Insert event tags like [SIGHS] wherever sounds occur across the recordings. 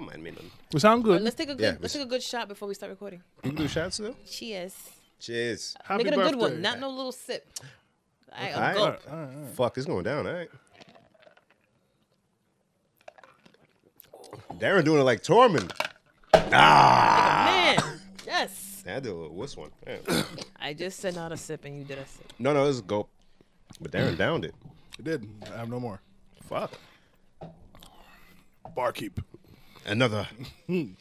mind me none. We sound But good. let's take a good Yeah, let's take a good shot before we start recording. You do shots though. Cheers. Cheers. Happy Make it a good one, birthday. not no little sip. I All right. a gulp. Fuck, it's going down. All right. Darren doing it like Tormund. Ah. Man, yes. I do a little wuss one. Yeah. [CLEARS THROAT] I just sent out a sip and you did a sip. No, no, it's a gulp. But [CLEARS THROAT] Darren downed it. It did. I have no more. Fuck. Barkeep. [LAUGHS] Another. you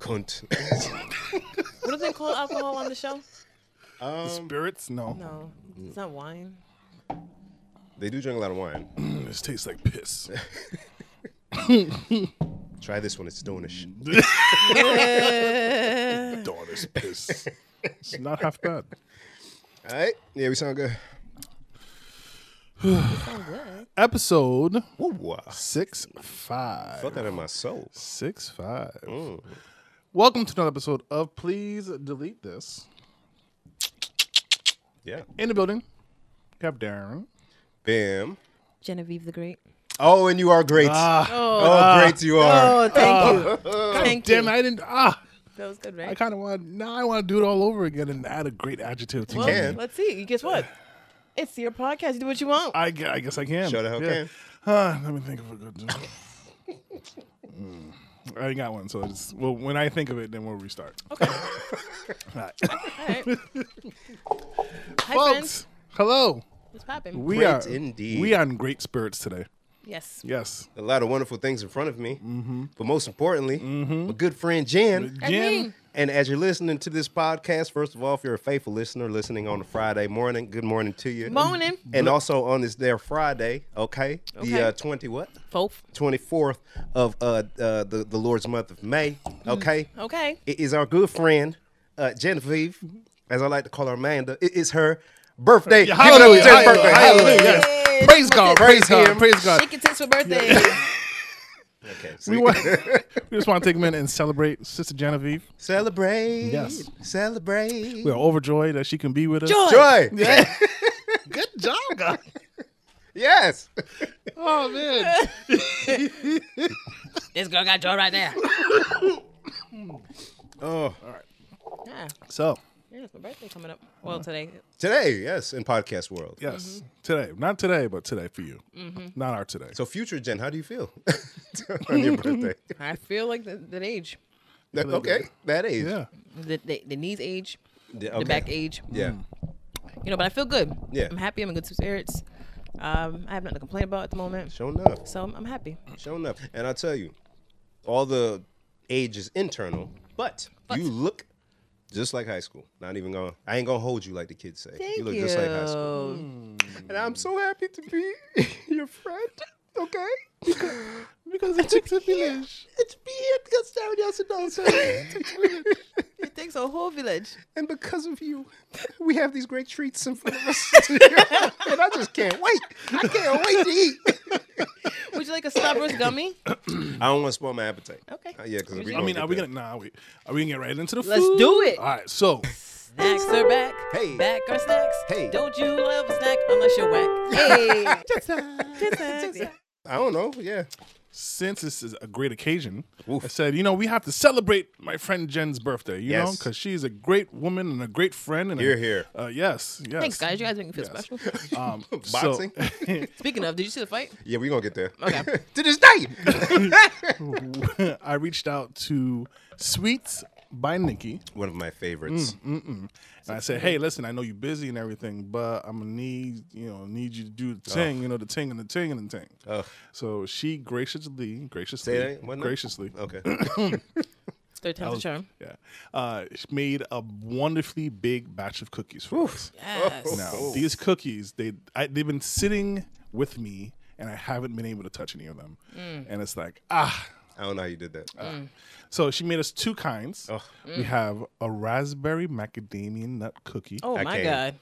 cunt. [LAUGHS] What do they call alcohol on the show? Spirits? Um, No. No, it's not wine. they do drink a lot of wine. [LAUGHS] This tastes like piss. Try this one. It's Stonish. Daughter's piss. [LAUGHS] It's not half bad. All right. Yeah, we sound good. Episode Woo wah. six five. Felt that in my soul. Six five. Welcome to another episode of Please Delete This. Yeah. In the building, we have Darren. Bam. Genevieve the Great. Oh, and you are great. Ah. Oh, oh, great you are. oh thank you. Thank Damn, you. it, I didn't. Ah, That was good, I right? kind of want. Now I want to do it all over again and add a great adjective to Well, it. can. let's see. Guess what? It's your podcast. You do what you want. I, gu- I guess I can. Show the hell Yeah. can. [SIGHS] Huh, let me think of a good [LAUGHS] one. Mm, I ain't got one, so I just well when I think of it, then we'll restart. Okay. All right. All [LAUGHS] right. Hi, friends. Folks, hello. What's poppin'? We Great are indeed. We are in great spirits today. yes. Yes. A lot of wonderful things in front of me. Mm-hmm. But most importantly, my good friend Jan. Jen, And as you're listening to this podcast, first of all, if you're a faithful listener listening on a Friday morning, good morning to you. Morning. And also on this there Friday, okay, Okay. the uh, twenty what, Both. twenty fourth of uh, uh the the Lord's month of May, Mm-hmm. okay, Okay. it is our good friend uh, Genevieve, as I like to call her Amanda. It is her birthday. Give it up for hallelujah, Jen's hallelujah, birthday. hallelujah, Hallelujah. yes. Praise God. Praise God. Praise God. Shake your tits for birthday. Okay, We, see? want, we just want to take a minute and celebrate Sister Genevieve. Celebrate. Yes. Celebrate. We are overjoyed that she can be with us. Joy. Joy. Good job, guys. yes. [LAUGHS] Oh man. This girl got joy right [LAUGHS] there. Oh, Yeah. So Yeah, it's my birthday coming up. Well, today. [LAUGHS] today, yes, in podcast world. yes, today, not today, but today for you, not our today. So, future Jen, how do you feel [LAUGHS] on your birthday? I feel like the, that age. okay, that age. yeah. The, the, the knees age, Yeah, the okay. back age. Yeah. You know, but I feel good. Yeah. I'm happy. I'm in good spirits. Um, I have nothing to complain about at the moment. Showing up. So I'm, I'm happy. Showing up. And I tell you, all the age is internal, but, you look just like high school. Not even going. to I ain't gonna hold you like the kids say. Thank you you. look just like high school. And I'm so happy to be [LAUGHS] your friend. Okay. [GASPS] Because it takes a village. It's be here because everybody else knows. [LAUGHS] it. It takes a whole village. And because of you, we have these great treats in front of us. [LAUGHS] and I just can't wait. I can't wait to eat. Would you [LAUGHS] like a Starburst gummy? I don't want to spoil my appetite. Okay. Uh, yeah, because I we I gonna mean, get are we there. gonna? Nah, wait. Are we gonna get right into the Let's food? do it. All right. So Snacks are back. Hey. Back are snacks. Hey. Don't you love a snack unless you're whack. Hey. I don't know. Yeah. since this is a great occasion, Oof. I said, you know, we have to celebrate my friend Jen's birthday. You know, Yes. because she's a great woman and a great friend. And a- Hear, hear. Uh, yes. Yes. Thanks, guys. You guys make me feel special. [LAUGHS] Um, so- Boxing. Speaking of, did you see the fight? yeah, we're gonna get there. Okay. [LAUGHS] to this day. [LAUGHS] I reached out to Sweets by Nikki. [LAUGHS] One of my favorites. Mm. And I said, "Hey, listen, I know you're busy and everything, but I'm gonna need you know need you to do Oh. the ting, you know, the ting and the ting and the ting." Ugh. So she graciously, Oh. graciously, Say that one now? graciously, Okay. Third time's a [LAUGHS] charm. yeah, uh, she made a wonderfully big batch of cookies for us. Oh. Yes. Now these cookies, they I, they've been sitting with me, and I haven't been able to touch any of them, Mm. and it's like ah. I don't know how you did that. Mm. So she made us two kinds. Mm. We have a raspberry macadamia nut cookie, Oh I my can't. God.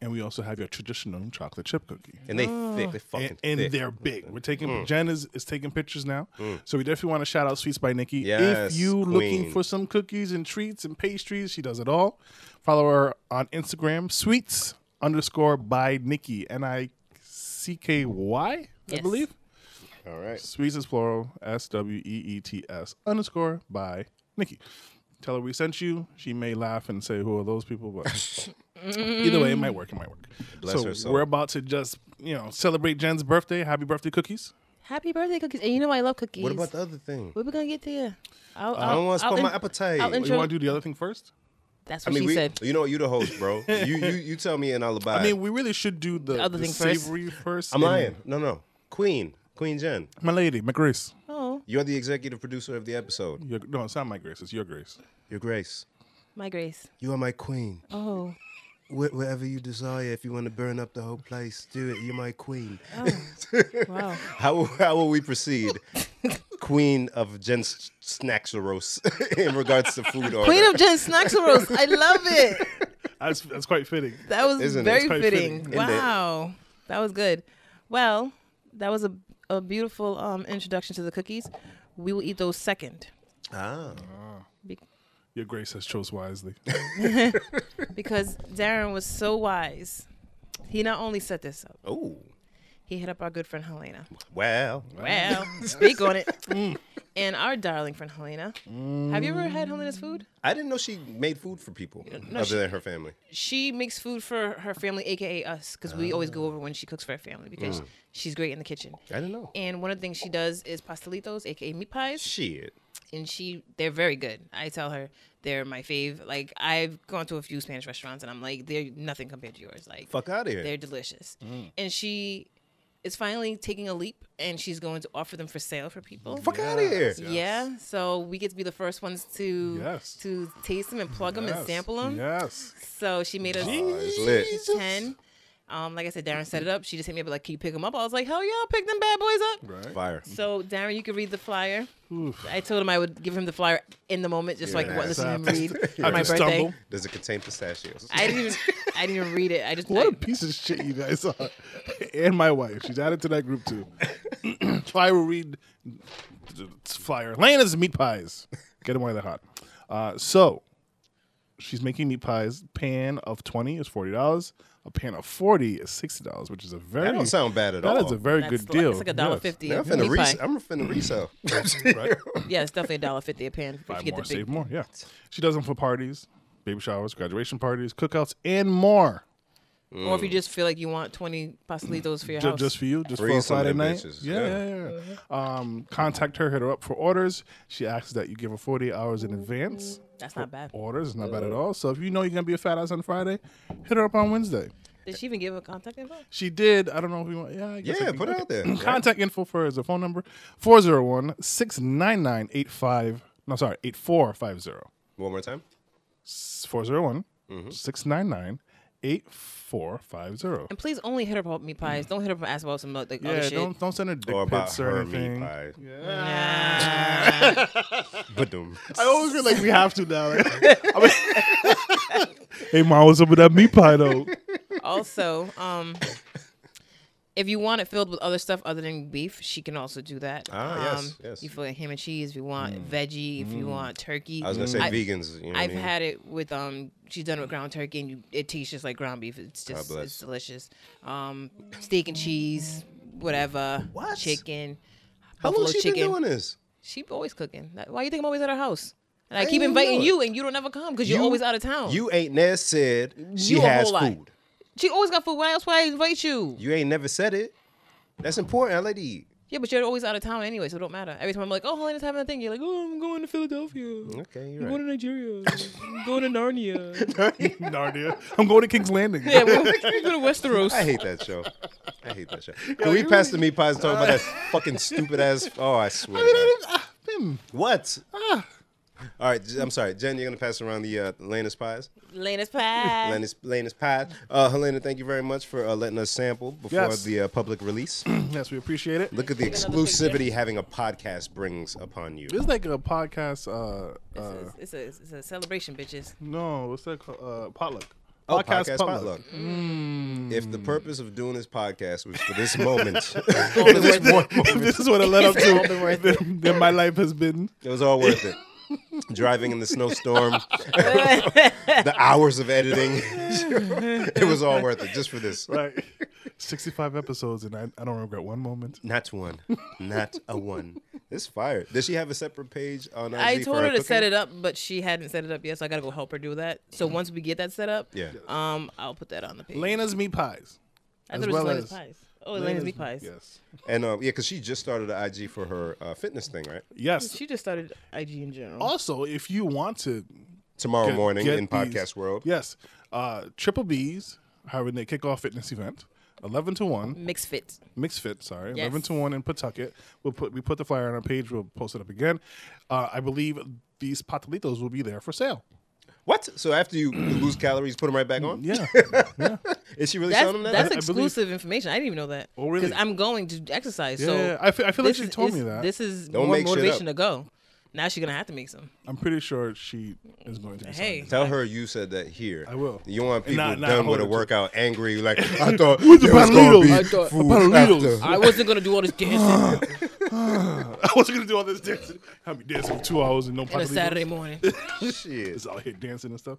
and we also have your traditional chocolate chip cookie. and they thick. They fucking thick. and, Mm. and Mm. they're big. We're taking Jen is, is taking pictures now, so we definitely want to shout out Sweets by Nikki. Yes, if you queen. looking for some cookies and treats and pastries, she does it all. Follow her on Instagram, Sweets underscore by Nikki, N I C K Y, I Yes. believe. All right. Sweets is plural. S W E E T S underscore by Nikki. Tell her we sent you. She may laugh and say, "Who are those people?" [LAUGHS] But either way, it might work. It might work. Bless so her soul. we're about to just you know celebrate Jen's birthday. Happy birthday, cookies. Happy birthday cookies. And you know I love cookies. What about the other thing? We're gonna get there. I'll, I don't want to spoil my appetite. appetite. I'll You Sure. want to do the other thing first? That's I what mean, we, [LAUGHS] she said. you know, you the host, [LAUGHS] bro. you, you you tell me and I'll abide. I mean, we really should do the, other the thing first. savory first. I'm and- lying. No, no. Queen, Queen Jen, My lady, my grace. Oh, you're the executive producer of the episode. Your, no, it's not my grace. It's your grace. Your Grace, my grace. you are my queen. Oh, Wh- wherever you desire, if you want to burn up the whole place, do it. You're my queen. wow. [LAUGHS] How will- how will we [LAUGHS] proceed, Queen of Jen S- Snaxeros, [LAUGHS] in regards to food order? Queen of Jen snacks and rolls. I love it. That's that's quite fitting. That was Isn't it? very It's quite fitting. fitting, isn't it? Wow, that was good. Well, that was a a beautiful um, introduction to the cookies. We will eat those second ah, be- Your grace has chose wisely. because Darren was so wise. He not only set this up, oh, he hit up our good friend Helena. well, [LAUGHS] Well, speak on it. Mm. And our darling friend Helena. Have you ever had Helena's food? I didn't know she made food for people no, other she- than her family. She makes food for her family, aka us, because we always Oh. go over when she cooks for her family because Mm. she's great in the kitchen. I didn't know. And one of the things she does is pastelitos, aka meat pies, Shit. and she they're very good. I tell her they're my fave. Like I've gone to a few Spanish restaurants and I'm like they're nothing compared to yours. Like Fuck Mm. out of here. they're delicious. And she is finally taking a leap and she's going to offer them for sale for people. Fuck out of here. Yeah, so we get to be the first ones to Yes. to taste them and plug them and sample them. Yes. So she made us Oh, it's lit. ten. Um, like I said, Darren set it up. She just hit me up like, "Can you pick them up?" I was like, "Hell yeah, I'll pick them bad boys up." Right. Fire. So Darren, you could read the flyer. I told him I would give him the flyer in the moment, just like so I could wa- Yes. listen to [LAUGHS] him read I for my just birthday. stumble. Does it contain pistachios? I didn't even, I didn't even read it. I just What I- a piece of shit you guys are. and my wife. She's added to that group too. [CLEARS THROAT] Flyer will read flyer. Lana's meat pies. Get them while they're hot. Uh, so she's making meat pies. Pan of twenty is forty dollars. A pan of forty is sixty dollars, which is a very That don't sound bad at that all. is a very that's good the- deal. It's like a dollar Yes. fifty. Man, a I'm finna, meat res- pie. I'm finna [LAUGHS] resell. Yeah, it's definitely a dollar fifty a pan if Buy you get more, the save big. more. Yeah, she does them for parties, baby showers, graduation parties, cookouts, and more. Or if you just feel like you want twenty pastelitos for your Ju- house. Mm-hmm. just for you, just for Free a some of Friday them night. bitches, Yeah, yeah. yeah, yeah. Um, contact her, hit her up for orders. She asks that you give her 48 hours in advance. That's not bad. Orders is not bad at Mm-hmm. all. So if you know you're gonna be a fat ass on Friday, hit her up on Wednesday. Did she even give a contact info? She did. I don't know if you want. Yeah, I guess I Yeah, can- put it okay. out there. Right? Contact info for her is the phone number 401 699 85. No, sorry, 8450. One more time. 401 Mm-hmm. 699 8450. And please only hit her about meat pies. Don't hit her about ask about some like other Yeah, shit. don't, don't send her Or dick about pics or her meat anything. pie. [LAUGHS] Nah. But them. I always feel like we have to now. [LAUGHS] [LAUGHS] hey, mom, what's up with that meat pie though? [LAUGHS] also, um, if you want it filled with other stuff other than beef, she can also do that. Ah, um, yes, yes. Mm. You feel like ham and cheese. If you want veggie, if you want turkey. I was gonna say Mm. I- vegans. You know what I I've mean? had it with um. She's done it with ground turkey, and you, it tastes just like ground beef. It's just bless. it's delicious. Um, steak and cheese, whatever. What? Chicken. How long buffalo she chicken. been doing this? She always cooking. That- Why you think I'm always at her house? And I, I keep didn't inviting know it. you, and you don't ever come because you're You- always out of town. You ain't never said she You a has whole lot. food. she always got food. Why else would I invite you? You ain't never said it. That's important. I like to eat. Yeah, but you're always out of town anyway, so it don't matter. Every time I'm like, oh, Helena's having a thing, you're like, oh, I'm going to Philadelphia. Okay, I'm you're going right. [LAUGHS] to Nigeria. I'm going to Narnia. Narnia. I'm going to King's Landing. [LAUGHS] yeah, [LAUGHS] we're, we're going to Westeros. I hate that show. I hate [LAUGHS] that show. Can we pass the meat pies and talk about that [LAUGHS] fucking stupid ass? Oh, I swear. to God. Ah, bim. What? Ah. All right, J- I'm sorry, Jen. You're gonna pass around the uh, Lana's pies. [LAUGHS] Helena's pie. Lana's, Lana's pies. Uh, Helena, thank you very much for uh, letting us sample before Yes. the uh, public [CLEARS THROAT] release. Yes, we appreciate it. Look at the Take another picture. exclusivity having a podcast brings upon you. It's like a podcast. Uh, It's, uh, a, it's, a, it's a celebration, bitches. no, what's that called? Uh, potluck. Oh, podcast potluck. Hmm. If the purpose of doing this podcast was for this moment, Only worth [LAUGHS] it. [LAUGHS] If [LAUGHS] this is what it led up It's all been to, worth then, then my life has been. it was all worth it. driving in the [LAUGHS] snowstorm, [LAUGHS] the hours of editing. [LAUGHS] it was all worth it just for this. [LAUGHS] Right. 65 episodes, and I, I don't regret one moment. Not one, not a one. This fire. Does she have a separate page on? IG I for told her to cooking? Mm. set it up, but she hadn't set it up yet, so I gotta go help her do that. So once we get that set up, Yeah. um, I'll put that on the page. Lena's Meat Pies. I as thought it was well Elena's as- pies. Oh, Elena's meat pies. Yes. And um, yeah, because she just started an IG for her uh, fitness thing, right? Yes. She just started IG in general. Also, if you want to Tomorrow get- morning get in these- podcast world. Yes. Uh, Triple B's, having their kickoff fitness event, 11 to 1, Mixed fit. mixed fit, sorry, Yes. 11 to 1 in Pawtucket. We'll put, we put the flyer on our page. We'll post it up again. Uh, I believe these patalitos will be there for sale. What? So after [CLEARS THROAT] you lose calories, put them right back on? [LAUGHS] Yeah. Is she really That's, selling them that? that's I believe- exclusive information. I didn't even know that. Oh, really? Because I'm going to exercise. yeah. so I feel, I feel like this she is- told is- me that. This is Don't more make shit up. motivation to go. Now she's gonna have to make some. I'm pretty sure she is going to be selling Hey, it. Tell her you said that here. I will. You want people not- not done hold with a it to- workout angry, [LAUGHS] like, I thought With the there was going to Panolitos. be I thought- food Panolitos. after. I wasn't gonna do all this dancing I wasn't gonna do all this dancing. Have me dancing for two hours and no on a possibility. Saturday morning. [LAUGHS] Shit. It's out here dancing and stuff.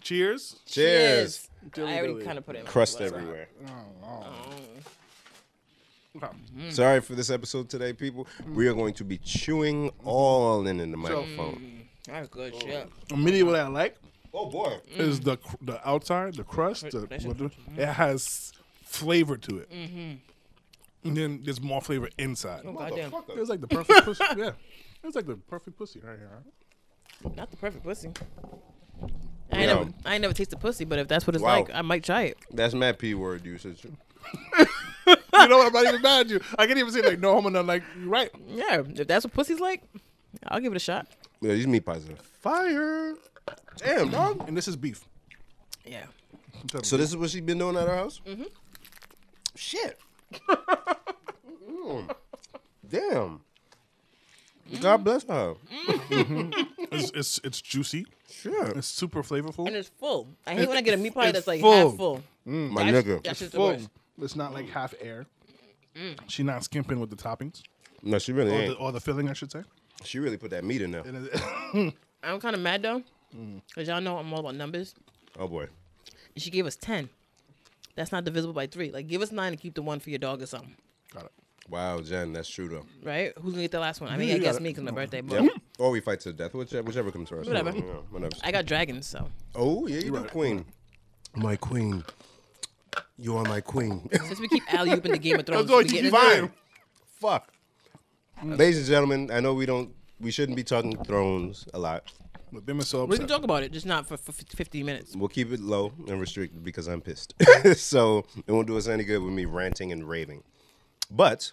Cheers. Cheers. I already kind of put it. in my Crust glass. everywhere. Oh, Wow. Sorry for this episode today, people. We are going to be chewing all in, in the microphone. Oh, That's good shit. Immediately, what I like mm. Oh, boy. is Mm-hmm. the cr- the outside, the crust. The, That's what the- it has flavor to it, Mm-hmm. and then there's more flavor inside. Goddamn. It was like the perfect [LAUGHS] pussy. Yeah, it was like the perfect pussy right here. huh? Not the perfect pussy. I ain't, Yeah. never, I ain't never tasted pussy, but if that's what it's Wow. like, I might try it. That's Matt P word usage. You know what? I'm not even mad at you. I can't even say like no homo. Nothing. Like you're right. Yeah, if that's what pussy's like, I'll give it a shot. Yeah, these meat pies are fire. Damn, dog. And this is beef. Yeah. So this is what she's been doing at her house? Mm-hmm. Shit. Mm. [LAUGHS] Damn. Mm. God bless her. It's, it's it's juicy. Sure. It's super flavorful. And it's full. I hate when I get a meat pie It's that's like full. Mm. half full. My That's- nigga. That's just the full. worst. It's not like half air. Mm. She not skimping with the toppings No, she really or the, ain't. or the filling, I should say. She really put that meat Oh, in there. And it- [LAUGHS] I'm kind of mad though, because y'all know I'm all about numbers. Oh boy. And she gave us 10. That's not divisible by three. Like, give us nine and keep the one for your dog or something, Got it. Wow, Jen, that's true though. right? Who's gonna get the last one? I mean, you I guess got it. me because my birthday, but Yep. or we fight to the death, whichever, whichever comes first. Whatever. You know, whatever. I got dragons, so Oh yeah, you are queen. My queen. You are my [LAUGHS] queen. since we keep alley ooping the Mm. [LAUGHS] Game of Thrones, all we you get keep it. Fine. Fuck. Ladies and gentlemen, I know we don't we shouldn't be talking thrones a lot. But them is so we can upset. talk about it, just not for, for 15 minutes. We'll keep it low and restricted because I'm pissed. [LAUGHS] so it won't do us any good with me ranting and raving. But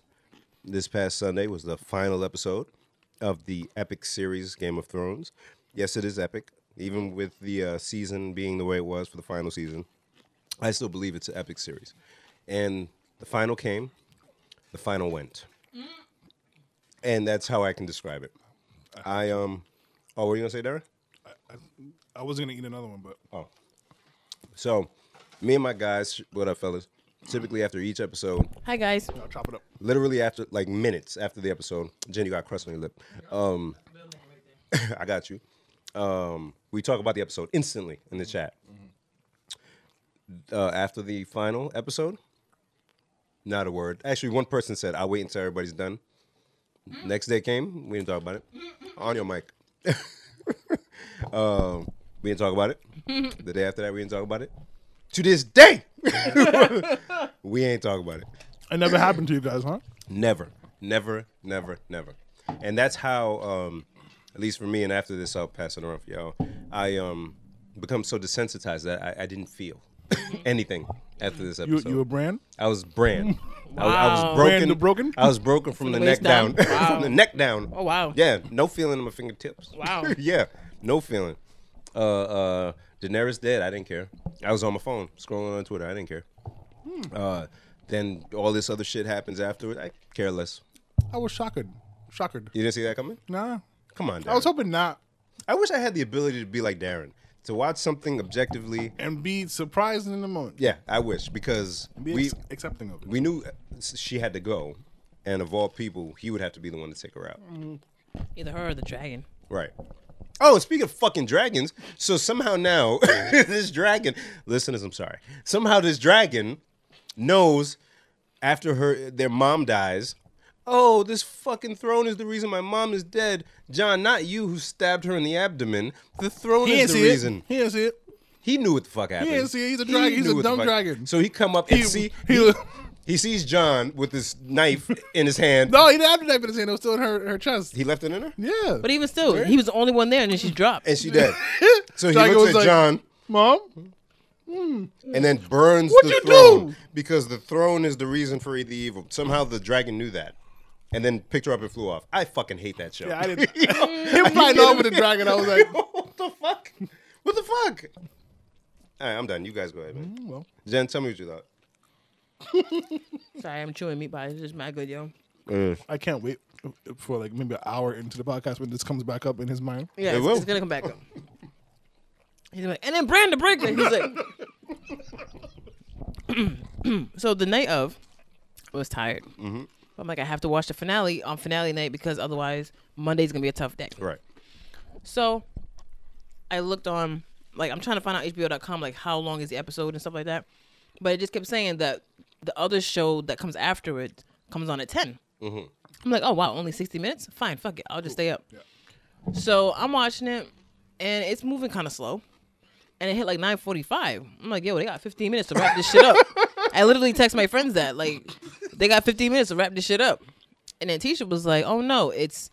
this past Sunday was the final episode of the epic series Game of Thrones. Yes, it is epic, even with the uh, season being the way it was for the final season. I still believe it's an epic series. And the final came, the final went. And that's how I can describe it. I um oh, what were you gonna say, Darren? I was gonna eat another one, but Oh. So, me and my guys, what up, fellas? Typically, after each episode, Hi guys. I'll chop it up. literally after like minutes after the episode, Jen, you got crust on your lip. Um, [LAUGHS] I got you. Um, we talk about the episode instantly in the chat. Uh, after the final episode, not a word. Actually, one person said, "I'll wait until everybody's done." Next day came, we didn't talk about it. On your mic. [LAUGHS] um, we didn't talk about it. The day after that, we didn't talk about it. To this day, [LAUGHS] we ain't talk about it. It never happened to you guys, huh? Never, never, never, never. And that's how, um, at least for me, and after this, I'll pass it around for y'all. I um, become so desensitized that I, I didn't feel [COUGHS] anything after this You episode. you a brand? I was [LAUGHS] brand. I, was- I Wow. was broken. Brand to broken? I was broken from, the, the neck waist down. [LAUGHS] down. from the neck down. Oh, wow. Yeah, no feeling in my fingertips. Wow. [LAUGHS] yeah, no feeling. Uh, uh, Daenerys dead. I didn't care. I was on my phone scrolling on Twitter. I didn't care. Hmm. Uh, then all this other shit happens afterward. I care less. I was shocked. Shocked. You didn't see that coming? Nah. Come on, Darren. I was hoping not. I wish I had the ability to be like Darren to watch something objectively. And be surprised in the moment. Yeah, I wish because Be we ex- accepting of it. we knew she Mm. had to go, and of all people, he would have to be the one to take her out. Either her or the dragon. Right. Oh, and speaking of fucking dragons, so somehow now [LAUGHS] this dragon, listeners, I'm sorry. Somehow this dragon knows after her their mom dies, oh, this fucking throne is the reason my mom is dead. John, not you who stabbed her in the abdomen. The throne He is the didn't see it. reason. He didn't see it. He knew what the fuck happened. didn't see it. He's a dragon. He's knew a what the dumb fuck- dragon. So he come up and He, see he, he, was- [LAUGHS] he sees John with this knife in his [LAUGHS] hand. no, oh, he didn't have the knife in his hand. It was still in her, her chest. He left it in her, yeah. [LAUGHS] But even still, he was the only one there, and then she dropped. and she dead. So he Dragon looks was at like, John. Mom? and then burns What'd the you throne do? because the throne is the reason for the evil. Somehow the dragon knew that, and then picked her up and flew off. I fucking hate that show. [LAUGHS] Yeah, I didn't. [LAUGHS] him flying over the dragon, I was like, what the fuck? What the fuck? All right, I'm done. You guys go ahead, man. Mm, well. Jen, tell me what you thought. Sorry, I'm chewing meat pies. It's just mad good, yo. I can't wait for like maybe an hour into the podcast when this comes back up in his mind. Yeah, It it's, will. it's gonna come back up. He's like, and then Brandon Brickman. He's like, [CLEARS THROAT] so the night of, I was tired. Mm-hmm. I'm like, I have to watch the finale on finale night because otherwise Monday's gonna be a tough day. Right. So I looked on like I'm trying to find out HBO.com like how long is the episode and stuff like that. But it just kept saying that the other show that comes after it comes on at 10. I'm like, oh wow, only 60 minutes? Fine, fuck it, I'll just stay up. So I'm watching it, and it's moving kind of slow. And it hit like 9:45. I'm like, yo, they got 15 minutes to wrap this shit up. I literally text my friends that like, they got 15 minutes to wrap this shit up. And then Tisha was like, oh no, it's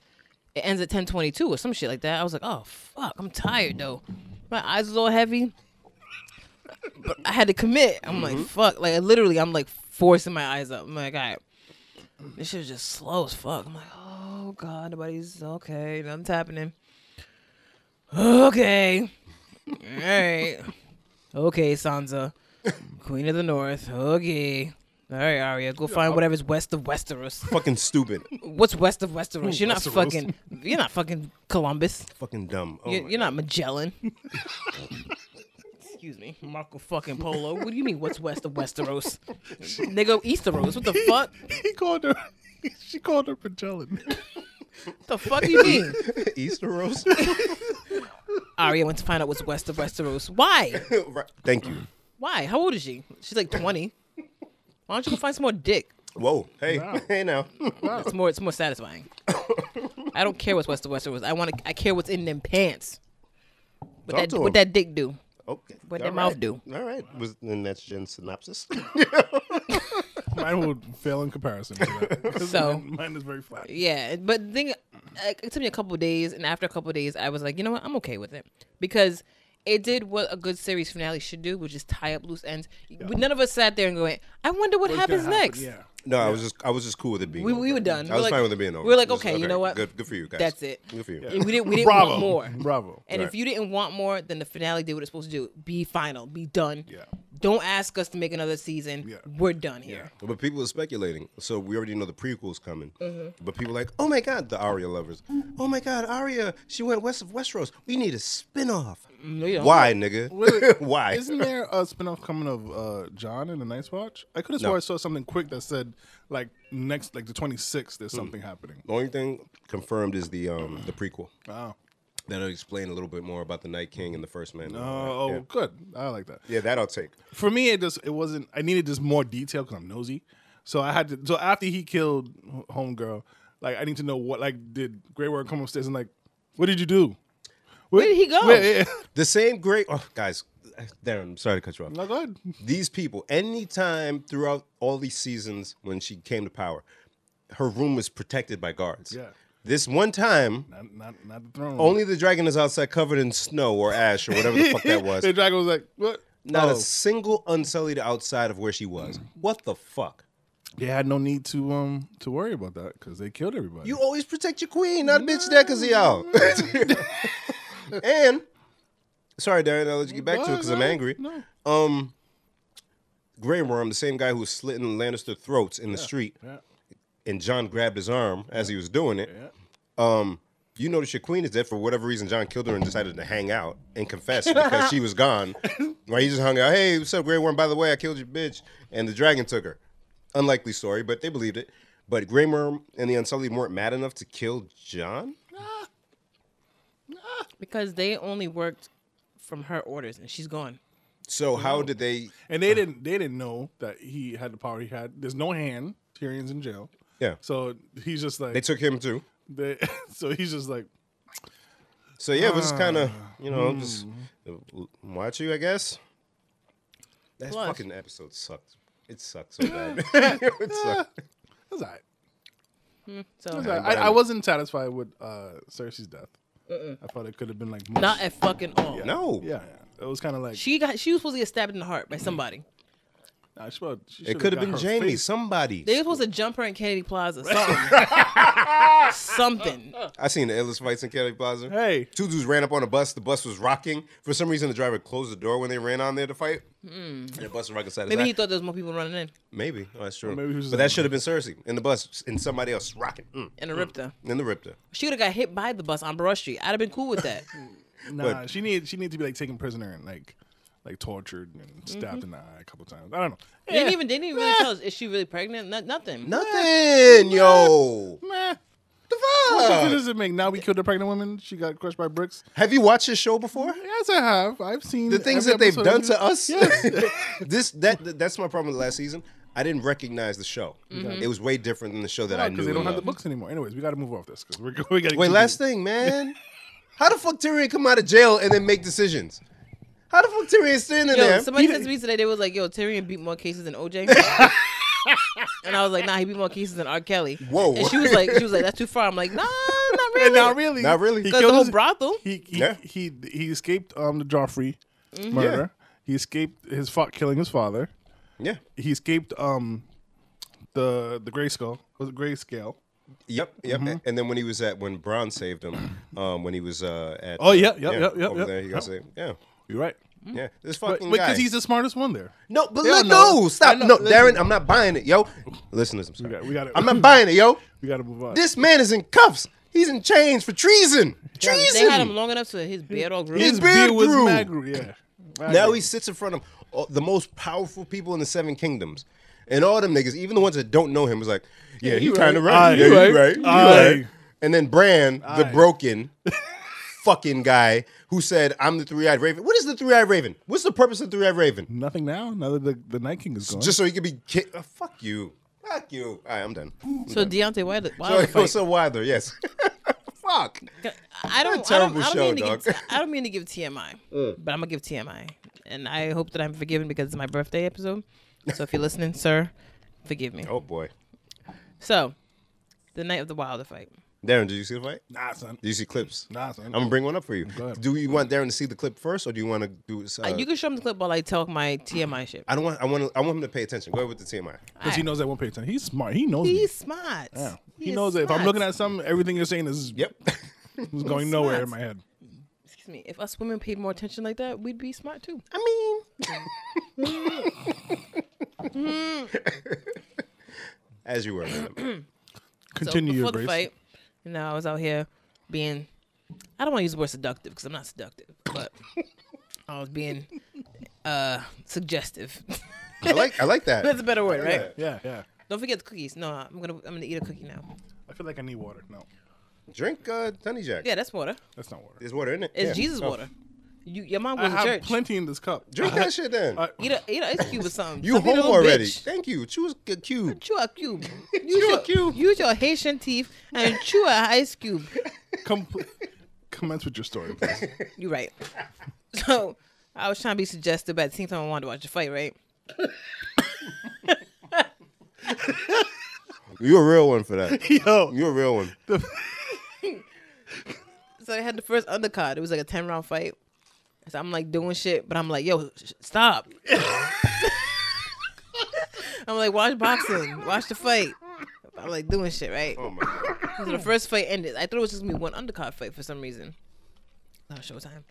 it ends at 10:22 or some shit like that. I was like, oh fuck, I'm tired though. My eyes was all heavy. But I had to commit. I'm like, fuck. Like literally, I'm like forcing my eyes up. I'm like, all right. This shit is just slow as fuck. I'm like, oh god, nobody's okay. Nothing's happening. Okay. All right. Okay, Sansa, Queen of the North. Okay. All right, Arya, go find whatever's west of Westeros Fucking stupid. [LAUGHS] what's west of Westeros? You're not Westeros. fucking. You're not fucking Columbus. fucking dumb. Oh You're, my you're not [LAUGHS] Magellan. Excuse me, Marco fucking Polo. What do you mean? What's west of [LAUGHS] Westeros? they go Easteros. What the fuck? [LAUGHS] He called her. She called her Magellan. The fuck [LAUGHS] you mean? God. Easter Rose. [LAUGHS] Arya went to find out what's west of Westeros. Why? Right. Thank you. Why? How old is she? She's like twenty. Why don't you go find some more dick? Whoa. Hey. Wow. [LAUGHS] Hey now. It's more. It's more satisfying. I don't care what's west of Westeros. I want to. I care what's in them pants. What Talk that, to what him. that dick do? Okay. [LAUGHS] What All that mouth right. do? All right. Was then that's Jen's synopsis. [LAUGHS] Mine would fail in comparison to that. So- mine, mine is very flat. Yeah, but the thing like, it took me a couple of days, and after a couple of days, I was like, you know what, I'm okay with it because it did what a good series finale should do, which is tie up loose ends. We- None of us sat there and going, I wonder what It's gonna happens happen, next. Yeah. No, I was just I was just cool with it being. We, over. we were done. I was We're fine with it being over. We were like, It was okay, you know what? Good, good for you guys. That's it. Good for you. And we didn't. We didn't Bravo. want more. [LAUGHS] Bravo. And if Right. you didn't want more, then the finale did what it's supposed to do. Be final. Be done. Yeah. Don't ask us to make another season. Yeah. We're done here. [LAUGHS] But people are speculating. So we already know the prequel's coming. Mm-hmm. But people are like, oh my god, the Arya lovers. Oh my god, Arya, she went west of Westeros. We need a spinoff. No, you don't. Why, nigga? [LAUGHS] Wait, Why? Isn't there a spinoff coming of uh, John in the Night's Watch? I could have No. swore I saw something quick that said like next, like the Hmm. 26th, there's something happening. the only thing confirmed is the um the prequel. Wow. That'll explain a little bit more about the Night King and the First Man. Uh, oh, yeah. good. I like that. yeah, that I'll take. For me, it just it wasn't. I needed just more detail because I'm nosy. So I had to. So after he killed H- Homegirl, like I need to know what. Like, did Grey Worm come upstairs and like, what did you do? Where, did he go? where- The same great. Oh, guys, Darren, I'm sorry to cut you off. no, go ahead. these people anytime throughout all these seasons when she came to power her room was protected by guards Yeah. this one time Not, not, not the throne. only the dragon is outside covered in snow or ash or whatever the fuck that was [LAUGHS] the dragon was like, what? not oh, a single unsullied outside of where she was what the fuck they had no need to um to worry about that because they killed everybody. you always protect your queen not bitch that cause of y'all and sorry darren i'll let you get back to it because i'm No, no, angry No. um Grey Worm, the same guy who was slitting Lannister throats in the street, Yeah. and John grabbed his arm as he was doing it. Yeah. Um, you notice your queen is dead for whatever reason. John killed her and decided to hang out and confess because she was [LAUGHS] gone. Right? He just hung out. Hey, what's up, Grey Worm? By the way, I killed your bitch, and the dragon took her. Unlikely story, but they believed it. But Grey Worm and the Unsullied weren't mad enough to kill John. because they only worked from her orders, and she's gone. So how did they? And they didn't they didn't know that he had the power he had. There's no hand. Tyrion's in jail. Yeah. So he's just like They took him too. they, [LAUGHS] so he's just like So yeah, it was Ah, kind of you know just uh, hmm. watch you, I guess. That Plus- fucking episode sucked. It sucked [LAUGHS] so bad. [LAUGHS] it sucked. that's all right. So That's all right. I, I wasn't satisfied with uh Cersei's death. I thought it could have been like more- not at fucking all. No. yeah, yeah. It was kind of like She got she was supposed to get stabbed in the heart by somebody. nah, she probably- she It should've could have got been her Jamie, face. somebody. They were supposed to jump her in Kennedy [LAUGHS] Plaza. Something. something. I seen the endless fights in Kelly Plaza. Hey. Two dudes ran up on a bus. The bus was rocking. For some reason, the driver closed the door when they ran on there to fight. Hmm. And the bus was rocking side Maybe to he side. thought there was more people running in Maybe. Oh, that's true. maybe he was but like- that should have been Cersei in the bus and somebody else rocking. Mm. and it ripped her. And then the Riptor. She would have got hit by the bus on Broad Street. I'd have been cool [LAUGHS] with that. Nah, she need she need to be like taken prisoner and like like tortured and stabbed in the eye a couple times. I don't know. Mm-hmm. They didn't even they didn't even really tell us is she really pregnant? No, nothing. Nothing, yo. Meh. What difference The fuck? does it make? Now we killed a pregnant woman. She got crushed by bricks. Have you watched this show before? Yes, I have. I've seen The things every that they've episode done of to this. us. [LAUGHS] this that th- that's my problem with last season. I didn't recognize the show. Mm-hmm. Mm-hmm. It was way different than the show that I knew. because they and don't have the loved. books anymore. Anyways, we got to move off this because we're [LAUGHS] we got to Wait, last thing, [LAUGHS] man. How the fuck Tyrion come out of jail and then make decisions? How the fuck Tyrion standing Yo, there? somebody said to me today, they was like, "Yo, Tyrion beat more cases [LAUGHS] than OJ," and I was like, "Nah, he beat more cases than R. Kelly." Whoa. And she was like, "She was like, that's too far." I'm like, "Nah, [LAUGHS] not really." And not really. Not really. He The- The, killed the whole his- brothel. He he, Yeah. he he escaped um the Joffrey murder. He escaped his fa- killing his father. yeah. He escaped um the the grayscale was it grayscale? Yep. Yep. Mm-hmm. And then when he was at when Bron saved him, um, when he was uh, at Oh, uh, yep, yep, yep, yep, over yep, there, he got yep. saved. Yeah. You're right. Yeah. This But fucking guy. because he's the smartest one there. No, but They let, don't know. no, stop. I know, No, listen. Darren, I'm not buying it, yo. Listen, listen, I'm sorry. got- we got it. I'm not buying it, yo. [LAUGHS] We got to move on. This man is in cuffs. He's in chains for treason. Treason. They had him long enough so his beard all grew. His his beard beard was grew. mad grew, yeah. [LAUGHS] Mad now grew. he sits in front of all, the most powerful people in the Seven Kingdoms. And all them niggas, even the ones that don't know him, was like, yeah, he you kind of right. right. Aye, Yeah, you you right. right. you Aye. right. And then Bran, the Aye. [LAUGHS] broken fucking guy who said, I'm the three-eyed raven. What is the three-eyed raven? What's the purpose of the three-eyed raven? nothing now. Now that the, the Night King is gone. Just so he could be ki- oh, fuck you. Fuck you. All right, I'm done. So Deontay Wilder, [LAUGHS] So it Wilder was Oh, fight. so Wilder, yes. [LAUGHS] Fuck. a I don't, I don't, terrible I don't show, mean dog. to give, I don't mean to give TMI, Mm. but I'm gonna give TMI, and I hope that I'm forgiven because it's my birthday episode. So if you're listening, sir, forgive me. Oh boy. So, the night of the Wilder fight. Darren, did you see the fight? nah, son. Did you see clips? Nah, son. I'm gonna bring one up for you. ahead. Do you want Darren to see the clip first, or do you want to do? Uh, Uh, you can show him the clip while I talk my TMI shit. I don't want. I want. To, I want him to pay attention. Go ahead with the TMI. Because he knows I won't pay attention. He's smart. He knows. me. He's smart. Yeah. He knows that if I'm looking at something, everything you're saying is Yep. is going nowhere in smart. my head. Excuse me. If us women paid more attention like that, we'd be smart too. I mean, [LAUGHS] as you were. man. Continue so your before grace. the fight, you know, I was out here being. I don't want to use the word seductive because I'm not seductive, [LAUGHS] but I was being uh suggestive. [LAUGHS] I like. I like That's that. a better word, right? Yeah, yeah. Don't forget the cookies. No, I'm gonna I'm gonna eat a cookie now. I feel like I need water. No, Drink uh, Tony Jack. Yeah, that's water. that's not water. There's water in it. It's Yeah. Jesus Oh. water. You, your mom I goes to have church. plenty in this cup. Drink that shit then. I- eat a eat an ice cube or something. you Stop being a home little already? bitch. Thank you. Choose a cube. chew a cube. [LAUGHS] Use Chew a your, cube. Use your Haitian teeth and chew a ice cube. Com- [LAUGHS] commence with your [LAUGHS] story. please. You're [LAUGHS] right. So I was trying to be suggestive, but at the same time I wanted to watch the fight, right? You're a real one for [LAUGHS] that. Yo, You're a real one. So they had the first undercard. It was like a ten round fight. So I'm like doing shit, but I'm like, yo, sh- stop. [LAUGHS] I'm like, watch boxing, watch the fight. I'm like doing shit, right? Oh my god. So the first fight ended. I thought it was just gonna be one undercard fight for some reason. Not Showtime.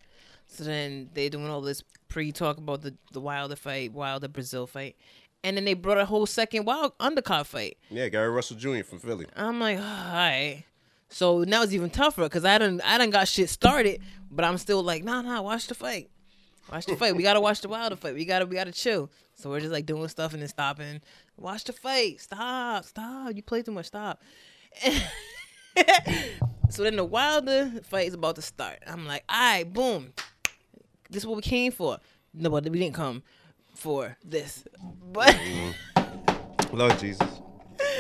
So then they doing all this pre talk about the, the Wilder fight, Wilder Brazil fight. And then they brought a whole second wild undercard fight. Yeah, Gary Russell Jr. from Philly. I'm like, all right. So now it's even tougher because I done I done got shit started, but I'm still like, nah, nah, watch the fight. Watch the fight. We gotta watch the Wilder fight. We gotta we gotta chill. So we're just like doing stuff and then stopping. Watch the fight. Stop, stop. You play too much. Stop. [LAUGHS] So then the Wilder fight is about to start. I'm like, all right, boom. This is what we came for. No, but we didn't come for this. But [LAUGHS] Lord Jesus.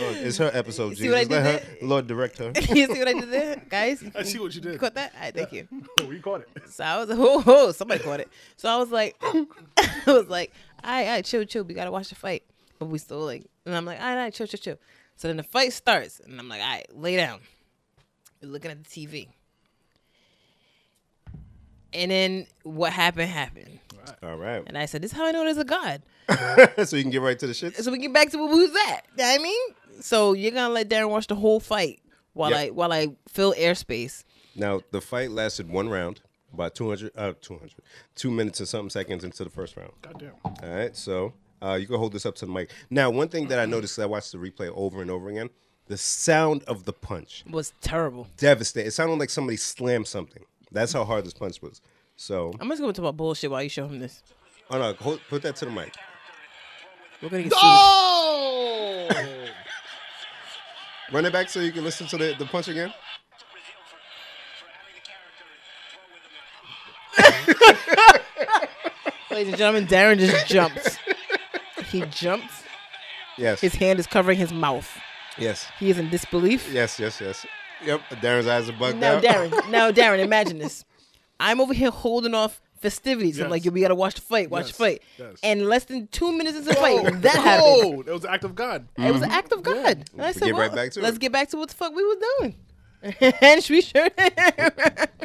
Lord, it's her episode, [LAUGHS] See what I Jesus. Let her, did Lord, direct her. you see what I did there, guys? I see what you did. Caught that? All right, thank you. [LAUGHS] we caught it. So I was [LAUGHS] like, oh, oh, somebody caught it. So I was like, [LAUGHS] I was like, all right, all right, chill, chill. We gotta watch the fight, but we still like, and I'm like, all right, all right, chill, chill, chill. So then the fight starts, and I'm like, all right, lay down. We're looking at the TV, and then what happened happened, All right. and I said, this is how I know there's a God. [LAUGHS] so you can get right to the shit. So we get back to where we was at. You know what I mean, so you're gonna let Darren watch the whole fight while Yep. I while I fill airspace. Now, the fight lasted one round, about 200, uh, 200, two minutes and something seconds into the first round. Goddamn. All right, so uh, you can hold this up to the mic. Now, one thing that I noticed, 'cause I watched the replay over and over again, the sound of the punch, It was terrible. devastating. It sounded like somebody slammed something. That's how hard this punch was. So, I'm just gonna talk about bullshit while you show him this. oh no, hold, put that to the mic. We're gonna get sued. Oh! Run it back so you can listen to the, the punch again. Ladies and gentlemen, Darren just jumped. he jumped. Yes, His hand is covering his mouth. yes, He is in disbelief. yes, yes, yes. Yep, Darren's eyes are bugged Now, out. Darren, now, Darren, imagine this. I'm over here holding off festivities. I'm Yes. like, yo, we gotta watch the fight, watch the Yes. fight. Yes. And less than two minutes into the fight, that happened. Oh, that was an act of God. It was an act of God. And I We said, get right well, back to let's it. get back to what the fuck we was doing. [LAUGHS] and we sure [LAUGHS]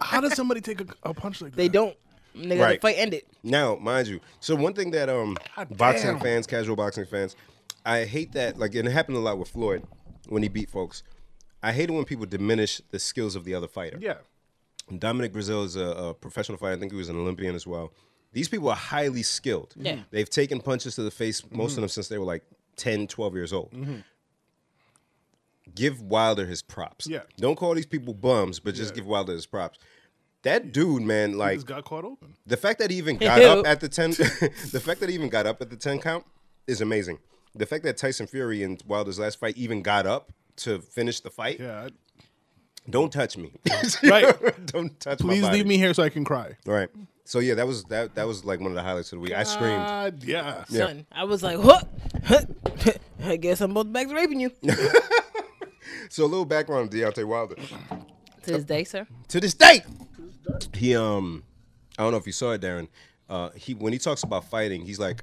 How does somebody take a, a punch like that? they don't. They got the Right. fight ended. Now, mind you, so one thing that um God boxing damn. fans, casual boxing fans, I hate that. Like, and it happened a lot with Floyd when he beat folks. I hate it when people diminish the skills of the other fighter. Yeah. Dominic Brazil is a, a professional fighter. I think he was an Olympian as well. These people are highly skilled. Mm-hmm. Yeah. They've taken punches to the face, most of them since they were like 10, 12 years old. Mm-hmm. Give Wilder his props. Yeah. Don't call these people bums, but just Yeah. give Wilder his props. That dude, man, He like just got caught open. the fact that he even got up at the ten, [LAUGHS] the fact that he even got up at the ten count is amazing. The fact that Tyson Fury in Wilder's last fight even got up to finish the fight. Yeah. I- Don't touch me. [LAUGHS] [LAUGHS] Right. Don't touch. Please my body. leave me here so I can cry. Right. So yeah, that was that. That was like one of the highlights of the week. I screamed. God, yeah. Yeah. Son, I was like, huh, [LAUGHS] huh, huh, I guess I'm both back to [LAUGHS] raping you. So a little background on Deontay Wilder. to this day, sir. to this day. He um, I don't know if you saw it, Darren. Uh, he when he talks about fighting, he's like,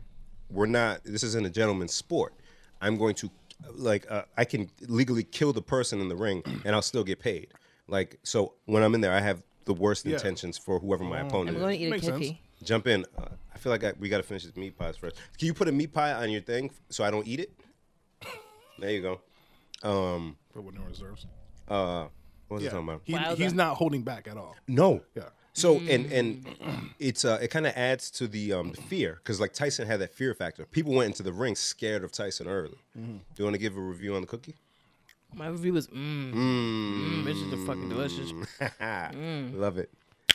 "We're not. This isn't a gentleman's sport. I'm going to, like, uh, I can legally kill the person in the ring, and I'll still get paid. Like, so when I'm in there, I have the worst Yeah. intentions for whoever my opponent We're gonna is. eat a Makes sense. cookie. Jump in. Uh, I feel like I, we got to finish this meat pies first. Can you put a meat pie on your thing so I don't eat it? There you go. But with no reserves. What was I talking about? He, Wilder. he's not holding back at all. [LAUGHS] No. Yeah. So and and it's uh it kind of adds to the um the fear because like Tyson had that fear factor. People went into the ring scared of Tyson early. Do you want to give a review on the cookie? My review was mmm. Mmm. it's just a fucking delicious. Mm. Love it.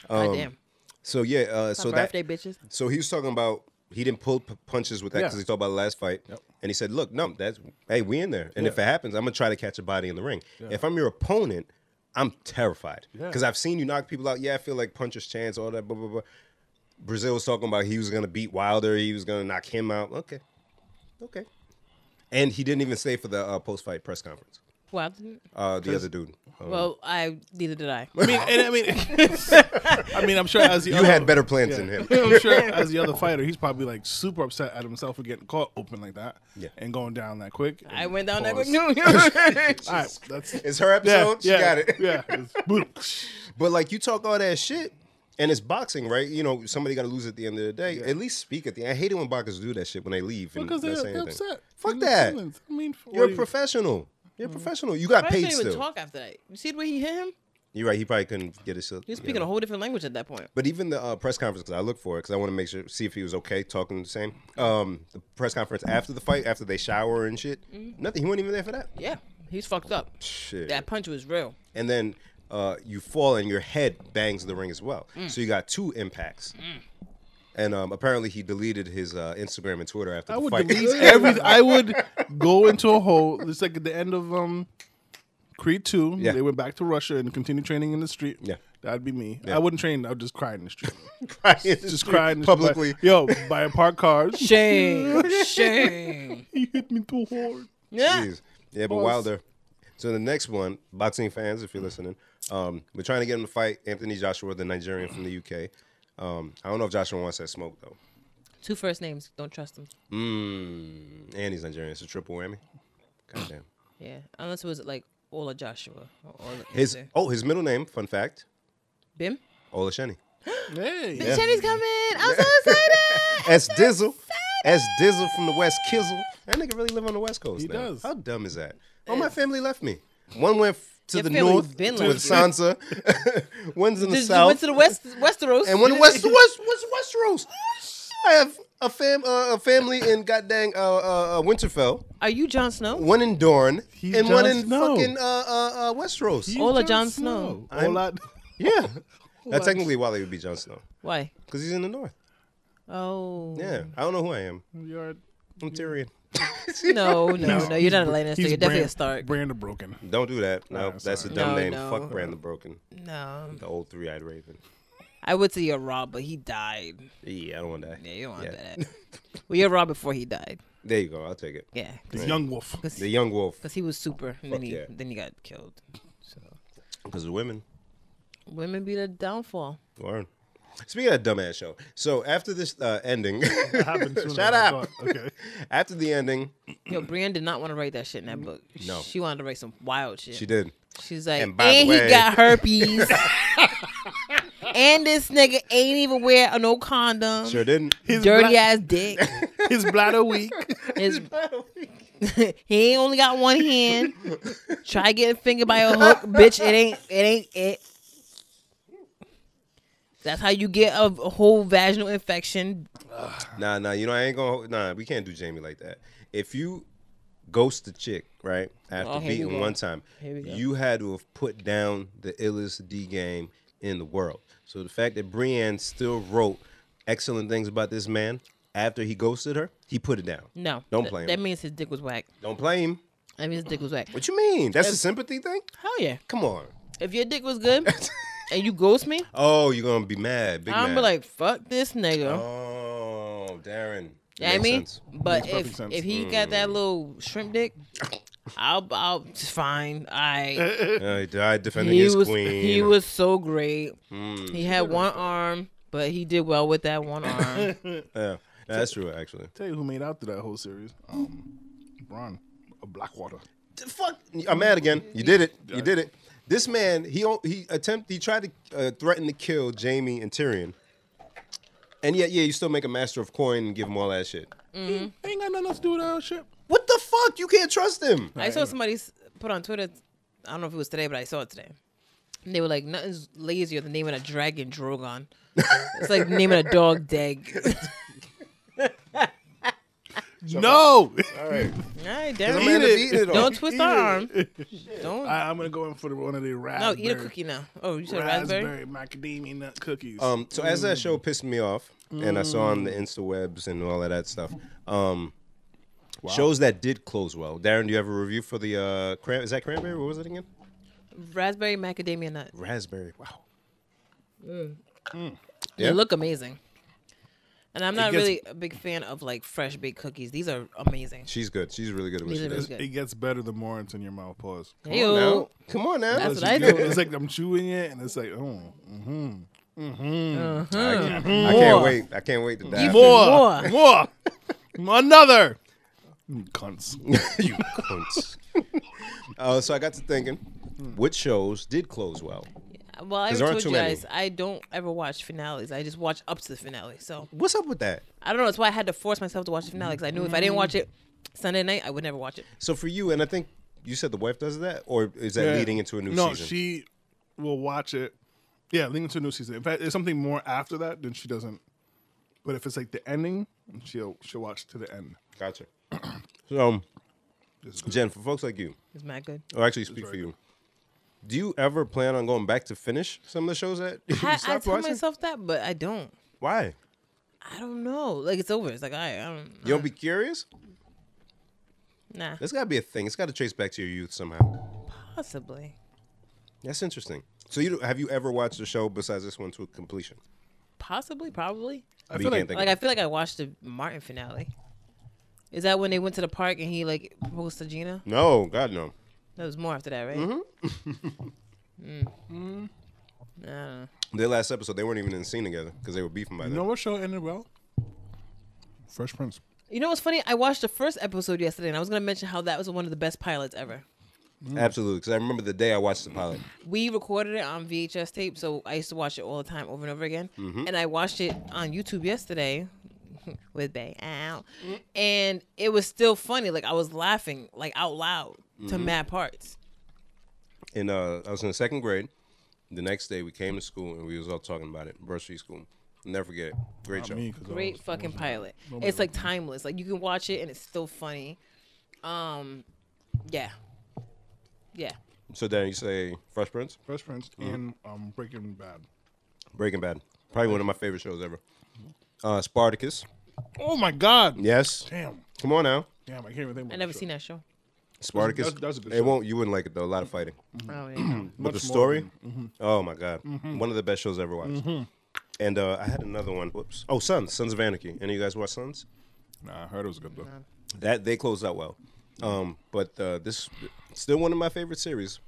God damn. So yeah, uh, Um, so that birthday, bitches. so he was talking about he didn't pull p- punches with that Yeah. because he talked about the last fight, and he said, "Look, no, that's hey, we in there, and if it happens, I'm gonna try to catch a body in the ring. If I'm your opponent, I'm terrified Yeah. because I've seen you knock people out. Yeah, I feel like puncher's chance, all that, blah blah blah." Brazil was talking about he was gonna beat Wilder, he was gonna knock him out. Okay, okay, and he didn't even stay for the uh, post fight press conference. Well, I didn't- Uh, the other dude, uh, well, I neither [LAUGHS] did I. I mean, and I mean, [LAUGHS] I mean, I'm sure as the you other, had better plans than Yeah. him. [LAUGHS] I'm sure as the other fighter, he's probably like super upset at himself for getting caught open like that Yeah. and going down that quick. I And went down that pause. [LAUGHS] quick. [LAUGHS] [LAUGHS] No. All right, that's It's her yeah, episode. she yeah, got it. Yeah, it's [LAUGHS] boom. But like you talk all that shit, and it's boxing, right? You know, somebody got to lose at the end of the day. At least speak at the. I hate it when boxers do that shit when they leave and because not they're, say they're anything. upset. Fuck In their that. feelings. I mean, for You're a what Mm-hmm. he- professional. You're a professional. You got I paid couldn't even still. talk after that. You see the way he hit him? You're right. He probably couldn't get his shit. He was speaking together. a whole different language at that point. But even the uh, press conference, 'cause I look for it, because I want to make sure, see if he was okay talking the same. Um, the press conference after the fight, after they shower and shit, nothing. He wasn't even there for that. Mm-hmm. Yeah, he's fucked up. Shit. That punch was real. and then uh, you fall and your head bangs the ring as well. So you got two impacts. And um, apparently he deleted his uh, Instagram and Twitter after I the would [LAUGHS] fight. delete everything. I would go into a hole. It's like at the end of um, Creed two, Yeah. they went back to Russia and continued training in the street. Yeah. That'd be me. I wouldn't train. I would just cry in the street. Crying in the just street cry in the street, like, publicly. Yo, buy a parked car. [LAUGHS] Shame. [LAUGHS] Shame. he hit me too hard. Yeah. Jeez. Yeah, but Wilder. So the next one, boxing fans, if you're listening, um, we're trying to get him to fight Anthony Joshua, the Nigerian from the UK. Um, I don't know if Joshua wants that smoke though. Two first names. Don't trust them. Mm, and he's Nigerian. It's a triple whammy. Goddamn. Yeah. Unless it was like Ola Joshua. Or Ola His oh, his middle name. Fun fact: Bim. Olasheni. Hey. Yeah. coming. I'm [LAUGHS] so excited. As Dizzle. As Dizzle from the West Kizzle. That nigga really live on the West Coast He now. does. How dumb is that? Oh, my family left me. One went f- to Your the family north been with left you. Sansa. [LAUGHS] One's in the Just south. went to the West Westeros. And when [LAUGHS] West West West Westeros, I have a fam uh, a family in goddamn uh, uh, uh, Winterfell, Are you Jon Snow? one in Dorne, He's and one Jon in Snow. fucking uh, uh, uh, Westeros. You Ola Jon Jon Snow. Snow. Ola. [LAUGHS] Yeah, now technically Wally would be Jon Snow Why? because he's in the north. Oh. Yeah, I don't know who I am. You're I'm Tyrion. No, no, no, You're not a Lannister. You're definitely a Stark. Brand broken. [LAUGHS] Don't do that. No, Nah, that's a sorry. dumb No, name. no. Fuck Brand the Broken, no. the old three-eyed raven. I would say you're Rob, but he died. Yeah, I don't want that. Yeah, you don't want Yeah. [LAUGHS] that. Well, you're Rob before he died. There you go. I'll take it. Yeah. The young wolf. The young wolf Because he was super. And then Fuck he, yeah. then he got killed. So. because of women. Women be the downfall. Word. Speaking of that dumbass show, so after this uh, ending, [LAUGHS] Happened sooner Shut than I up. thought. Okay. after the ending, [CLEARS THROAT] Yo, Brienne did not want to write that shit in that book. No. She wanted to write some wild shit. she did. She's like, And and, by the way- he [LAUGHS] got herpes. and this nigga ain't even wear a no condom. Sure didn't. His [LAUGHS] Dirty bla- ass dick. [LAUGHS] [LAUGHS] His bladder weak. His- [LAUGHS] he ain't only got one hand. Try getting fingered by a hook, bitch. It ain't. It ain't it. That's how you get a, a whole vaginal infection. Nah, nah. You know I ain't gonna. Nah, we can't do Jamie like that. If you ghost the chick right after Oh, here we beating go. one time, Here we go. you had to have put down the illest D game in the world. So the fact that Brienne still wrote excellent things about this man after he ghosted her, he put it down. No, Don't Th- play him. That means his dick was whack. Don't blame. That means his dick was whack. What you mean? That's a sympathy thing? Hell yeah. Come on. [LAUGHS] If your dick was good and you ghost me, Oh, you're gonna be mad. Big I'm gonna mad. be like, fuck this nigga. Oh, Darren. You know what I Makes mean? sense. Mm. But perfect if sense. if he got that little shrimp dick, I'll I'll it's fine. [LAUGHS] I Uh, he died defending he his was queen. he was so great. He had one arm, but he did well with that one arm. Yeah, that's true. Actually, Tell you who made out to that whole series. Um, Bron, a Blackwater. fuck. I'm mad again. You did it. You did it. This man, he o- he attempt he tried to uh, threaten to kill Jamie and Tyrion, and yet yeah, you still make a master of coin and give him all that shit. Ain't got nothing else to do with our shit. What the fuck? You can't trust him. I saw somebody s- put on Twitter. I don't know if it was today, but I saw it today. And they were like, nothing's lazier than naming a dragon Drogon. it's like naming a dog [LAUGHS] Dag. No, All right, Alright, I'm damn gonna it. it. beat it. all. Don't twist our arm. Don't. [LAUGHS] I, I'm gonna go in for the one of the no, raspberry. eat a cookie now. Oh, you said Raspberry, raspberry? macadamia nut cookies. Um, so as that show pissed me off, and I saw on the interwebs and all of that stuff, um, shows that did close well. Darren, do you have a review for the uh, cran- is that cranberry? What was it again? Raspberry macadamia nut. Raspberry. Wow. They Yeah. look amazing. And I'm not gets- really a big fan of like fresh baked cookies. These are amazing. She's good. She's really good at what These she are does. good. it gets better the more it's in your mouth. Pause. Come on now. Ew. Come on now. That's what I do. it's like I'm chewing it, and it's like, oh, I can't wait. I can't wait to die. [LAUGHS] Give more, more, another. Mm, Cunts. [LAUGHS] you cunts. uh, so I got to thinking, Hmm. which shows did close well? Well, I 'Cause there aren't told too you many. guys I don't ever watch finales. I just watch up to the finale. So What's up with that? I don't know. That's why I had to force myself to watch the finale because I knew if I didn't watch it Sunday night, I would never watch it. So for you, and I think you said the wife does that, or is that Yeah. leading into a new no, season? she will watch it. Yeah, leading to a new season. In fact, there's something more after that, then she doesn't. But if it's like the ending, she'll she'll watch to the end. [CLEARS THROAT] Gotcha. so, um, Jen, for folks like you, It's not good. or actually speak for you, do you ever plan on going back to finish some of the shows that [LAUGHS] you I, I stopped tell watching? myself that, but I don't. Why? I don't know. Like it's over. It's like I, I don't. You don't be curious? Nah. That's got to be a thing. It's got to trace back to your youth somehow. Possibly. That's interesting. So you don't- have you ever watched the show besides this one to completion? Possibly, probably. I But feel you like, can't think Like of I feel like I watched the Martin finale. Is that when they went to the park and he like proposed to Gina? No, God no. That was more after that, right? Mm-hmm. [LAUGHS] mm. I don't know. Their last episode, they weren't even in the scene together because they were beefing by you then. know what show ended well? Fresh Prince. You know what's funny? I watched the first episode yesterday, and I was gonna mention how that was one of the best pilots ever. Absolutely, because I remember the day I watched the pilot. We recorded it on VHS tape, so I used to watch it all the time, over and over again. Mm-hmm. And I watched it on YouTube yesterday [LAUGHS] with Bay out, and it was still funny. Like I was laughing like out loud to Mm-hmm. mad parts. in uh, I was in second grade. The next day, we came to school and we was all talking about it. Bursary school, never forget it. Great Not show. me, 'cause I Great was- fucking pilot. It's like timeless. Like you can watch it and it's still funny. Um, yeah, yeah. So then you say Fresh Prince, Fresh Prince Mm-hmm. and um, Breaking Bad. Breaking Bad, probably one of my favorite shows ever. Uh, Spartacus, Oh my God! yes. Damn, Come on now, damn! I can't even think. About I never seen that show. Spartacus. That's- that's a good it show. won't. You wouldn't like it though. A lot of fighting, Mm-hmm. Oh yeah. [CLEARS THROAT] but the story. Oh my god, one of the best shows I ever watched. Mm-hmm. And uh, I had another one. Whoops. Oh, Sons, Sons of Anarchy. Any of you guys watch Sons? Nah, I heard it was good though. That they closed out well. Um, but uh, this still one of my favorite series.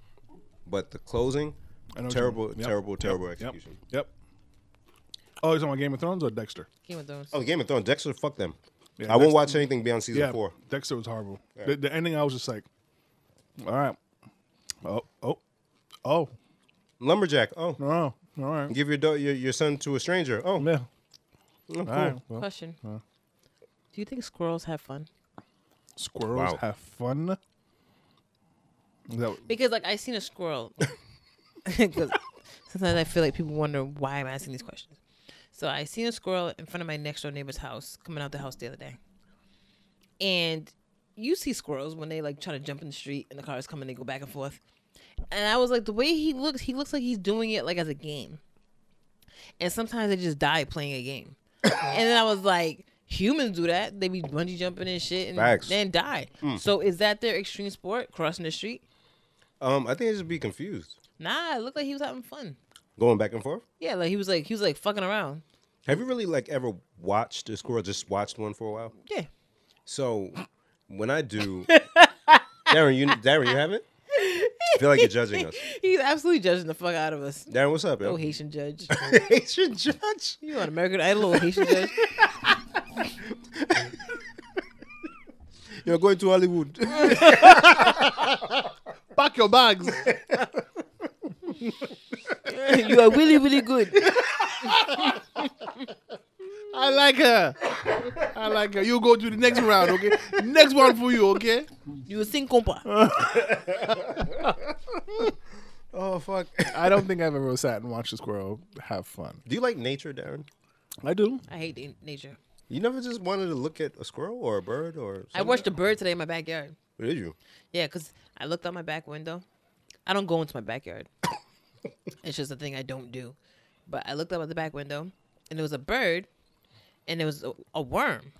But the closing, I know what you terrible, mean. Yep, terrible, yep, terrible yep, execution. Yep. Oh, he's on my Game of Thrones or Dexter? Game of Thrones. Oh, Game of Thrones, Dexter, fuck them. Yeah, I won't Dexter- watch anything beyond season Yeah, four. Dexter was horrible. The, the ending, I was just like, all right, oh, oh, oh, Lumberjack. Oh, oh, all right, give your do- your your son to a stranger. Oh, yeah, oh, cool. all right. Well, Question. Do you think squirrels have fun? squirrels Wow. have fun. Is that Because like I seen a squirrel. 'Cause sometimes I feel like people wonder why I'm asking these questions. So I seen a squirrel in front of my next door neighbor's house coming out the house the other day. And you see squirrels when they like try to jump in the street and the cars come and they go back and forth. And I was like, the way he looks, he looks like he's doing it like as a game. And sometimes they just die playing a game. and then I was like, humans do that. They be bungee jumping and shit and Facts. then die. So is that their extreme sport, crossing the street? Um, I think I just be confused, Nah, it looked like he was having fun. going back and forth. Yeah, like he was like he was like fucking around. Have you really like ever watched a squirrel? Just watched one for a while. Yeah. So when I [LAUGHS] do, Darren, you Darren, you haven't. I feel like you're judging us. He's absolutely judging the fuck out of us. [LAUGHS] Darren, what's up, [LAUGHS] Oh yo? Haitian judge. [LAUGHS] Haitian judge. You on American Idol, oh Haitian judge. [LAUGHS] You're going to Hollywood. Pack your bags. you are really, really good. I like [LAUGHS] her. I like her. You go to the next round, okay? Next one for you, okay? You a sing compa. oh fuck. [LAUGHS] I don't think I've ever sat and watched a squirrel have fun. Do you like nature, Darren? I do. I hate na- nature. You never just wanted to look at a squirrel or a bird or I watched a bird today in my backyard. something? Did you? Yeah, because I looked out my back window. I don't go into my backyard. [COUGHS] it's just a thing I don't do. But I looked out at the back window, and there was a bird, and there was a, a worm.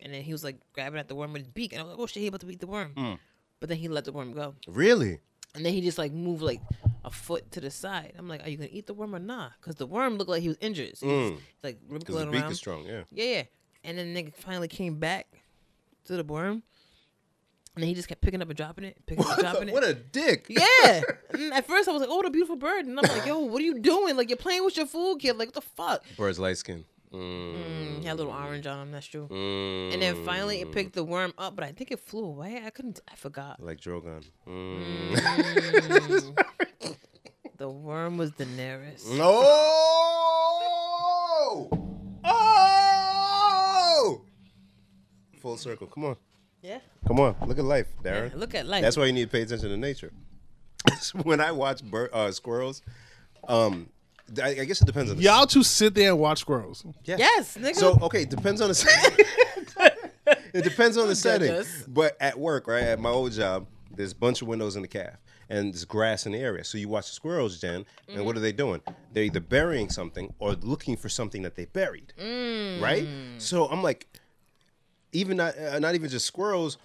And then he was like grabbing at the worm with his beak, and I was like, "Oh shit, he about to eat the worm." Mm. But then he let the worm go, Really? and then he just like moved like a foot to the side. I'm like, "Are you gonna eat the worm or not?" Because the worm looked like he was injured, so he was, like Mm. Because the wriggling beak around. is strong, yeah. Yeah, yeah. And then nigga finally came back to the worm, and then he just kept picking up and dropping it, picking up and dropping it. [LAUGHS] What a dick. Yeah. And at first I was like, oh, what a beautiful bird. And I'm like, yo, what are you doing? Like, you're playing with your food, kid. Like, what the fuck? Bird's light skin. Mm. Mm, he had a little orange on him. That's true. And then finally it picked the worm up, but I think it flew away. I couldn't, I forgot. Like Drogon. Mm. The worm was Mm. Daenerys. Oh! Oh! Full circle. Come on. Yeah. Come on. Look at life, Yeah, Darren. Look at life. That's why you need to pay attention to nature. [LAUGHS] when I watch bir- uh, squirrels, um, I, I guess it depends on the Y'all two sit there and watch squirrels. Yes, nigga. [LAUGHS] So uh, okay, it depends on the setting. it depends on the setting. us. But at work, right at my old job, there's a bunch of windows in the calf, and there's grass in the area. So you watch the squirrels, Jen, Mm-hmm. and what are they doing? They're either burying something or looking for something that they buried. Mm. Right. So I'm like, even not uh, not even just squirrels.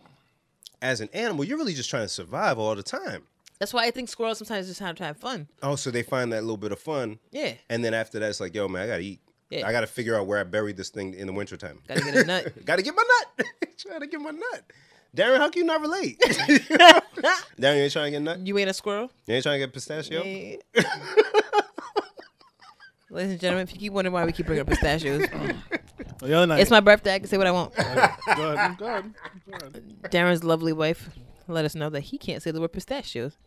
As an animal, you're really just trying to survive all the time. That's why I think squirrels sometimes just have to have fun. Oh, so they find that little bit of fun. Yeah. And then after that, it's like, yo, man, I gotta eat. Yeah. I gotta figure out where I buried this thing in the wintertime. Gotta get a nut. [LAUGHS] gotta get my nut. [LAUGHS] trying to get my nut. Darren, how can you not [LAUGHS] relate? Darren, you ain't trying to get nut? You ain't a squirrel? You ain't trying to get pistachio? Eh. Ladies and gentlemen, if you keep wondering why we keep bringing up pistachios, The other night, it's my birthday. I can say what I want. go ahead, go ahead, go ahead. Darren's lovely wife let us know that he can't say the word pistachios.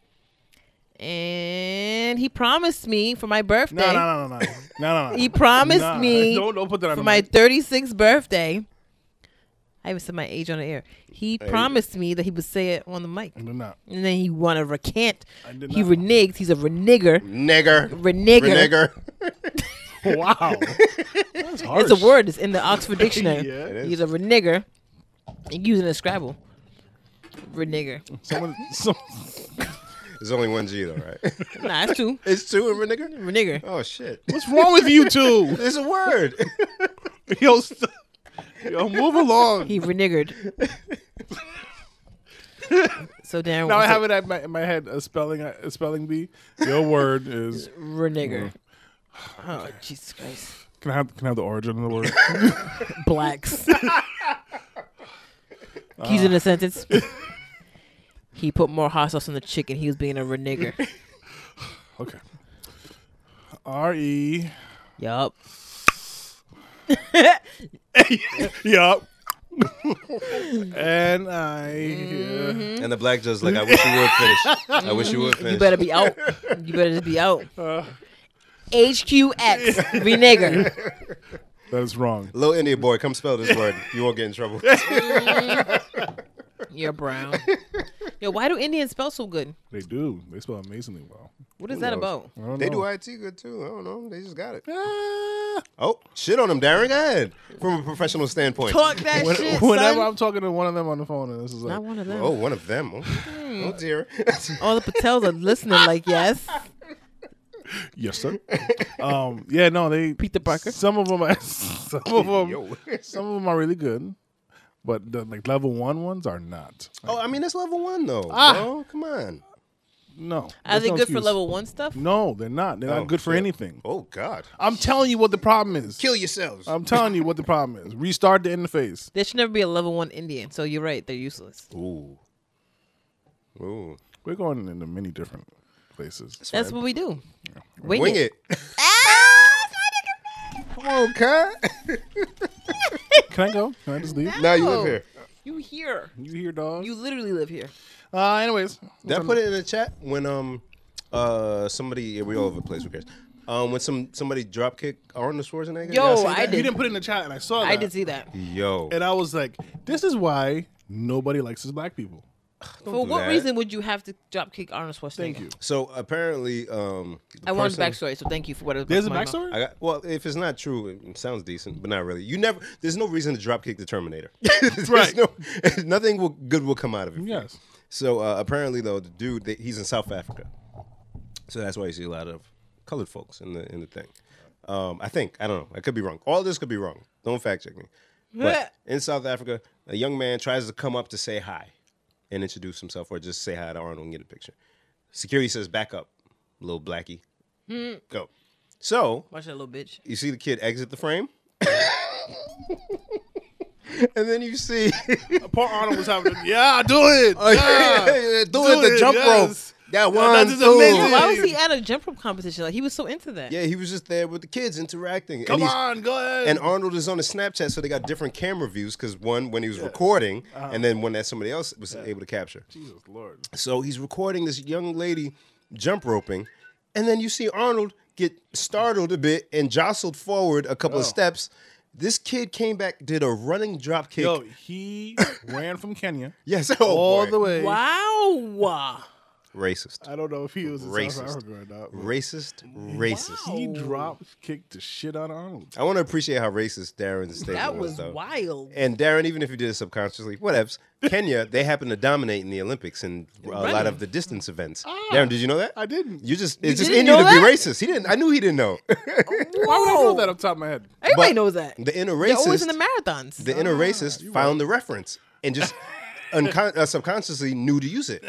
And he promised me for my birthday, No, no, no, no, no, no, no. [LAUGHS] He promised Nah, [LAUGHS] me Don't, don't put that on for the my mic. 36th birthday, I even said my age on the air. He promised me that he would say it on the mic. I'm not. And then he want to recant. I did He not. reneged. He's a renegger. Nigger. Renegger. Renegger. [LAUGHS] [LAUGHS] Wow. That's harsh. It's a word. It's in [LAUGHS] the Oxford Dictionary. Yeah. It is. He's a renegger. And using a Scrabble. Renegger. Someone, some, There's only one G though, right? [LAUGHS] Nah, that's two. it's two and renegger? Renegger. Oh shit. what's wrong with you two? [LAUGHS] It's a word. Yo, st- yo, move along. He reneggered. so Darren Now I wants have to- it at my, in my head a spelling a spelling bee. Your word is Mm. renegger. Oh Jesus Christ. can I have can I have the origin of the [LAUGHS] word? [LAUGHS] blacks. He's Ah. in a sentence. He put more hot sauce on the chicken. He was being a renegger. Okay. R E. yup. Yup. and I. Mm-hmm. [LAUGHS] yeah. and the black judge's like, I wish you would finish. I wish you would finish. You better be out. You better just be out. Uh. HQX renegger. That is wrong. Little Indian boy, come spell this word. You won't get in [LAUGHS] trouble. You're brown. Yo, why do Indians spell so good? They do. They spell amazingly well. What is that knows? about? I don't They do know. IT good too. I don't know. They just got [LAUGHS] it. Ah. Oh, shit on them, Darren. Go ahead. From a professional standpoint. Talk that When- shit, whenever son. I'm talking to one of them on the phone, and this is like, Not one of them. Oh, one of them. Oh, oh dear. [LAUGHS] All the Patels are listening. Like yes, yes, sir. [LAUGHS] um, yeah, no, they. Peter Parker. Some of them, are, [LAUGHS] some of them, Yo. some of them are really good, but the like level one ones are not. oh, I mean, that's level one, though. bro. Come on. No, are there's they no good for excuse. level one stuff? No, they're not. They're Oh, not good for shit. anything. Oh, God. I'm telling you what the problem is. Kill yourselves. I'm telling you what the problem is. Restart the interface. There should never be a level one Indian. So you're right. They're useless. Ooh. Ooh. We're going into many different places. That's what we do. Wing, Wing it. it. Come on, [LAUGHS] cut. Can I go? Can I just leave? now you No. live here. [LAUGHS] You here. You hear dog? You literally live here. Uh, anyways, Did I put it in the chat when um uh somebody yeah, we all over the place who cares um when some somebody drop kick Arnold Schwarzenegger Yo, Y'all see I that? did. You didn't put it in the chat, and I saw that. I did see that. yo And I was like, this is why nobody likes us black people. do For what that. reason would you have to drop kick Arnold Schwarzenegger? Thank you. so apparently um the I want his person- backstory, so thank you for what it was. There's a about. backstory? I got well. If it's not true, it sounds decent, but not really. You never. There's no reason to dropkick the Terminator. [LAUGHS] There's Right. No, nothing will, good will come out of it. Yes. So uh, apparently, though, the dude that- he's in South Africa, so that's why you see a lot of colored folks in the in the thing. Um, I think I don't know. I could be wrong. All this could be wrong. Don't fact check me. But in South Africa, a young man tries to come up to say hi and introduce himself, or just say hi to Arnold and get a picture. Security says, "Back up, little blackie, go." So Watch that little bitch. you see the kid exit the frame. [LAUGHS] and then you see [LAUGHS] Poor Uh, Arnold was having, [LAUGHS] yeah, do it. Oh, [LAUGHS] doing the jump yes. rope. That Yeah, one, that is two. amazing. Why was he at a jump rope competition? Like he was so into that. Yeah, he was just there with the kids interacting. Come and he's- on, go ahead. And Arnold is on the Snapchat, so they got different camera views because one when he was recording, and then one that somebody else was able to capture. Uh-huh. Jesus Lord. So he's recording this young lady jump roping, and then you see Arnold get startled a bit and jostled forward a couple of Oh. steps. This kid came back, did a running drop kick. Yo, [COUGHS] he ran from Kenya yes, oh, all boy. the way. Wow. Racist, I don't know if he was in Racist. South Africa or not. but racist, racist. He Wow. dropped, kicked the shit out of Arnold. I want to appreciate how racist Darren's statement That was though. wild. And Darren, even if you did it subconsciously, whatevs. Kenya, they happen to dominate in the Olympics and a lot of the distance events. Darren, did you know that? I didn't. You just it's just Ah. didn't in you to know be that? racist. He didn't. I knew he didn't [LAUGHS] know. Why would I know that off the top of my head? Everybody but- knows that. the inner They're always racist. in Ah, the marathons. the inner racist found the [LAUGHS] reference and just uncon- uh, subconsciously knew to use it.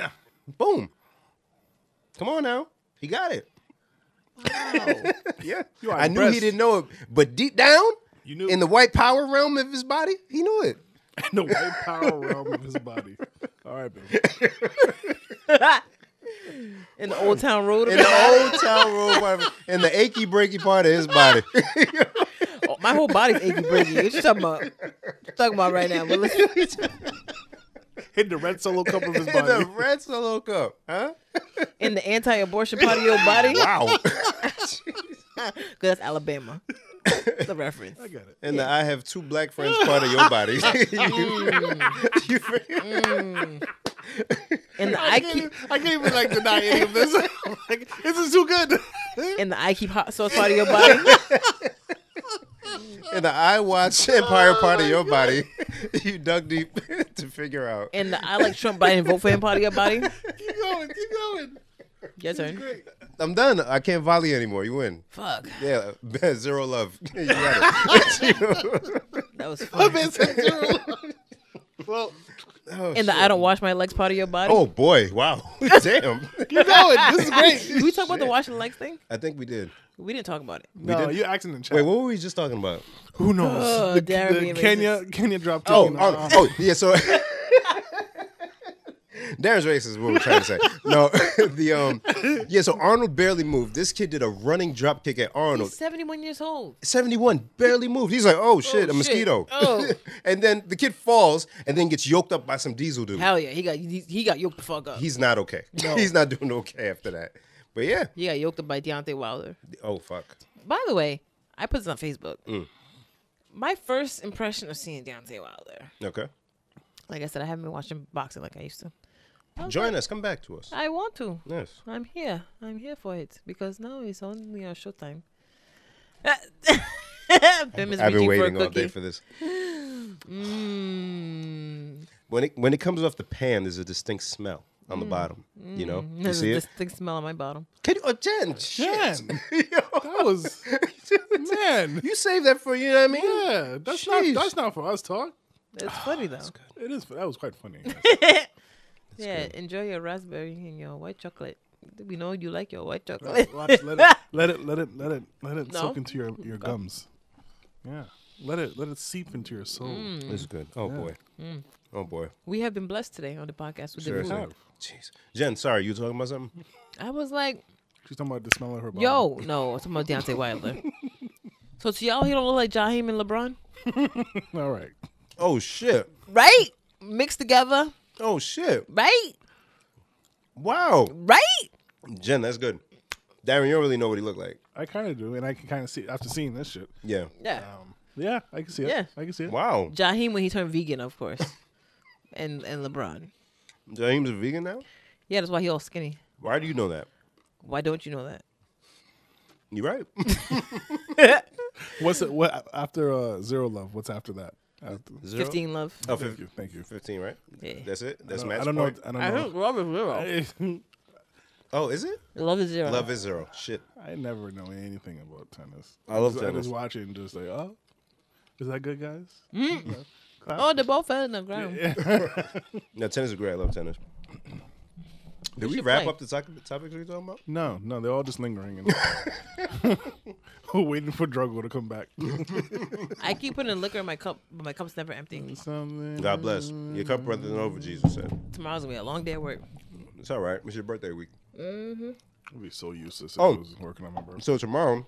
Boom. Come on now, he got it. yeah, You are I knew he impressed. didn't know it, but deep down, You knew. in the white power realm of his body, he knew it. in the white power realm of his [LAUGHS] body. All right, baby. in the old town road. In the old town road, part of- in the achy breaky part of his body. Oh, [LAUGHS] my whole body's achy breaky. What you [LAUGHS] talking about? What you talking about right now? Well, listen, In the red solo cup [LAUGHS] of his In the body. red solo cup, huh? in the anti-abortion part of your body, because Wow. that's Alabama. [LAUGHS] The reference. I got it. And the I have two black friends part of your [LAUGHS] body. You- you- In the I, I can't, keep even, I can't even like deny any of this. [LAUGHS] like, this is too good. in the I keep hot sauce part of your body. [LAUGHS] and the I watch Empire Oh, part of your body. [LAUGHS] You dug deep to figure out. In the I like Trump Biden vote for him part of your body. keep going. Keep going. Your turn. I'm done. I can't volley anymore. You win. Fuck. Yeah, [LAUGHS] zero love. [LAUGHS] You [LAUGHS] got it. [LAUGHS] That was fun. well, Oh, In the I don't wash my legs part of your body. Oh boy! Wow! [LAUGHS] Damn! keep going. This is great. Did we talk about the washing legs thing? I think we did. We didn't talk about it. No, you're acting in chat. Wait, what were we just talking about? Who knows? Oh, the, dare the me, Kenya, Kenya dropped. Oh, chicken. oh, Uh, oh, yeah. So [LAUGHS] Darren's racist. Is what we're trying to say. No, [LAUGHS] the um, yeah. So Arnold barely moved. This kid did a running drop kick at Arnold. He's 71 years old. 71 barely moved. He's like, oh shit, a shit. mosquito. Oh. [LAUGHS] and then the kid falls and then gets yoked up by some diesel dude. Hell yeah, he got he, he got yoked the fuck up. He's not okay. [LAUGHS] He's not doing okay after that. But yeah. he got yoked up by Deontay Wilder. Oh fuck. By the way, I put this on Facebook. Mm. My first impression of seeing Deontay Wilder, Okay. like I said, I haven't been watching boxing like I used to. Join us. Come back to us. I want to. Yes. I'm here. I'm here for it because now it's on you know, Showtime. [LAUGHS] Bim is I've been reaching waiting for a all day cookie. for this. Mm, When it when it comes off the pan, there's a distinct smell on the bottom. You know? [LAUGHS] You Mm. there's see a it? distinct smell on my bottom. Can you, oh, Jen, shit. Jen. Yo, [LAUGHS] that was man. [LAUGHS] you saved that for you know what I mean? Yeah, that's Sheesh. not that's not for us talk. It's Ah, funny though. It is. That was quite [LAUGHS] funny. Yeah, enjoy your raspberry and your white chocolate. We know you like your white chocolate. Watch, let it let it let it let it let it No. soak into your your gums. Yeah, let it let it seep into your soul. Mm. It's good. Oh boy. Mm. Oh boy. [LAUGHS] We have been blessed today on the podcast with the Seriously. food. Jeez. Jen, sorry, you talking about something? I was like, She's talking about the smell of her. Body. yo, no, I'm talking about Deontay Wilder. so to y'all, he don't look like Jaheim and LeBron, all right. Oh shit. right? Mixed together, Oh shit. right? Wow. Right? Jen, that's good. Darren, you don't really know what he looked like. I kind of do, and I can kind of see after seeing this shit. Yeah. Yeah. Um, yeah, I can see it. Yeah. I can see it. Wow. Jaheim when he turned vegan, of course, [LAUGHS] and and LeBron. James a vegan now? Yeah, that's why he all skinny. Why do you know that? Why don't you know that? You right. [LAUGHS] What's it? What after uh, zero love? What's after that? After, Zero? Fifteen love. Oh, thank fif- you. Thank you. 15, right? Yeah. That's it? That's match I don't know. point? I I don't think love is zero. [LAUGHS] know. Oh, is it? Love is uh-huh. zero. Love is zero. Shit. I never know anything about tennis. I love just, I tennis. just watch it and just like, oh, is that good, guys? Oh, they both fell in the ground. No, tennis is great. I love tennis. Did we should wrap play. up the topic, topics we were talking about? No, no, they're all just lingering and [LAUGHS] waiting for Drogo to [LAUGHS] come back. I keep putting liquor in my cup, but my cup's never empty. Something. God bless. Your cup runneth over, Jesus said. Tomorrow's gonna be a long day at work. It's all right. It's your birthday week. I'd be so useless if Oh. I was working on my birthday. So tomorrow,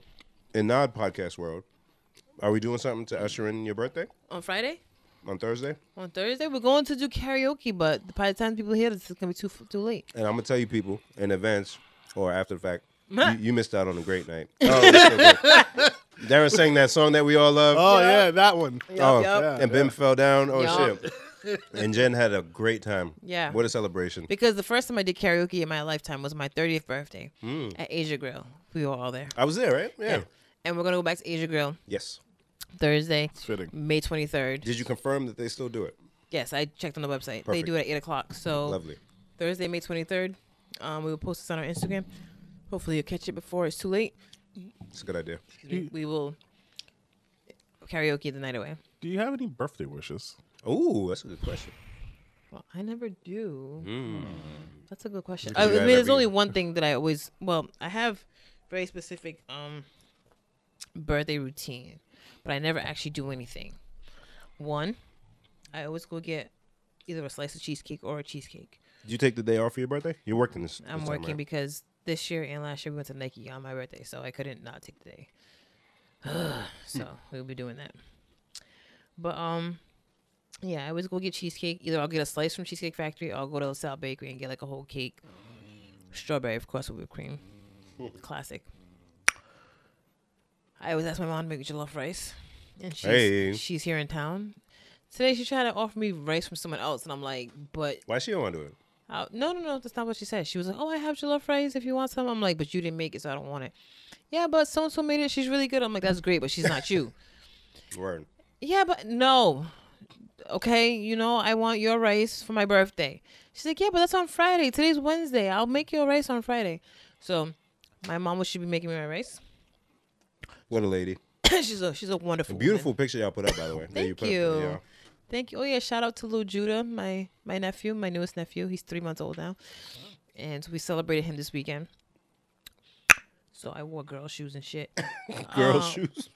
in Nod Podcast World, are we doing something to usher in your birthday On Friday, on Thursday? on Thursday, we're going to do karaoke, but by the time people hear this, it's gonna be too too late. And I'm gonna tell you people in advance or after the [LAUGHS] fact, you, you missed out on a great night. Oh, it's so good. [LAUGHS] Darren sang that song that we all love. Oh yeah, that one. Oh, Yup, yup. and Bim fell down. Oh Yup. shit. [LAUGHS] And Jen had a great time. Yeah. What a celebration. Because the first time I did karaoke in my lifetime was my 30th birthday at Asia Grill. We were all there, I was there, right? Hmm. Yeah. and we're gonna go back to Asia Grill Yes. Thursday, It's fitting. May 23rd. Did you confirm that they still do it? Yes, I checked on the website. They Perfect. do it at eight o'clock. So Lovely. Thursday, May 23rd, um, we will post this on our Instagram. Hopefully, you'll catch it before it's too late. It's a good idea. We, we will karaoke the night away. Do you have any birthday wishes? Oh, that's a good question. Well, I never do. That's a good question. Because I you mean, have there's every- only one thing that I always. Well, I have very specific um birthday routine, but I never actually do anything. One, I always go get either a slice of cheesecake or a cheesecake. Did you take the day off for your birthday? You're working this. I'm this time, working right? because this year and last year we went to Nike on my birthday, so I couldn't not take the day. [SIGHS] so we'll be doing that. But um, yeah, I always go get cheesecake. Either I'll get a slice from Cheesecake Factory, or I'll go to LaSalle Bakery and get like a whole cake, strawberry of course with whipped cream, classic. I always ask my mom to make jollof rice, and she's Hey. she's here in town. Today she tried to offer me rice from someone else, and I'm like, but Why she don't want to do it? uh, no, no, no. That's not what she said. She was like, "Oh, I have jollof rice. If you want some." I'm like, "But you didn't make it, so I don't want it." Yeah, but so and so made it. She's really good. I'm like, "That's great," but she's not you. Word. yeah, but no. Okay, you know, I want your rice for my birthday. She's like, "Yeah, but that's on Friday. Today's Wednesday. I'll make your rice on Friday." So, my mama should be making me my rice. [COUGHS] What a lady. she's a she's a wonderful, woman. Beautiful picture y'all put up, by the way. that Thank put up, you. yeah. Thank you. Oh yeah, shout out to Lil Judah, my my nephew, my newest nephew. He's three months old now, and we celebrated him this weekend. So I wore girl shoes and shit. [COUGHS] Girl Um, shoes.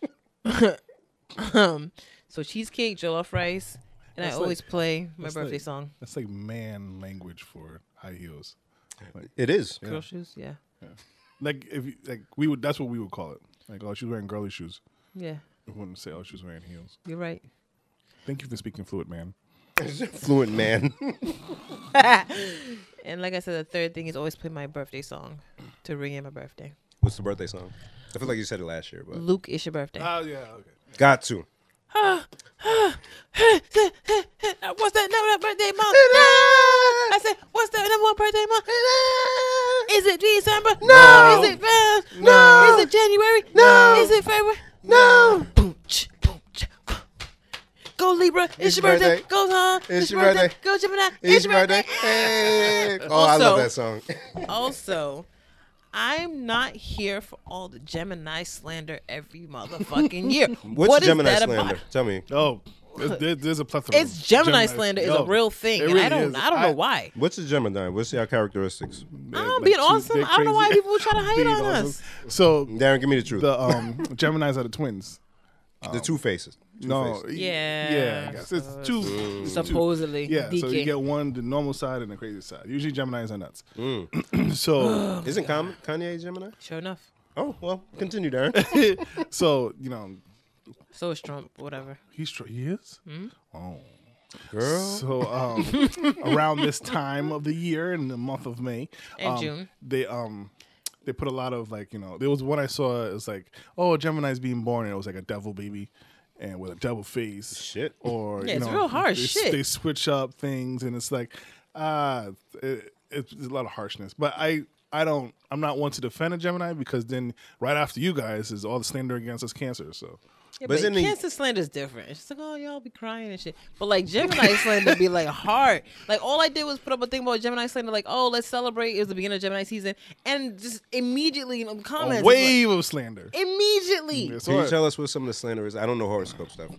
So cheesecake, jollof rice, and That's I like- always play my that's birthday like- song. That's like man language for high heels. It is. [LAUGHS] Girl shoes, yeah, Like if you, like we would, that's what we would call it. Like oh, she's wearing girly shoes. yeah. We wouldn't say oh, she's wearing heels. You're right. Thank you for speaking fluid, man. Fluent man. [LAUGHS] And like I said, the third thing is always play my birthday song to ring in my birthday. What's the birthday song? I feel like you said it last year, but Luke, it's your birthday. Oh yeah, okay. Mm. got to. What's that number one birthday month? I said, what's the number one birthday month? Is it December? No. Is it uh, No. Is it January? No. Is it February? No. Boom, ch, boom, ch, boom. Go Libra, it's, your birthday. birthday. Go Tom, it's, your birthday. Go Gemini, it's, your birthday. [LAUGHS] Hey. Oh, I love Also- that song. [LAUGHS] [LAUGHS] Also, I'm not here for all the Gemini slander every motherfucking year. [LAUGHS] What's What is Gemini that slander? About? Tell me. Oh, [LAUGHS] there's, there- there's a plethora. It's of Gemini, slander is a Yo, real thing, it and I really don't, is. I don't know why. What's a Gemini? What's your characteristics? I'm like, being she's awesome. dick I don't know why crazy. people try to [LAUGHS] hate Being on awesome. us. So Darren, give me the truth. The, the um Gemini's are the twins. two faces. Two No, faces. Yeah. Uh, yeah, I guess. it's two. it's two- Supposedly, Yeah, so you DK. get one the normal side and the crazy side. Usually Gemini's are nuts. [CLEARS THROAT] [GASPS] so Isn't Kam- Kanye a Gemini? Sure enough. Oh well, continue, [LAUGHS] Darren. so you know So is Trump, whatever. he's tr- he is. Oh. Uh-huh. Girl, So um, [LAUGHS] around this time of the year in the month of May, And um, June. they um they put a lot of like you know there was one I saw it was like oh Gemini's being born and it was like a devil baby. And with a devil face, Shit. or Yeah, you it's know, real harsh they, s- shit. They switch up things, and it's like, ah, it, it's a lot of harshness. But I, I don't, I'm not one to defend a Gemini because then right after you guys is all the slander against us Cancer. So Yeah, But but isn't he- cancer slander is different. It's just like, oh, y'all be crying and shit. But like [LAUGHS] Gemini slander be like hard. Like all I did was put up a thing about Gemini slander, like, oh, let's celebrate. It was the beginning of Gemini season, and just immediately in the comments, a it's wave of slander. like, immediately, Yes, can you sir. tell us what some of the slander is? I don't know horoscope stuff.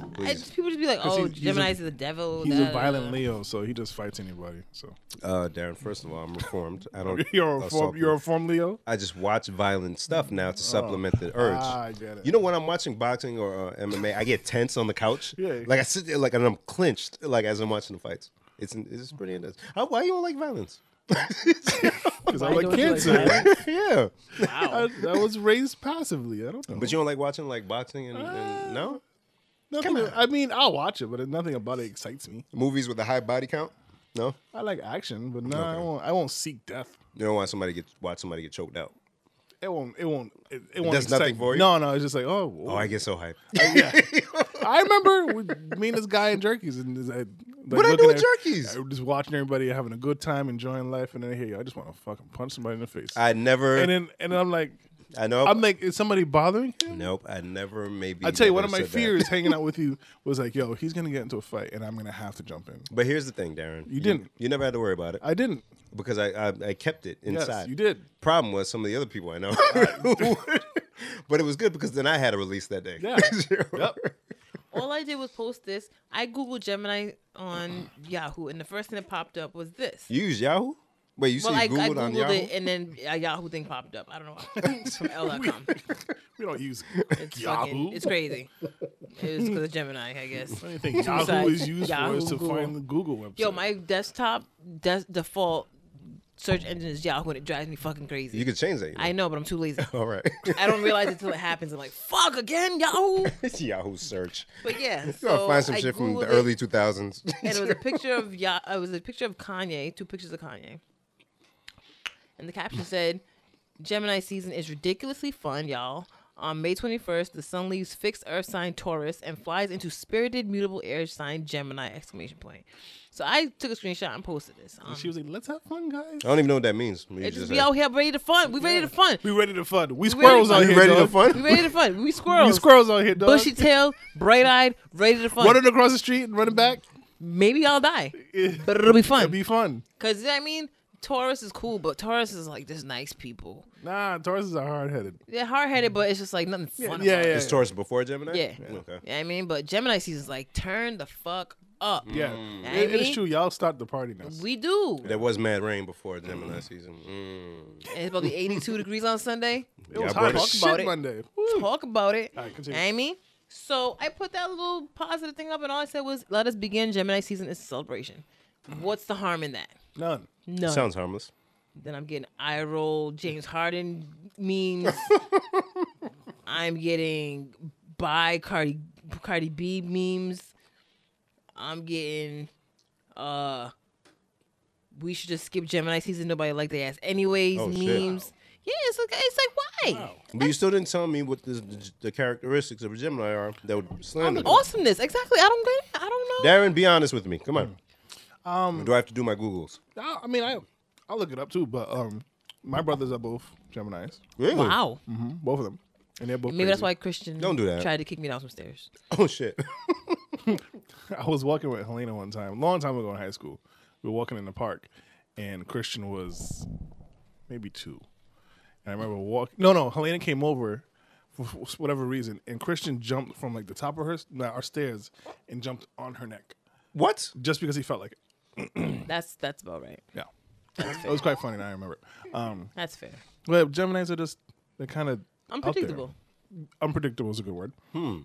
I Please, just, people just be like, oh, he's- he's a- Gemini's the devil. He's da, a da, da. violent Leo, so he just fights anybody. So [LAUGHS] uh, Darren. First of all, I'm reformed. I don't. you're a assault reform, you're people. a [LAUGHS] form Leo. I just watch violent stuff now to supplement the urge. ah, I get it. You know when I'm watching boxing or uh, MMA, I get tense on the couch. [LAUGHS] Yeah. Like I sit there, like and I'm clenched, like as I'm watching the fights. It's it's pretty intense. How, why you don't like violence? because I Why like don't you like Cancer. [LAUGHS] yeah, I, I was raised passively. I don't know. but you don't like watching like boxing and, Uh. and no nothing, I mean, I'll watch it, but nothing about it excites me. movies with a high body count. No, I like action, but no, I won't. I won't seek death. you don't want somebody to get watch somebody get choked out. It won't. It won't. It, it won't. does excite nothing me. for you? No, no. It's just like, oh, Oh, [LAUGHS] I get so hyped. I remember with me and this guy in jerkies, and this- I, like, What'd I do looking with at- jerkies? I was just watching everybody having a good time, enjoying life, and then I hear you. I just want to fucking punch somebody in the face. I never. and then and then I'm like, I Oh. know. I'm like, is somebody bothering him? nope. I never. Maybe. I tell you, one of never my said that. [LAUGHS] fears hanging out with you was like, yo, he's gonna get into a fight, and I'm gonna have to jump in. But here's the thing, Darren. You didn't. You never had to worry about it I didn't. because I, I I kept it Yes, inside. you did. Problem was some of the other people [LAUGHS] I know. [LAUGHS] but it was good because then I had a release that day. Yeah. [LAUGHS] You know? Yep. all I did was post this. I googled Gemini on Yahoo, and the first thing that popped up was this. You use Yahoo? Wait, you well, see I, Google I on googled Yahoo? it, and then a Yahoo thing popped up. I don't know. [LAUGHS] It's from L.com. [LAUGHS] We don't use It's Yahoo. fucking. It's crazy. It's because of Gemini, I guess. Anything Yahoo sides. is used for is to Yahoo, Google. find the Google website. Yo, my desktop des- default search engine is Yahoo, and it drives me fucking crazy. you could change that. you I know, but I'm too lazy. know. All right. [LAUGHS] I don't realize it until it happens. I'm like, fuck again, Yahoo. It's Yahoo search. But yeah, [LAUGHS] You gotta so find some I shit from Googled the it, early [LAUGHS] 2000s. and it was a picture of Yah. It was a picture of Kanye. Two pictures of Kanye. And the caption said, "Gemini season is ridiculously fun, y'all." On May 21st, the sun leaves fixed Earth sign Taurus and flies into spirited mutable air sign Gemini! Exclamation point. So I took a screenshot and posted this. Um, she was like, "Let's have fun, guys. I don't even know what that means. You it's just just we had- out here ready to fun. We ready to fun. We ready to fun. We ready to squirrels fun. out you here. ready to dog. We fun? ready to fun. We We squirrels. squirrels out here, dog. Bushy tail, bright eyed, ready to fun. running across the street and running back. Maybe I'll die, It, but it'll be it'd fun. be fun. Cause I mean, Taurus is cool, but Taurus is like just nice people. Nah, Tauruses are hard headed. They're hard headed, but it's just like nothing fun. yeah, about yeah. It. It's Taurus before Gemini? yeah. Okay. Yeah, I mean, but Gemini season's like turn the fuck up. Yeah, I Mm. It- it's mean- true. Y'all start the party now. We do. There was Mad Rain before Gemini season. Mm. And it's about to [LAUGHS] be 82 degrees on Sunday. It was I hot brought as it. Talk about shit it. Monday. Woo. Talk about it. right, continue. I mean, so I put that little positive thing up, and all I said was, "Let us begin. Gemini season is a celebration." What's the harm in that? None. None. Sounds harmless. Then I'm getting eye roll, James Harden [LAUGHS] memes. I'm getting by Cardi Cardi B memes. I'm getting uh we should just skip Gemini season, nobody like their ass anyways, Oh, shit. memes. Yeah, it's like, it's like why? But you still didn't tell me what the, the characteristics of a Gemini are that would slander them. Awesomeness. Exactly. I don't get it. I don't know. Darren, be honest with me. Come on. Um, do I have to do my Googles? I, I mean, I I'll look it up too. But um, my brothers are both Gemini's, Really? wow. hmm both of them, and they're both. Maybe that's crazy. why Christian Don't do that. tried to kick me down some stairs. Oh, shit. [LAUGHS] I was walking with Helena one time, long time ago in high school. We were walking in the park, and Christian was maybe two, and I remember walking. No, no, Helena came over for for whatever reason, and Christian jumped from like the top of her no, our stairs and jumped on her neck what? just because he felt like it. That's that's about right. Yeah, it was quite funny. and I remember. it. Um, That's fair. but Gemini's are just they're kind of Unpredictable. unpredictable is a good word. Hmm.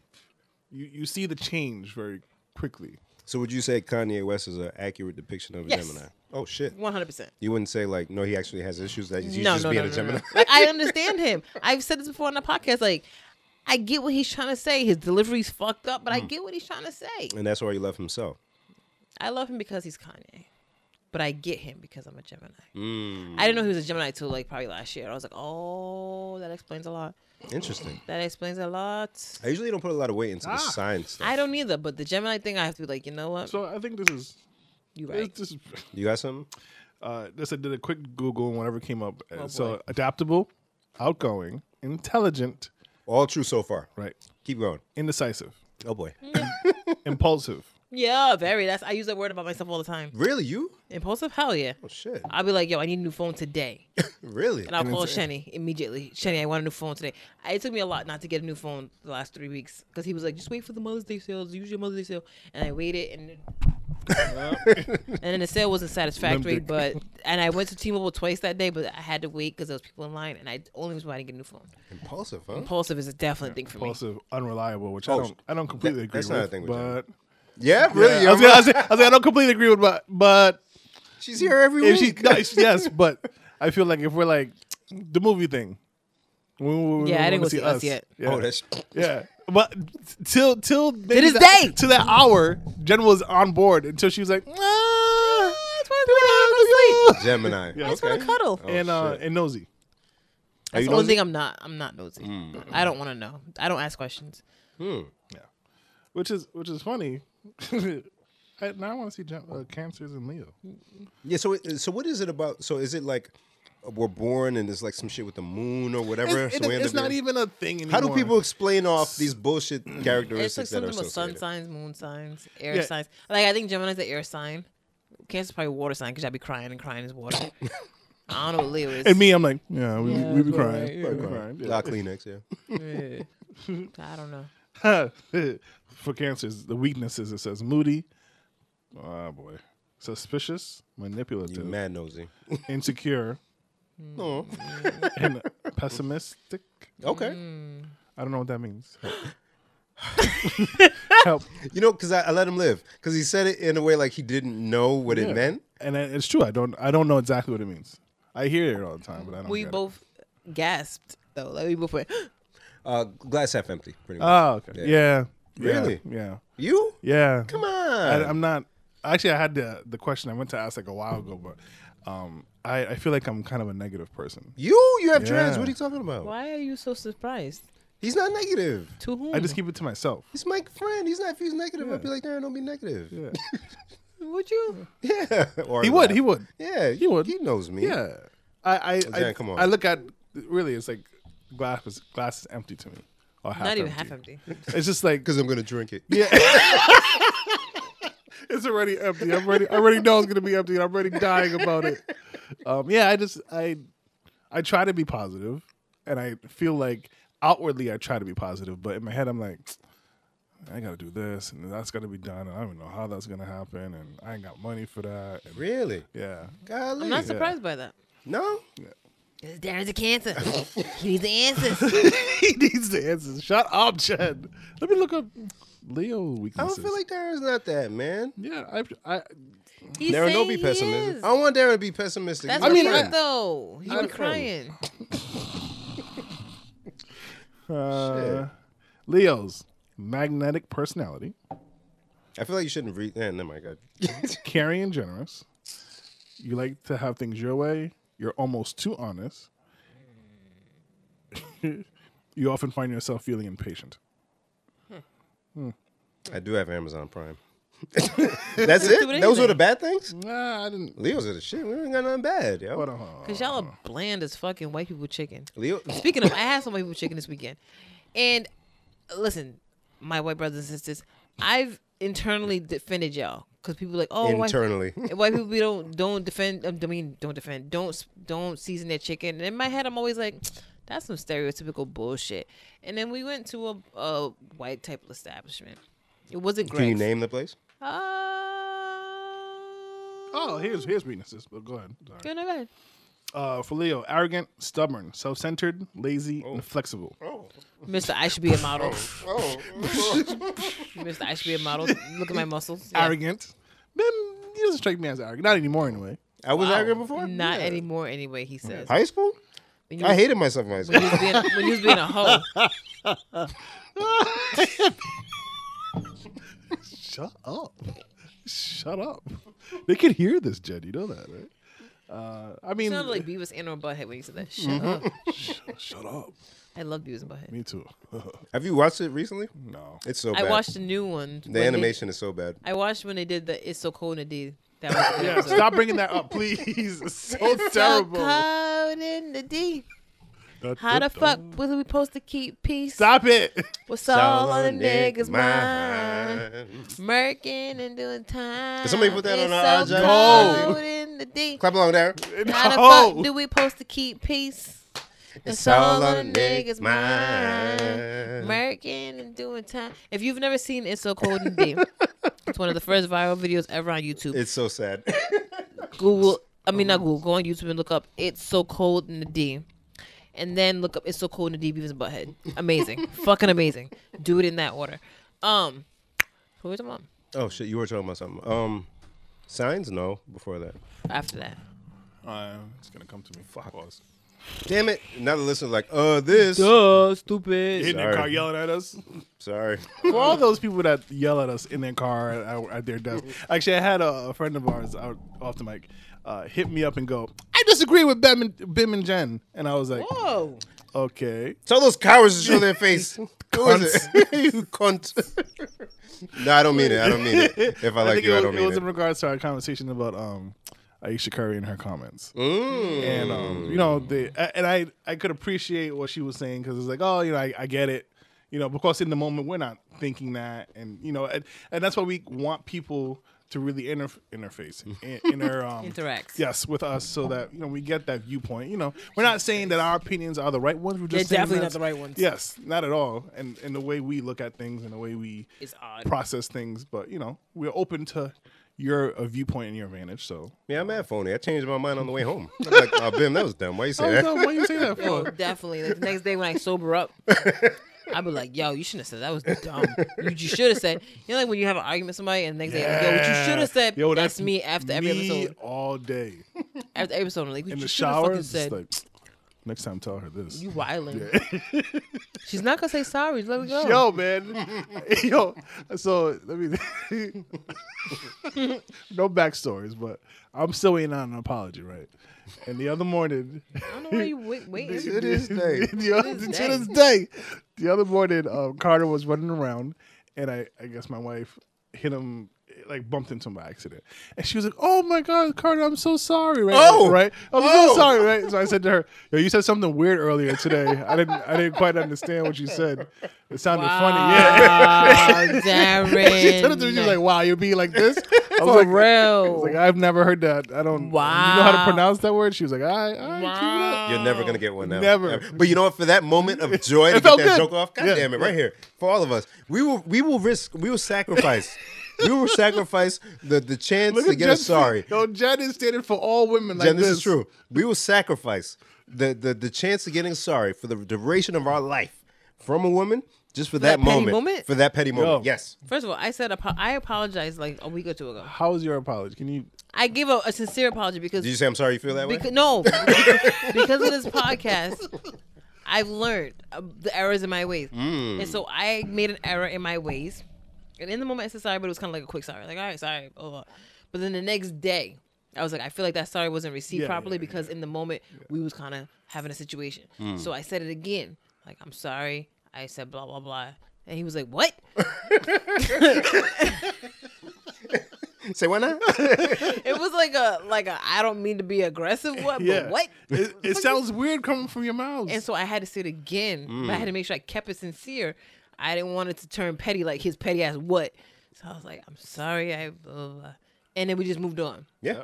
You you see the change very quickly. So would you say Kanye West is an accurate depiction of a Yes. Gemini? Oh, shit. One hundred percent. You wouldn't say, like, no, he actually has issues that he's just being a Gemini? Like, [LAUGHS] I understand him. I've said this before on the podcast. Like, I get what he's trying to say. His delivery's fucked up, but Hmm. I get what he's trying to say. [LAUGHS] And that's why he left himself. I love him because he's Kanye, but I get him because I'm a Gemini. I didn't know he Hmm. was a Gemini till like probably last year. I was like, oh, that explains a lot. Interesting. That explains a lot. I usually don't put a lot of weight into the Ah. science stuff. I don't either, but the Gemini thing, I have to be like, you know what? So I think this is You this- right. this is You got something? uh, this I did a quick Google and whatever came up. Oh, Uh, so adaptable, outgoing, intelligent, All true so far. right? Keep going. Indecisive, Oh, boy. Mm. [LAUGHS] impulsive. Yeah, very. That's I use that word about myself all the time. really? You? Impulsive? Hell yeah. Oh, shit. I'll be like, yo, I need a new phone today. Really? And I'll call Shenny immediately. Shenny, I want a new phone today. I- It took me a lot not to get a new phone the last three weeks because he was like, just wait for the Mother's Day sale. It's usually a Mother's Day sale. And I waited [LAUGHS] and. it- and then the sale wasn't satisfactory, Limbic. but and I went to T-Mobile twice that day, but I had to wait because there was people in line, and I only was why I didn't get a new phone. Impulsive, huh? Impulsive is a definite thing for me. Impulsive, unreliable, which Oh, I don't, I don't completely that- agree that's with. not a thing with but yeah, really? Yeah, I, I'm- was gonna, I, was, I was like, I don't completely agree with, but but she's here every if week. she, no, [LAUGHS] she- yes, but I feel like if we're like the movie thing, we- we- we Yeah, I wanna didn't go see Us yet. Yeah. oh, that's... Yeah, but till till maybe this that- day. to that hour, Jen was on board until she was like, ah, Gemini. Oh, Yeah. I just want to cuddle. and uh, shit. and nosy. Are That's you the nosy? only Mm. thing I'm not. I'm not nosy. I don't want to know. I don't ask questions. Yeah, which is which is funny. [LAUGHS] I, now I want to see Jen, uh, cancers and Leo. Yeah. So, it, so what is it about? So, is it like we're born and it's like some shit with the moon or whatever? It's, so we end up not being- even a thing anymore. How do people explain off these bullshit It's like characteristics that are something with sun associated? signs, moon signs, air Yeah. signs. Like I think Gemini's the air sign. Cancer's probably water sign because I'd be crying and crying is water. I don't know what Leo is. And me, I'm like, yeah, we, Yeah, we be it's crying. alright, We be Right. crying, yeah. A lot of Kleenex, yeah. Yeah. I don't know. [LAUGHS] for cancers, the weaknesses it says moody, oh boy, suspicious, You manipulative, mad nosy. insecure, Oh, [LAUGHS] and pessimistic. okay. I don't know what that means. [LAUGHS] Help. You know, because I, I let him live. Because he said it in a way like he didn't know what Yeah. it meant. And I- it's true. I don't. I don't know exactly what it means. I hear it all the time, but I don't. We get it. both gasped though. Like we both went. [GASPS] Uh, glass half empty, pretty much. Oh, okay. Yeah. Yeah. Yeah. Really? Yeah. you? Yeah. Come on. I, I'm not. Actually, I had the the question I went to ask like a while ago, but um, I, I feel like I'm kind of a negative person. you? You have dreads. Yeah. What are you talking about? Why are you so surprised? He's not negative. To whom? I Hmm. just keep it to myself. He's my friend. He's not. If he's negative, Yeah. I'd be like, Darren, don't be negative. Yeah. would you? Yeah. Or he would. laugh. He would. Yeah. He would. He knows me. Yeah. I I, I Zan, Oh, come on. I look at really. It's like glass is glass is empty to me. Or half Not even empty. half empty. [LAUGHS] It's just like Because I'm gonna drink it. it's already empty. I'm already, I already know it's gonna be empty. and I'm already dying about it. Um, yeah, I just I I try to be positive, and I feel like outwardly I try to be positive, but in my head I'm like, I gotta do this, and that's gotta be done, and I don't even know how that's gonna happen, and I ain't got money for that. [LAUGHS] and- Really? yeah, Golly. I'm not surprised by that. No. Because Darren's a cancer. he needs the answers. [LAUGHS] he needs the answers. Shut up, Jen. Let me look up Leo I weaknesses. don't feel like Darren's not that man. yeah, I, I He's Darren, saying don't be he pessimistic. is. I don't want Darren to be pessimistic. That's He's my I mean, mean, friend. though. He's been crying. uh, Leo's magnetic personality. I feel like you shouldn't read. Yeah, never [LAUGHS] mind. God. caring and generous. You like to have things your way. You're almost too honest. [LAUGHS] you often find yourself feeling impatient. I do have Amazon [LAUGHS] Prime. That's do it. Those were the anything. bad things. Nah, I didn't. Leo's are the shit. We ain't got nothing bad, yo. Hold on, hold on. Because y'all are bland as fucking white people chicken. [LAUGHS] Leo. Speaking of, I had some white people chicken this weekend. And listen, my white brothers and sisters, I've internally defended y'all. Because people like, oh, white- Internally. And [LAUGHS] white people we don't don't defend. um, I mean, don't defend. Don't don't season their chicken. And in my head, I'm always like, that's some stereotypical bullshit. And then we went to a, a white type of establishment. It wasn't Can you great. Ah. name the place? Uh, oh, Oh, here's here's weaknesses. But go ahead. Sorry. good, no bad. Uh, for Leo, arrogant, stubborn, self-centered, lazy, and flexible. Oh, Mister, I should be a model. oh. Mister, I should be a model. Look at my muscles. Yeah. Arrogant. Man, he doesn't strike me as arrogant. Not anymore, anyway. [LAUGHS] I was Wow. arrogant before. Not anymore, anyway. He says. High school. When you I was- hated myself in high school. [LAUGHS] when you was being- when you was being a [LAUGHS] hoe. Shut up. Shut up. They could hear this, Jen. You know that, right? Uh, I It mean, sounded like Beavis and or Butthead when you said that. Shut Mm-hmm. up. shut up. I love Beavis and Butthead. Me too. Have you watched it recently? no. It's so I bad. watched the new one. when the they- animation is so bad. I watched when they did the "It's So Cold in the D." That [LAUGHS] was the Yeah, stop bringing that up, [LAUGHS] please. It's so terrible. So cold in the D. Da, How da, da. the fuck was we supposed to keep peace? Stop it. What's all on a niggas nigga's mind? Murking and doing time. Did somebody put that it's on our so agenda? cold in the D. Clap along, Darren. How the [LAUGHS] No. fuck do we supposed to keep peace? It's all on a nigga's mind. Murking and doing time. If you've never seen It's So Cold in the [LAUGHS] D, it's one of the first viral videos ever on YouTube. It's so sad. [COUGHS] Google. I mean, not Google. Go on YouTube and look up "It's So Cold in the D," and then look up "It's So Cold in the D." Beavis and Butthead. [LAUGHS] Amazing, fucking amazing. Do it in that order. Um, who was mom? oh shit, you were talking about something. Um, signs? No, before that. After that, Uh, it's gonna come to me. Fuck. Pause. Damn it! Now the listener's like, uh, this. duh, stupid. In their Sorry. car yelling at us. Sorry. [LAUGHS] For all those people that yell at us in their car at, at their desk. Actually, I had a, a friend of ours out off the mic uh, hit me up and go, "I disagree with Bim and, Bim and Jen," and I was like, Whoa, "Okay." Tell those cowards to show [LAUGHS] their face. Who is it? [LAUGHS] you cunt. no, I don't mean it. I don't [LAUGHS] mean it. If I like think you, I it was, don't it mean was it. in regards to our conversation about um, Aisha Curry and her comments. Mm. and um, you know the a- and I I could appreciate what she was saying because it's like oh you know I, I get it you know because in the moment we're not thinking that and you know and, and that's why we want people to really inter- [LAUGHS] interface, in- inter um, Interacts. Yes, with us, so that you know we get that viewpoint. You know, we're not saying that our opinions are the right ones. We're just They're saying definitely not that's- the right ones. Yes, not at all. And and the way we look at things and the way we It's odd. process things, but you know, we're open to your a viewpoint and your advantage. So. Yeah, I'm mad phony. I changed my mind on the [LAUGHS] way home. I'm like, oh, Bim, that was dumb. Why you say Oh, that? no, why you say that for? [LAUGHS] Yo, Oh, definitely. Like, the next day when I sober up, I be like, "Yo, you shouldn't have said that. Was dumb. You, you should have said." You know, like when you have an argument with somebody, and the next day, like, "Yo, what you should have said." Yo, that's, me after every me episode. all [LAUGHS] day After every episode, I'm like, "What in you the should have shower. fucking it's just said." Like, next time, tell her this. you wilding. [LAUGHS] She's not gonna say sorry. Let it [LAUGHS] go. Yo, [LAUGHS] man. Yo, so let me. [LAUGHS] no backstories, but I'm still waiting on an apology, right? And the other morning, I don't know why you wait, waiting. To [LAUGHS] this day. the other, this to day. this day, the other morning, um, Carter was running around, and I, I guess my wife hit him, like bumped into him by accident, and she was like, "Oh my God, Carter, I'm so sorry." Right? Oh! right. I'm so Oh! sorry. Right. So I said to her, "Yo, you said something weird earlier today. I didn't, I didn't quite understand what you said. It sounded funny. Yeah." [LAUGHS] Wow, she said it to me. She was like, Ah, Darren. "Wow, you're being like [LAUGHS] this." I was like, I For [LAUGHS] real. was like, "I've never heard that. I don't. You know how to Wow. pronounce that word?" She was like, "I, I Wow. You're never gonna get one now. Never. Ever. But you know what? For that moment of joy to [LAUGHS] get It felt that good. joke off, god Yeah. damn it, right here for all of us, we will we will risk, we will [LAUGHS] sacrifice, we will sacrifice the the chance to get Jen, us sorry. Yo, Jen is stated for all women like Jen, this. this, is true. We will sacrifice the, the the chance of getting sorry for the duration of our life from a woman just for that, that petty moment, moment? for that petty moment. Yo. Yes, First of all, I said apo- I apologized like a week or two ago. How was your apology? Can you? I gave a, a sincere apology because did you say I'm sorry? You feel that [LAUGHS] way? Because, no, because of this podcast, I've learned uh, the errors in my ways, Hmm. and so I made an error in my ways. And in the moment, I said sorry, but it was kind of like a quick sorry, like all right, sorry. Blah, blah. But then the next day, I was like, I feel like that sorry wasn't received Yeah, properly yeah, Hmm. because in the moment we was kind of having a situation. So I said it again, like I'm sorry. I said blah blah blah, and he was like, what? [LAUGHS] say why [LAUGHS] not? it was like a like a I don't mean to be aggressive, [LAUGHS] what? Yeah. But what? It, it sounds weird coming from your mouth. And so I had to say it again, but I Mm. had to make sure I kept it sincere. I didn't want it to turn petty, like his petty ass what. So I was like, I'm sorry, I blah, blah, blah. and then we just moved on. yeah.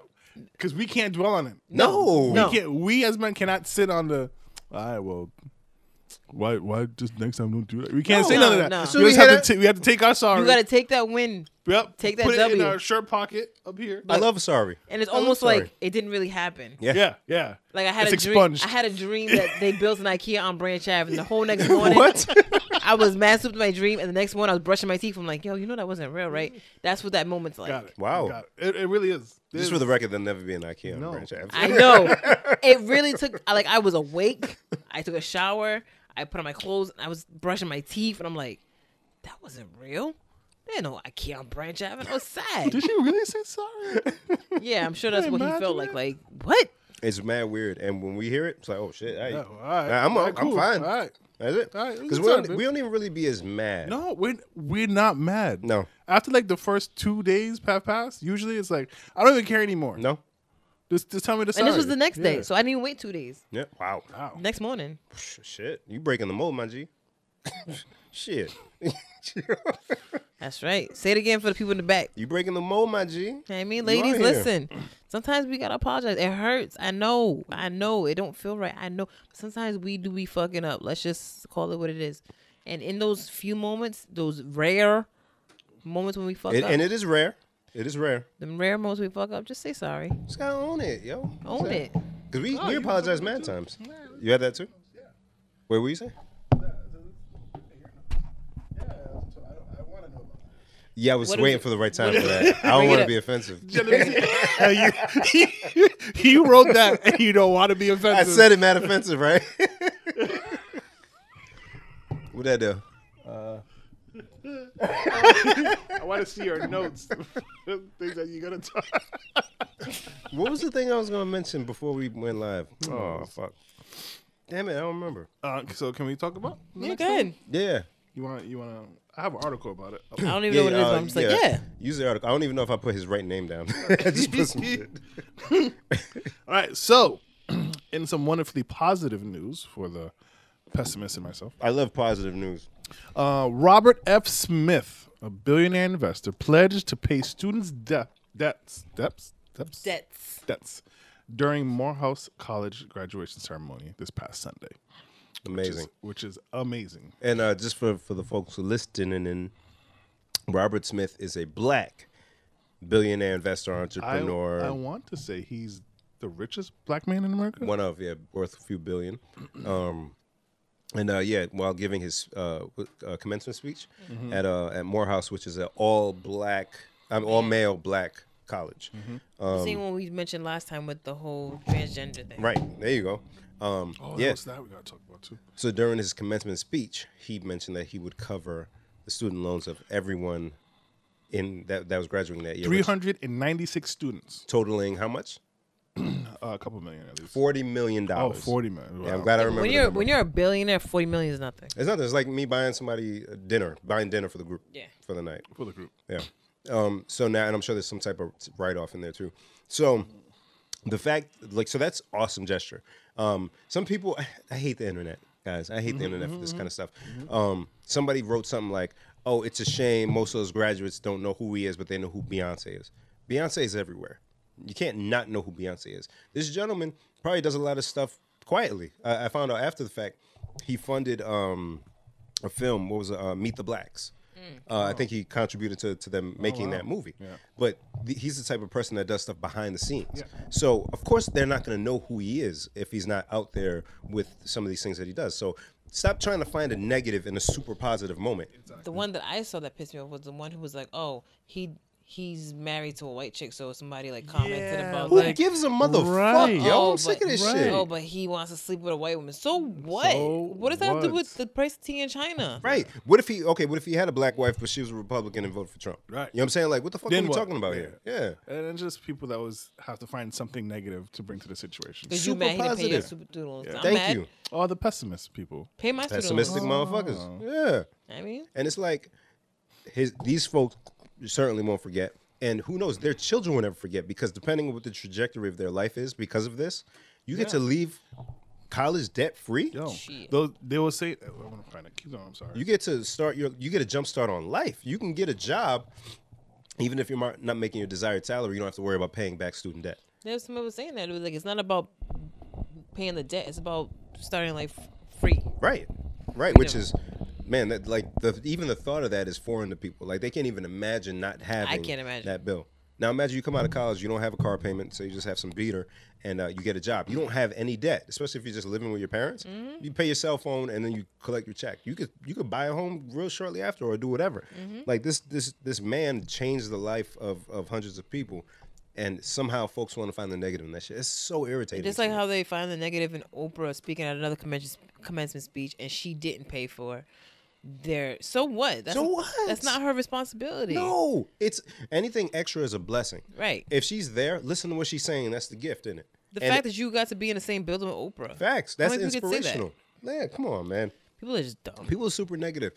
Because we can't dwell on it. No. No. We, can't, we as men cannot sit on the. All right, well. Why? Why just next time don't do that? We can't No, say none of no, that. no. As soon We as we just have hit to. ta- we have to take our sorry. You got to take that win, yep. take that Put it in W. our shirt pocket up here. I love sorry. and it's I'm almost sorry. like it didn't really happen. Yeah. Yeah, yeah. Like I had it's a dream. expunged. I had a dream that [LAUGHS] they built an IKEA on Branch Ave, and the whole next morning, What? I was mad with my dream, and the next morning I was brushing my teeth. I'm like, yo, you know that wasn't real, right? That's what that moment's like. Got it. Wow. Got it. It, it really is. Just for the record, they'll never be an IKEA on No. Branch Ave. [LAUGHS] I know. It really took like I was awake. I took a shower. I put on my clothes. And I was brushing my teeth, and I'm like, that wasn't real. There ain't no IKEA on Branch Ave. and I was [LAUGHS] sad. Did she really say sorry? [LAUGHS] yeah, I'm sure that's what he Imagine felt like. that. Like what? It's mad weird, and when we hear it, it's like, oh shit, all right. Oh, all right. Nah, I'm, All right, I'm cool. fine. All right. That's it. All right, it was Because a we, time, don't- babe. we don't even really be as mad. No, we're we're not mad. No. After like the first two days have passed, usually it's like I don't even care anymore. No. Just, just tell me the And sorry. this was the next Yeah. day, so I didn't even wait two days. Yeah. Wow. wow. Next morning, Psh, Shit. You breaking the mold, my G. shit. [LAUGHS] that's right. Say it again for the people in the back. you breaking the mold, my G. You know what I mean, are ladies, here. listen. Sometimes we gotta apologize. It hurts. I know. I know. It don't feel right. I know. Sometimes we do be fucking up. Let's just call it what it is. And in those few moments, those rare moments when we fuck It, up, and it is rare. It is rare. them rare moments we fuck up, just say sorry. Just gotta own it, yo. Own it. Because Oh, we, we apologize mad times. You had that too? Yeah. Wait, what you say? Yeah, I was What is waiting it- for the right time for that. I don't Bring it want to up. be offensive. [LAUGHS] you, you wrote that and you don't want to be I offensive. said it mad offensive, right? [LAUGHS] what that do? I want to see your notes. [LAUGHS] Things that you gotta talk. What was the thing I was gonna mention before we went live? Oh fuck! Damn it, I don't remember. Uh, so can we talk about? the Yeah, next go ahead. Yeah, thing? You want? You want to? I have an article about it. [LAUGHS] I don't even yeah. know what it is, uh, but I'm just like, yeah. Use the article. I don't even know if I put his right name [LAUGHS] down. I just put some shit. [LAUGHS] All right. So, [CLEARS THROAT] in some wonderfully positive news for the pessimist in myself, I love positive news. Uh, Robert F. Smith, a billionaire investor, pledged to pay students' debt That's steps steps Debts. steps during Morehouse College graduation ceremony this past Sunday, Amazing. which is amazing. And uh, just for, for the folks who listening in, Robert Smith is a black billionaire investor I, entrepreneur. I want to say he's the richest black man in America. one of yeah worth a few billion Mm-hmm. um and uh yeah while giving his uh, w- uh commencement speech Mm-hmm. at uh at morehouse which is an all black i'm all male black college Mm-hmm. Same one we mentioned last time with the whole transgender thing. Um, right there you go um Oh, yeah that's that we gotta talk about too. so during his commencement speech he mentioned that he would cover the student loans of everyone in that that was graduating that year Three which hundred and ninety-six students, totaling how much uh, a couple million at least. 40 million Oh, dollars 40 million. yeah, i'm Wow. glad i remember When the you're number. when you're a billionaire, forty million is nothing. it's not it's like me buying somebody uh, dinner buying dinner for the group Yeah. for the night for the group. Yeah. Um, so now, and I'm sure there's some type of write off in there too. So the fact, like, so that's awesome gesture. Um, some people, I, I hate the internet, guys. I hate the internet for this kind of stuff. Um, somebody wrote something like, "Oh, it's a shame most of those graduates don't know who he is, but they know who Beyonce is. Beyonce is everywhere. You can't not know who Beyonce is. This gentleman probably does a lot of stuff quietly. I, I found out after the fact he funded." Um, a film. What was it? Uh, Meet the Blacks. Mm. Uh, Oh. I think he contributed to, to them making that movie. Yeah. But the, he's the type of person that does stuff behind the scenes. So of course they're not going to know who he is if he's not out there with some of these things that he does. So stop trying to find a negative in a super positive moment. The one that I saw that pissed me off was the one who was like, "Oh, he he's married to a white chick," so somebody like commented about Who like, gives a motherfucker? right. [LAUGHS] Yo, oh, I'm sick but, of this right. shit. Oh, but he wants to sleep with a white woman. So what? So what does that have to do what? with the price of tea in China? Right. What if he okay, what if he had a black wife but she was a Republican and voted for Trump? Right. You know what I'm saying? Like what the fuck Then are we what? talking about Yeah. here? Yeah. And it's just people that always have to find something negative to bring to the situation. Because you Super mad he didn't pay your positive. super student loans. I'm Thank mad. you. All the pessimist people. Pay my student loans. Pessimistic Oh. motherfuckers. Yeah. I mean, And it's like his these folks certainly won't forget. And who knows, their children will never forget because depending on what the trajectory of their life is because of this, you get to leave college debt free. Yo, Shit. those, they will say, I want to find it. Keep going. I'm sorry. You get to start your you get a jump start on life. You can get a job even if you're mar- not making your desired salary, you don't have to worry about paying back student debt. there's some people saying that. It was like, it's not about paying the debt. It's about starting life free. Right. Right, which is man, that like the even the thought of that is foreign to people. Like they can't even imagine not having can't imagine. that bill. Now imagine you come out of college, you don't have a car payment, so you just have some beater and uh, you get a job. You don't have any debt, especially if you're just living with your parents. Mm-hmm. You pay your cell phone and then you collect your check. You could you could buy a home real shortly after or do whatever. Mm-hmm. Like this this this man changed the life of of hundreds of people. And somehow folks want to find the negative in that shit. It's so irritating. Just to like me. how they find the negative in Oprah speaking at another convention, commencement speech, and she didn't pay for their. So what? That's So what? That's not her responsibility. No, it's anything extra is a blessing. Right. If she's there, listen to what she's saying. That's the gift in it. The fact that you got to be in the same building with Oprah. facts How that's many people could say that? inspirational. Yeah, come on, man. People are just dumb. People are super negative,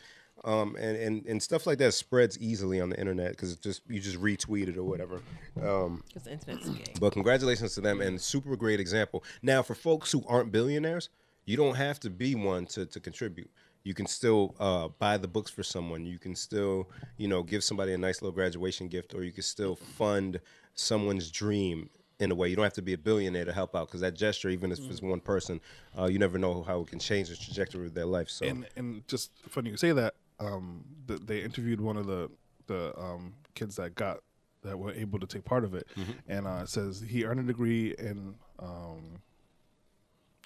um, and and and stuff like that spreads easily on the internet because just you just retweet it or whatever. Um, Because the internet's gay. but congratulations to them and super great example. Now for folks who aren't billionaires, you don't have to be one to to contribute. You can still uh, buy the books for someone. You can still, you know, give somebody a nice little graduation gift, or you can still fund someone's dream in a way. You don't have to be a billionaire to help out because that gesture, even if Mm. it's one person, uh, you never know how it can change the trajectory of their life. So and and just funny you say that um th they interviewed one of the the um kids that got that were able to take part of it Mm-hmm. and uh it says he earned a degree in um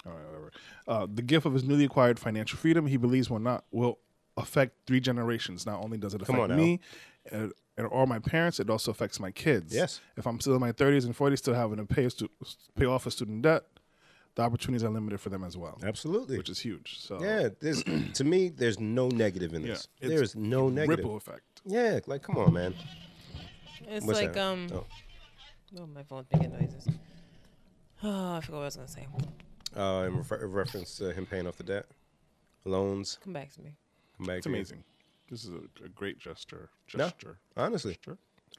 all right, whatever. Uh, the gift of his newly acquired financial freedom, he believes, will not will affect three generations. Not only does it affect on now. me and, and or my parents, it also affects my kids. Yes. If I'm still in my 30s and 40s, still having to pay a stu- pay off a student debt, the opportunities are limited for them as well. absolutely, Which is huge. So yeah. [CLEARS THROAT] There's to me, there's no negative in this. it's there is no negative. ripple effect. Yeah, like come on, man. It's What's like that? um. Oh. Oh, my phone's making noises. [SIGHS] Oh, I forgot what I was gonna say. uh, in refer- reference to him paying off the debt, loans. Come back to me. Come back It's amazing. This is a, a great gesture. Gesture. honestly,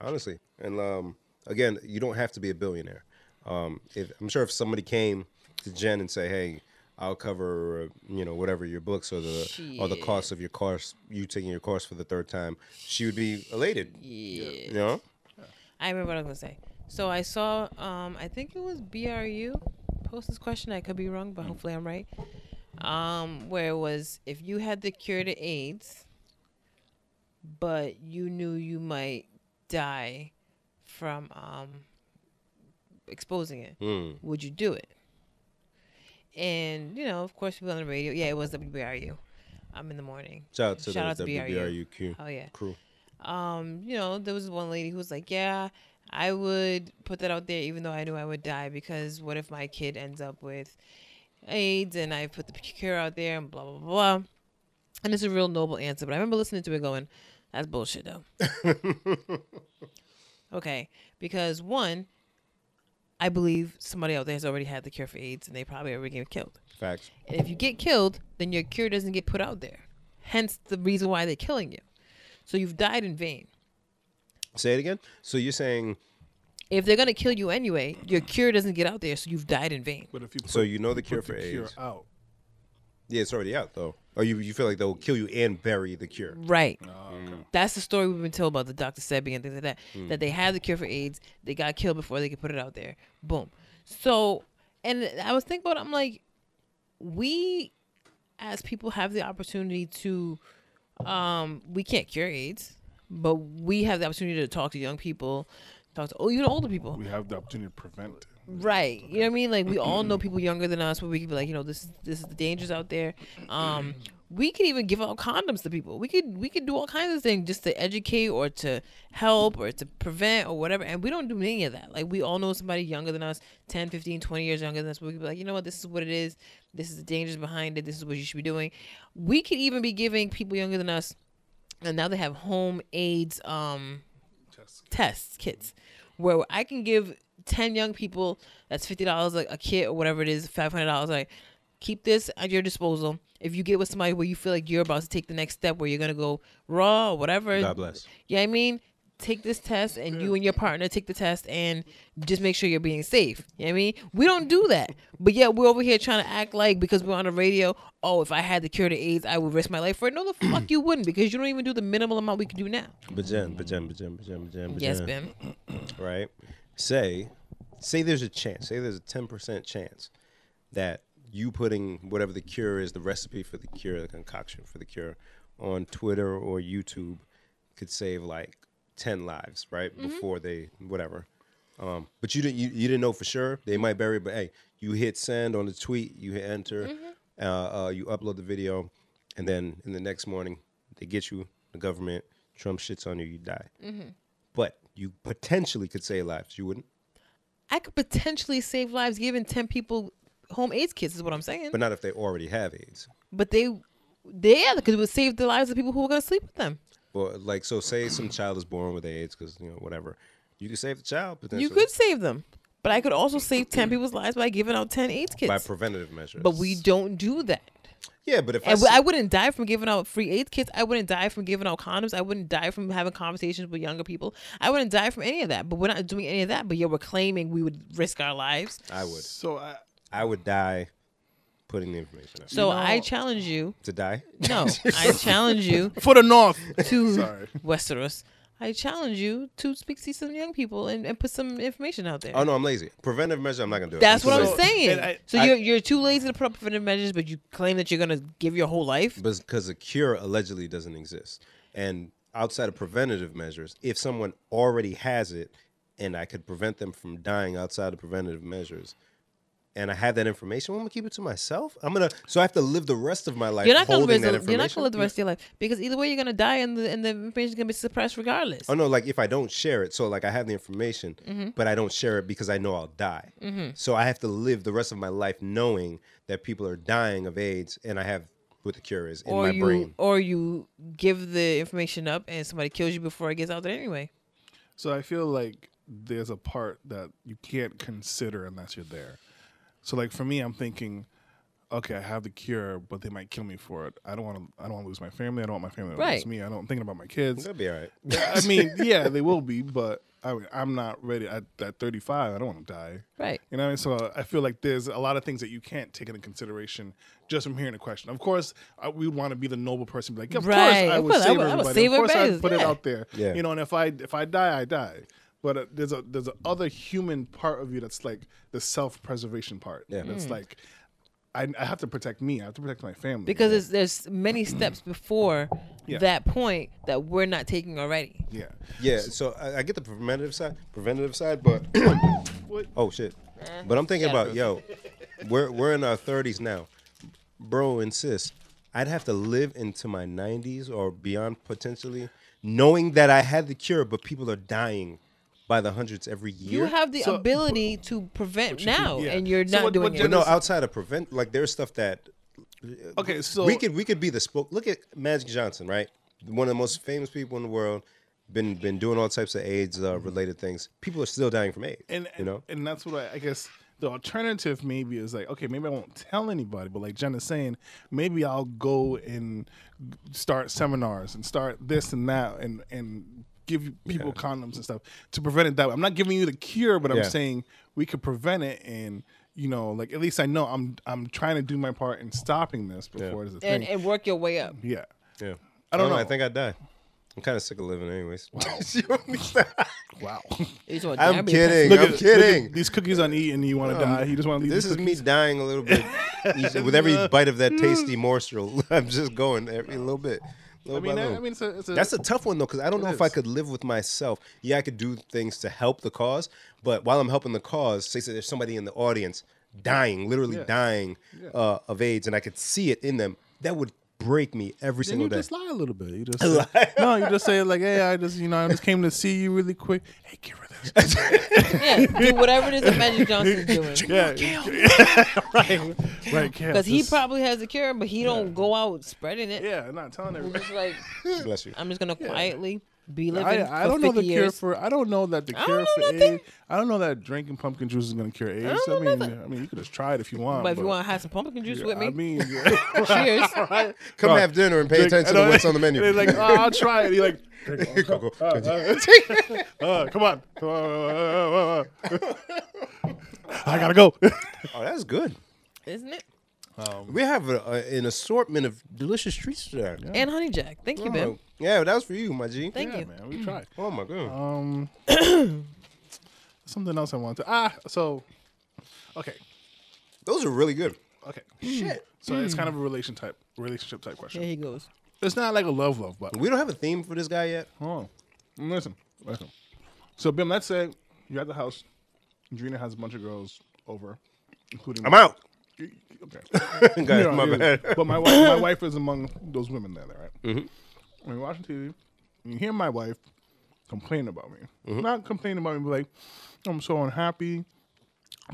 honestly, and um, again, you don't have to be a billionaire. Um, if I'm sure if somebody came to Jen and say, "Hey, I'll cover uh, you know whatever your books or the or the Shit. cost of your course, you taking your course for the third time," she would be elated. Yeah. You know, I remember what I was gonna say. So I saw, um, I think it was BRU post this question. I could be wrong, but hopefully I'm right. Um, where it was if you had the cure to AIDS, but you knew you might die from um, exposing it, Hmm. would you do it? And you know, of course, people on the radio. Yeah, it was WBRU. I'm in the morning. Shout out to Shout out the to BRU. WBRUQ Oh yeah E crew. um, you know, there was one lady who was like, "Yeah, I would put that out there, even though I knew I would die, because what if my kid ends up with AIDS and I put the cure out there and blah blah blah." And it's a real noble answer, but I remember listening to it going, "That's bullshit, though." okay, because one, I believe somebody out there has already had the cure for AIDS, and they probably already get killed. Facts. And if you get killed, then your cure doesn't get put out there. Hence the reason why they're killing you. So you've died in vain. Say it again. So you're saying If they're gonna kill you anyway, your cure doesn't get out there, so you've died in vain. But if you put, so you know the cure put for the cure AIDS. out, Yeah, it's already out though. Or you, you feel like they'll kill you and bury the cure. Right. That's the story we've been told about the Dr. Sebi and things like that. That they had the cure for AIDS, they got killed before they could put it out there. Boom. So, and I was thinking about it, I'm like, we as people have the opportunity to, um, we can't cure AIDS, but we have the opportunity to talk to young people, talk to oh, even older people. we have the opportunity to prevent it. Right. You know what I mean? Like we all know people younger than us where we could be like, you know, this this is the dangers out there. Um we could even give out condoms to people. We could we could do all kinds of things just to educate or to help or to prevent or whatever. And we don't do any of that. Like we all know somebody younger than us, 10, 15, 20 years younger than us. We could be like, you know what, this is what it is. This is the dangers behind it. This is what you should be doing. We could even be giving people younger than us and now they have home AIDS um tests kits where I can give 10 young people that's $50 like a kit or whatever it is $500 like keep this at your disposal if you get with somebody where you feel like you're about to take the next step where you're gonna go raw or whatever God bless. yeah, I mean, take this test and you and your partner take the test and just make sure you're being safe. You know what I mean? We don't do that. But yet we're over here trying to act like because we're on the radio, oh, if I had the cure to AIDS, I would risk my life for it. No, the [CLEARS THROAT] fuck you wouldn't because you don't even do the minimal amount we can do now. But Jen, but Jen, but Jen, but Jen, but Jen, but Yes, Jen, Ben. right? Say, say there's a chance. Say there's a ten percent chance that you putting whatever the cure is, the recipe for the cure, the concoction for the cure, on Twitter or YouTube could save like ten lives, right? Before they whatever. Um, but you didn't you, you didn't know for sure. They might bury, it, but hey, you hit send on the tweet, you hit enter, uh, uh, you upload the video, and then in the next morning they get you. The government, Trump shits on you, you die but you potentially could save lives. You wouldn't, I could potentially save lives giving 10 people home AIDS kits is what I'm saying. but not if they already have AIDS. But they, they, yeah, because it would save the lives of people who were going to sleep with them. Well, like so, say some child is born with AIDS because you know whatever, you could save the child potentially You could save them. But I could also save 10 people's lives by giving out 10 AIDS kits. by preventative measures. But we don't do that. yeah, but if I, And see- I wouldn't die from giving out free AIDS kits. I wouldn't die from giving out condoms. I wouldn't die from having conversations with younger people. I wouldn't die from any of that. But we're not doing any of that. But yeah, we're claiming we would risk our lives. I would, So [LAUGHS] I, I would die putting the information out. So You know- I challenge you. to [LAUGHS] die. [LAUGHS] No, I challenge you for the North, to Oh, Sorry. Westeros. I challenge you to speak to some young people and, and put some information out there. Oh no, I'm lazy. Preventive measure, I'm not gonna do it. That's It's what too I'm late. saying. and I- so I- you're you're too lazy to put up preventive measures, but you claim that you're gonna give your whole life. because a cure allegedly doesn't exist. And outside of preventative measures, if someone already has it and I could prevent them from dying outside of preventative measures, and I have that information, well, I'm gonna keep it to myself. I'm gonna so I have to live the rest of my life You're not gonna holding live that the, information. you're not gonna live the rest of your life because either way you're gonna die and the and the information's gonna be suppressed regardless. Oh no! Like if I don't share it, so like I have the information, Mm-hmm. but I don't share it because I know I'll die. So I have to live the rest of my life knowing that people are dying of AIDS, and I have what the cure is in or my you brain. or you give the information up and somebody kills you before it gets out there anyway. so I feel like there's a part that you can't consider unless you're there. So like for me, I'm thinking, okay, I have the cure, but they might kill me for it. I don't want to. I don't want to lose my family. I don't want my family to Right. lose me. I don't. I'm thinking about my kids. That'll be all right. I mean, yeah, they will be, but I mean, I'm not ready. At, at 35, I don't want to die. Right. You know what I mean? So I feel like there's a lot of things that you can't take into consideration just from hearing the question. Of course, I, we would want to be the noble person, be like, of Right. course I Of would course, I save would- I would everybody. save of course everybody. I'd put it Yeah. out there. Yeah. You know, and if I if I die, I die. But uh, there's a there's a other human part of you that's like the self preservation part. Yeah, that's like. I, I have to protect me. I have to protect my family. because it's, there's many steps before Yeah. that point that we're not taking already. yeah, Yeah, so I, I get the preventative side, preventative side, but [COUGHS] oh shit. But I'm thinking about yo, we're we're in our 30s now, bro. Insists I'd have to live into my 90s or beyond potentially, knowing that I had the cure, but people are dying by the hundreds every year. You have the So- ability to prevent can- now, yeah. and you're So not what- doing what but it. no, outside of prevent, like there's stuff that Okay, so we could we could be the spoke. Look at Magic Johnson, right? One of the most famous people in the world. Been been doing all types of AIDS uh, related things. People are still dying from AIDS. and you know, and that's what I, I guess the alternative maybe is like okay maybe i won't tell anybody but like jen is saying maybe i'll go and start seminars and start this and that and and give people condoms and stuff to prevent it that way i'm not giving you the cure but i'm Yeah. saying we could prevent it and you know like at least i know i'm i'm trying to do my part in stopping this before it's a thing and, and work your way up. yeah Yeah. I don't know. know. I think I'd die. I'm kind of sick of living, anyways. [LAUGHS] [LAUGHS] wow You just wanna I'm damn it. kidding. Look I'm at- look kidding. Um, at these cookies on eat and you want to die you just want to leave [LAUGHS] This the is cookies. me dying a little [LAUGHS] bit each- with every bite of that tasty morsel. [LAUGHS] I'm just going every little bit. Mm. i little by mean I, little. I mean it's a, it's a That's a tough one though, because I don't know if I could live with myself. Yeah, I could do things to help the cause, but while I'm helping the cause, say so there's somebody in the audience dying, literally Yeah. dying uh, of AIDS, and I could see it in them. That would break me every Then single you day. just lie a little bit. You [LAUGHS] just say, no, you just say like, hey, I just you know I just came to see you really quick. Hey, get rid of this. Yeah, do whatever it is that Magic Johnson's doing. [LAUGHS] yeah, [LAUGHS] right, right, Because he probably has a cure, but he don't go out spreading it. yeah, not telling everybody. It's like Bless [LAUGHS] you. I'm just gonna quietly be [LAUGHS] living. I, I for don't know the 50 cure years. for. I don't know that the I cure don't for know AIDS. nothing. I don't know that drinking pumpkin juice is gonna cure AIDS. I, don't know mean, nothing. I mean, you could just try it if you want. But if you want to have some pumpkin juice with me, I [LAUGHS] mean, [LAUGHS] yeah. cheers. Come have dinner and pay Drink- attention I to know. what's on the menu. [LAUGHS] They're like, oh, I'll try it. You're like, Go, go. [LAUGHS] uh, come on, Come on, uh, uh, uh, uh. [LAUGHS] I gotta go. [LAUGHS] Oh, that's good. Isn't it? We have a, a, an assortment of delicious treats today. And Honey Jack, thank you, Ben. Oh, yeah, that was for you, my G. Thank yeah, you. Mm. man, we tried. Oh my god. Um, something else I wanted to ah. So, okay, Those are really good. okay, shit. So it's Mm. kind of a relation type, relationship type There question. he goes. It's not like a love, love, but We don't have a theme for this guy yet. oh, listen, listen. So, Bim, let's say you're at the house. Drina has a bunch of girls over, including I'm out. Okay, [LAUGHS] Guys, Yeah, my yeah. bad. But my [LAUGHS] wife, my wife is among those women there, right? Mm-hmm. When you're watching TV, and you hear my wife complain about me. Mm-hmm. Not complain about me, but like, I'm so unhappy.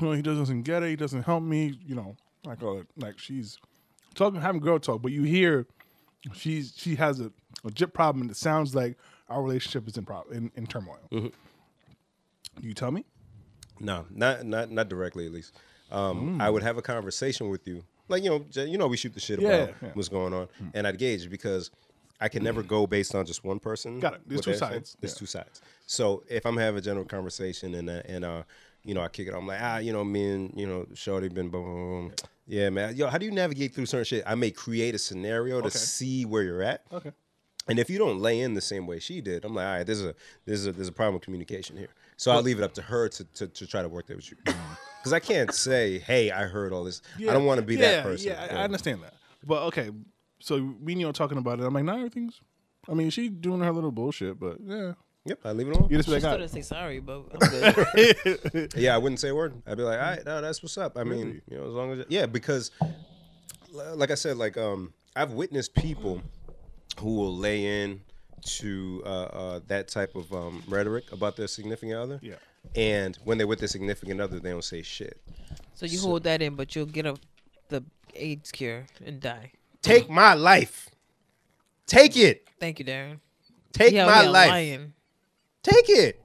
You know, he doesn't get it. He doesn't help me. You know, I call it like she's talking, having girl talk. But you hear she's she has a legit problem, and it sounds like our relationship is in pro- in, in turmoil. Mm-hmm. You tell me. No, not not not directly at least. Mm. Um, I would have a conversation with you, like you know, j- you know, we shoot the shit Yeah, about yeah. Mm. what's going on, and I'd gauge because I can never go based on just one person. Got it. There's with two their sides. things. There's Yeah. two sides. So if I'm having a general conversation and uh, and uh, you know, I kick it, I'm like, ah, you know, me and you know, Shorty been boom, boom, boom. yeah, man. Yo, how do you navigate through certain shit? I may create a scenario to Okay. see where you're at. Okay. And if you don't lay in the same way she did, I'm like, all right, there's a there's a there's a problem with communication here. So I'll leave it up to her to to, to try to work that with you. [LAUGHS] Because I can't say, hey, I heard all this. I don't want to be Mm-hmm. Yeah, that person. Yeah, I I understand that. But okay, so me and you are talking about it. I'm like, nah, everything's. I mean, she doing her little bullshit, but yeah. Yep, I leave it alone. You just be I like, still all didn't right. say sorry, but [LAUGHS] I'm good. Yeah, I wouldn't say a word. I'd be like, all right, no, that's what's up. I mean, you know, as long as yeah, because li- like I said, like um, I've witnessed people who will lay in to uh, uh, that type of um, rhetoric about their significant other. Yeah. And when they're with their significant other, they don't say shit. so you hold that in, but you'll get a, the AIDS cure and die. Take my life. Take it. Thank you, Darren. Take Yeah, my yeah, life. lying. Take it.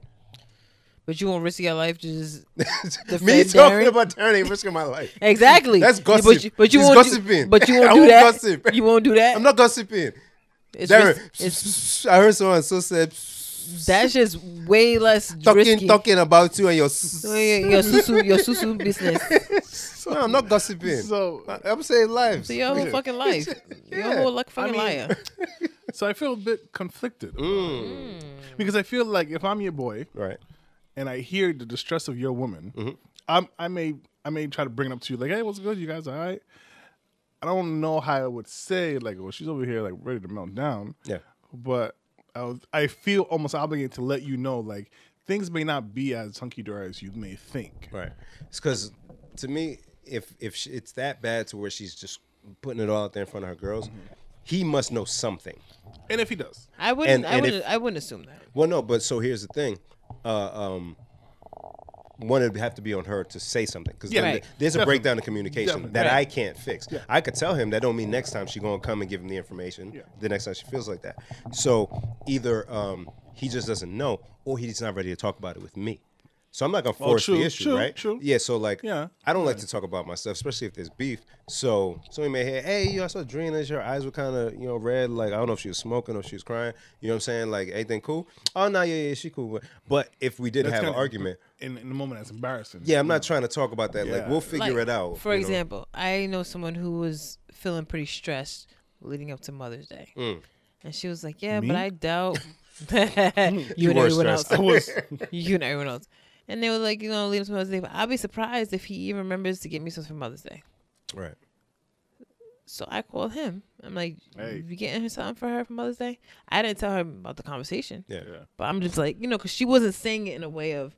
But you won't risk your life to [LAUGHS] just Me Defend talking Darren? about turning risk of my [LAUGHS] life. exactly. That's Yeah, gossip. But you, but you He's won't Do, gossiping. [LAUGHS] but you I won't do won't that. gossip. You won't do that. I'm not gossiping. It's Darren, risk- [LAUGHS] it's, I heard someone so said that's just way less [LAUGHS] risky. talking talking about you and your. s- So your, your susu, your susu business. [LAUGHS] No, I'm not gossiping. So- I'm saying lives. [LAUGHS] So your whole fucking life. Your Yeah. whole luck fucking mean- liar. Mm. So I feel a bit conflicted about it. because I feel like if I'm your boy Right. and I hear the distress of your woman, Mm-hmm. I'm, I may I may try to bring it up to you like, hey, what's good? You guys all right? I don't know how I would say like, well, she's over here like ready to melt down. Yeah. But I was, I feel almost obligated to let you know like things may not be as hunky dory as you may think. Right. It's because to me, if if sh it's that bad to where she's just putting it all out there in front of her girls, Mm-hmm. he must know something. And if he does, I wouldn't. [LAUGHS] And- I and if- wouldn't. I wouldn't assume that. Well, no, but so here's the thing. Uh, um, one, it'd have to be on her to say something because Yeah, Right. there's a definitely. breakdown in communication Definitely. that Right. I can't fix. I could tell him that don't mean next time she gonna come and give him the information. The next time she feels like that. So either um, he just doesn't know, or he's not ready to talk about it with me. So I'm not gonna force Oh, true, the issue, true, right? true. Yeah. So like, Yeah. I don't like to talk about myself, especially if there's beef. So somebody may hear, hey, you know, I saw Drina, her eyes were kind of, you know, red. Like, I don't know if she was smoking or if she was crying. You know what I'm saying? Like, everything cool? Oh, no, yeah, yeah, she cool. But if we did have an kinda- argument, in, in the moment that's embarrassing. yeah, I'm not trying to talk about that. Like, Yeah. we'll figure Like, it out. For you know? example, I know someone who was feeling pretty stressed leading up to Mother's Day, Mm. and she was like, "Yeah, but I doubt [LAUGHS] [LAUGHS] you, and were everyone stressed. else. I [LAUGHS] was. [LAUGHS] you and everyone else." And they were like, "You know, leading up to Mother's Day, but I'll be surprised if he even remembers to get me something for Mother's Day." Right. So I called him. I'm like, Hey. "You getting her something for her for Mother's Day?" I didn't tell her about the conversation, Yeah. Yeah. but I'm just like, you know, because she wasn't saying it in a way of,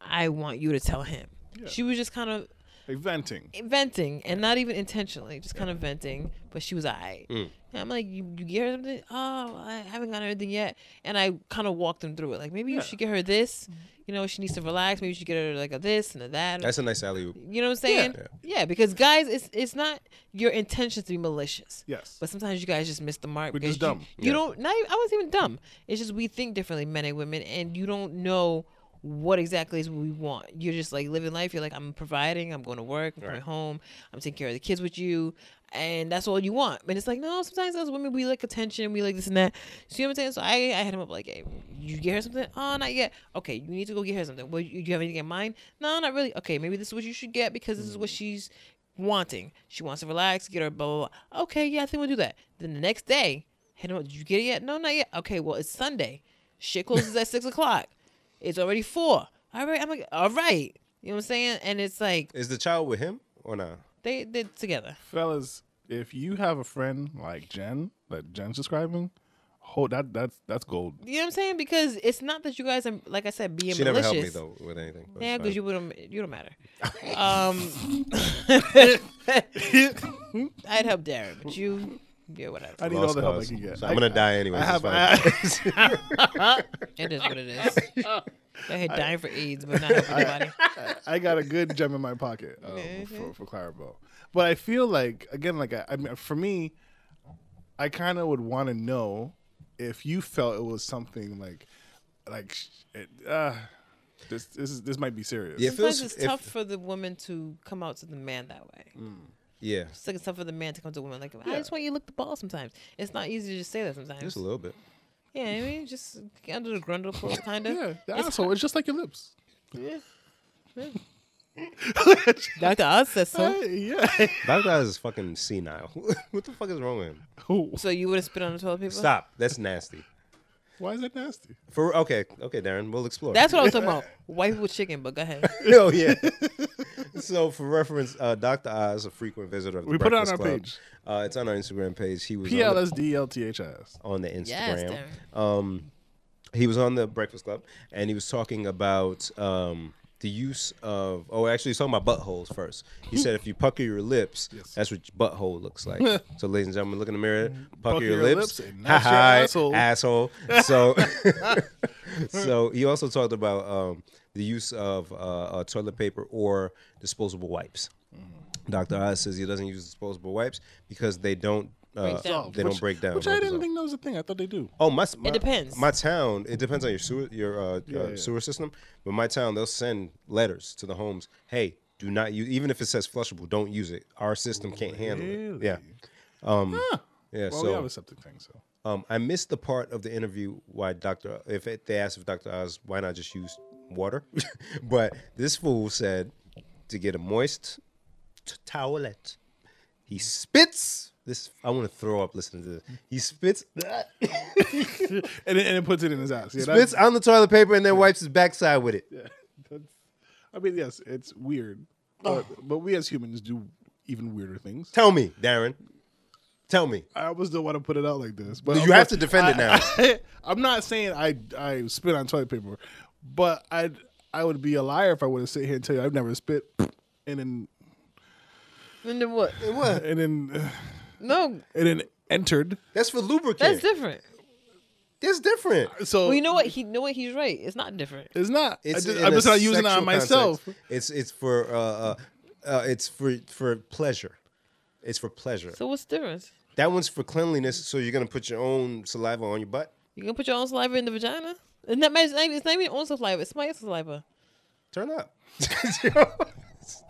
"I want you to tell him." She was just kind of Like venting. venting and not even intentionally, just kind of venting. But she was alright. Mm. And I'm like, you, you get her something? Oh, I haven't gotten her anything yet. And I kind of walked them through it. Like maybe you should get her this. You know, she needs to relax. Maybe you should get her like a this and a that. That's a nice alley oop. you know what I'm saying? Yeah. Yeah. because guys, it's it's not your intention to be malicious. Yes. But sometimes you guys just miss the mark. We're because just you- dumb. You, Yeah. don't. Not even, I wasn't even dumb. It's just we think differently, men and women, and you don't know what exactly is what we want. You're just like living life. You're like, I'm providing. I'm going to work. I'm coming home. I'm taking care of the kids with you, and that's all you want. And it's like, no. Sometimes as women, we like attention. We like this and that. So you know what I'm saying? So I, I hit him up like, hey, you get her something? Oh, not yet. Okay, you need to go get her something. Well, you, you have anything in mind? No, not really. Okay, maybe this is what you should get because this is what she's wanting. She wants to relax, get her blah, blah, blah. Okay, yeah, I think we'll do that. Then the next day, hit him up. Did you get it yet? No, not yet. Okay, well, it's Sunday. Shit closes at six o'clock. It's already four. All right, I'm like, all right. You know what I'm saying? And it's like Is the child with him or not? they they're together. fellas, if you have a friend like Jen, that Jen's describing, hold that that's that's gold. You know what I'm saying? Because it's not that you guys are like I said being She never helped me malicious. though with anything. but it's Yeah, fine. because you wouldn't. You don't [LAUGHS] matter. Um, [LAUGHS] I'd help Darren, but you, yeah, I whatever. need all Lost the help I cause. can get. So I'm gonna die anyway. I have, I, [LAUGHS] I, It is what it is. I had dying for AIDS, but not helping anybody. I got a good gem in my pocket um, for, for Clarabelle. But I feel like again, like I, I mean, for me, I kind of would want to know if you felt it was something like, like, sh- it, uh, this this is, this might be serious. Yeah. It Sometimes feels- it's [LAUGHS] if- tough for the woman to come out to the man that way. yeah, It's like it's tough for the man to come to a woman like, I just want you to look the ball. Sometimes it's not easy to just say that. Sometimes, just a little bit. yeah, I mean, just get under the grundle pull, kind of. Yeah, the asshole. It's just like your lips. [LAUGHS] Doctor Oz says [LAUGHS] so. yeah. That guy is fucking senile. [LAUGHS] what the fuck is wrong with him? So you would have spit on the toilet paper? Stop. That's nasty. Why is that nasty? For okay, okay, Darren, we'll explore. [LAUGHS] That's what I was talking about. White people chicken, but go ahead. oh yeah. [LAUGHS] so for reference, uh, Doctor Oz, a frequent visitor of the We put it on Breakfast our Club, page. Uh, it's on our Instagram page. He was on P the- L S D L T H I S. on the Yes, Instagram. Darren. um, he was on the Breakfast Club, and he was talking about um, the use of. Oh, actually, he's talking about buttholes first. He said if you pucker your [LAUGHS] lips, that's what your butthole looks like. so, ladies and gentlemen, look in the mirror, pucker, your, lips, and ha that's Mm-hmm. your ha, asshole. [LAUGHS] asshole. So, [LAUGHS] so he also talked about um, the use of uh, uh, toilet paper or disposable wipes. Mm-hmm. Dr. Oz says he doesn't use disposable wipes because they don't uh, Break down. they Oh, Which- don't break down. Which I Don't didn't dissolve. think that was a thing. I thought they do. Oh, my, my depends. My town, it depends on your sewer your uh, uh, yeah. sewer system. But my town, they'll send letters to the homes. Hey, do not use. Even if it says flushable, don't use it. Our system can't handle it. Yeah, Um, Huh. yeah. Well, we have so a septic thing, so [LAUGHS] um, I missed the part of the interview why Doctor. If it, they asked if Doctor Oz, why not just use water? [LAUGHS] but this fool said to get a moist t- towelette, he spits This I want to throw up listening to this. He spits, [LAUGHS] and it, and it puts it in his ass. Yeah, that's, spits on the toilet paper and then wipes his backside with it. [LAUGHS] that's- I mean, yes, it's weird, but, but we as humans do even weirder things. Tell me, Darren. Tell me. I almost don't want to put it out like this, but You have to defend it now. [LAUGHS] I'm not saying I I spit on toilet paper, but I I would be a liar if I would have sit here and tell you I've never spit, and then And then what? What? and then [SIGHS] No, and then entered. That's for lubricant. that's different. That's different. So Well, you know what? He know what he's right. It's not different. it's not. I It's just, in I'm a just not using it sexual on myself. context. It's it's for uh, uh, uh, it's for for pleasure. It's for pleasure. So what's the difference? that one's for cleanliness. So you're gonna put your own saliva on your butt. You can put your own saliva in the vagina. And that matters. It's not even your own saliva. It's my saliva. Turn up. [LAUGHS]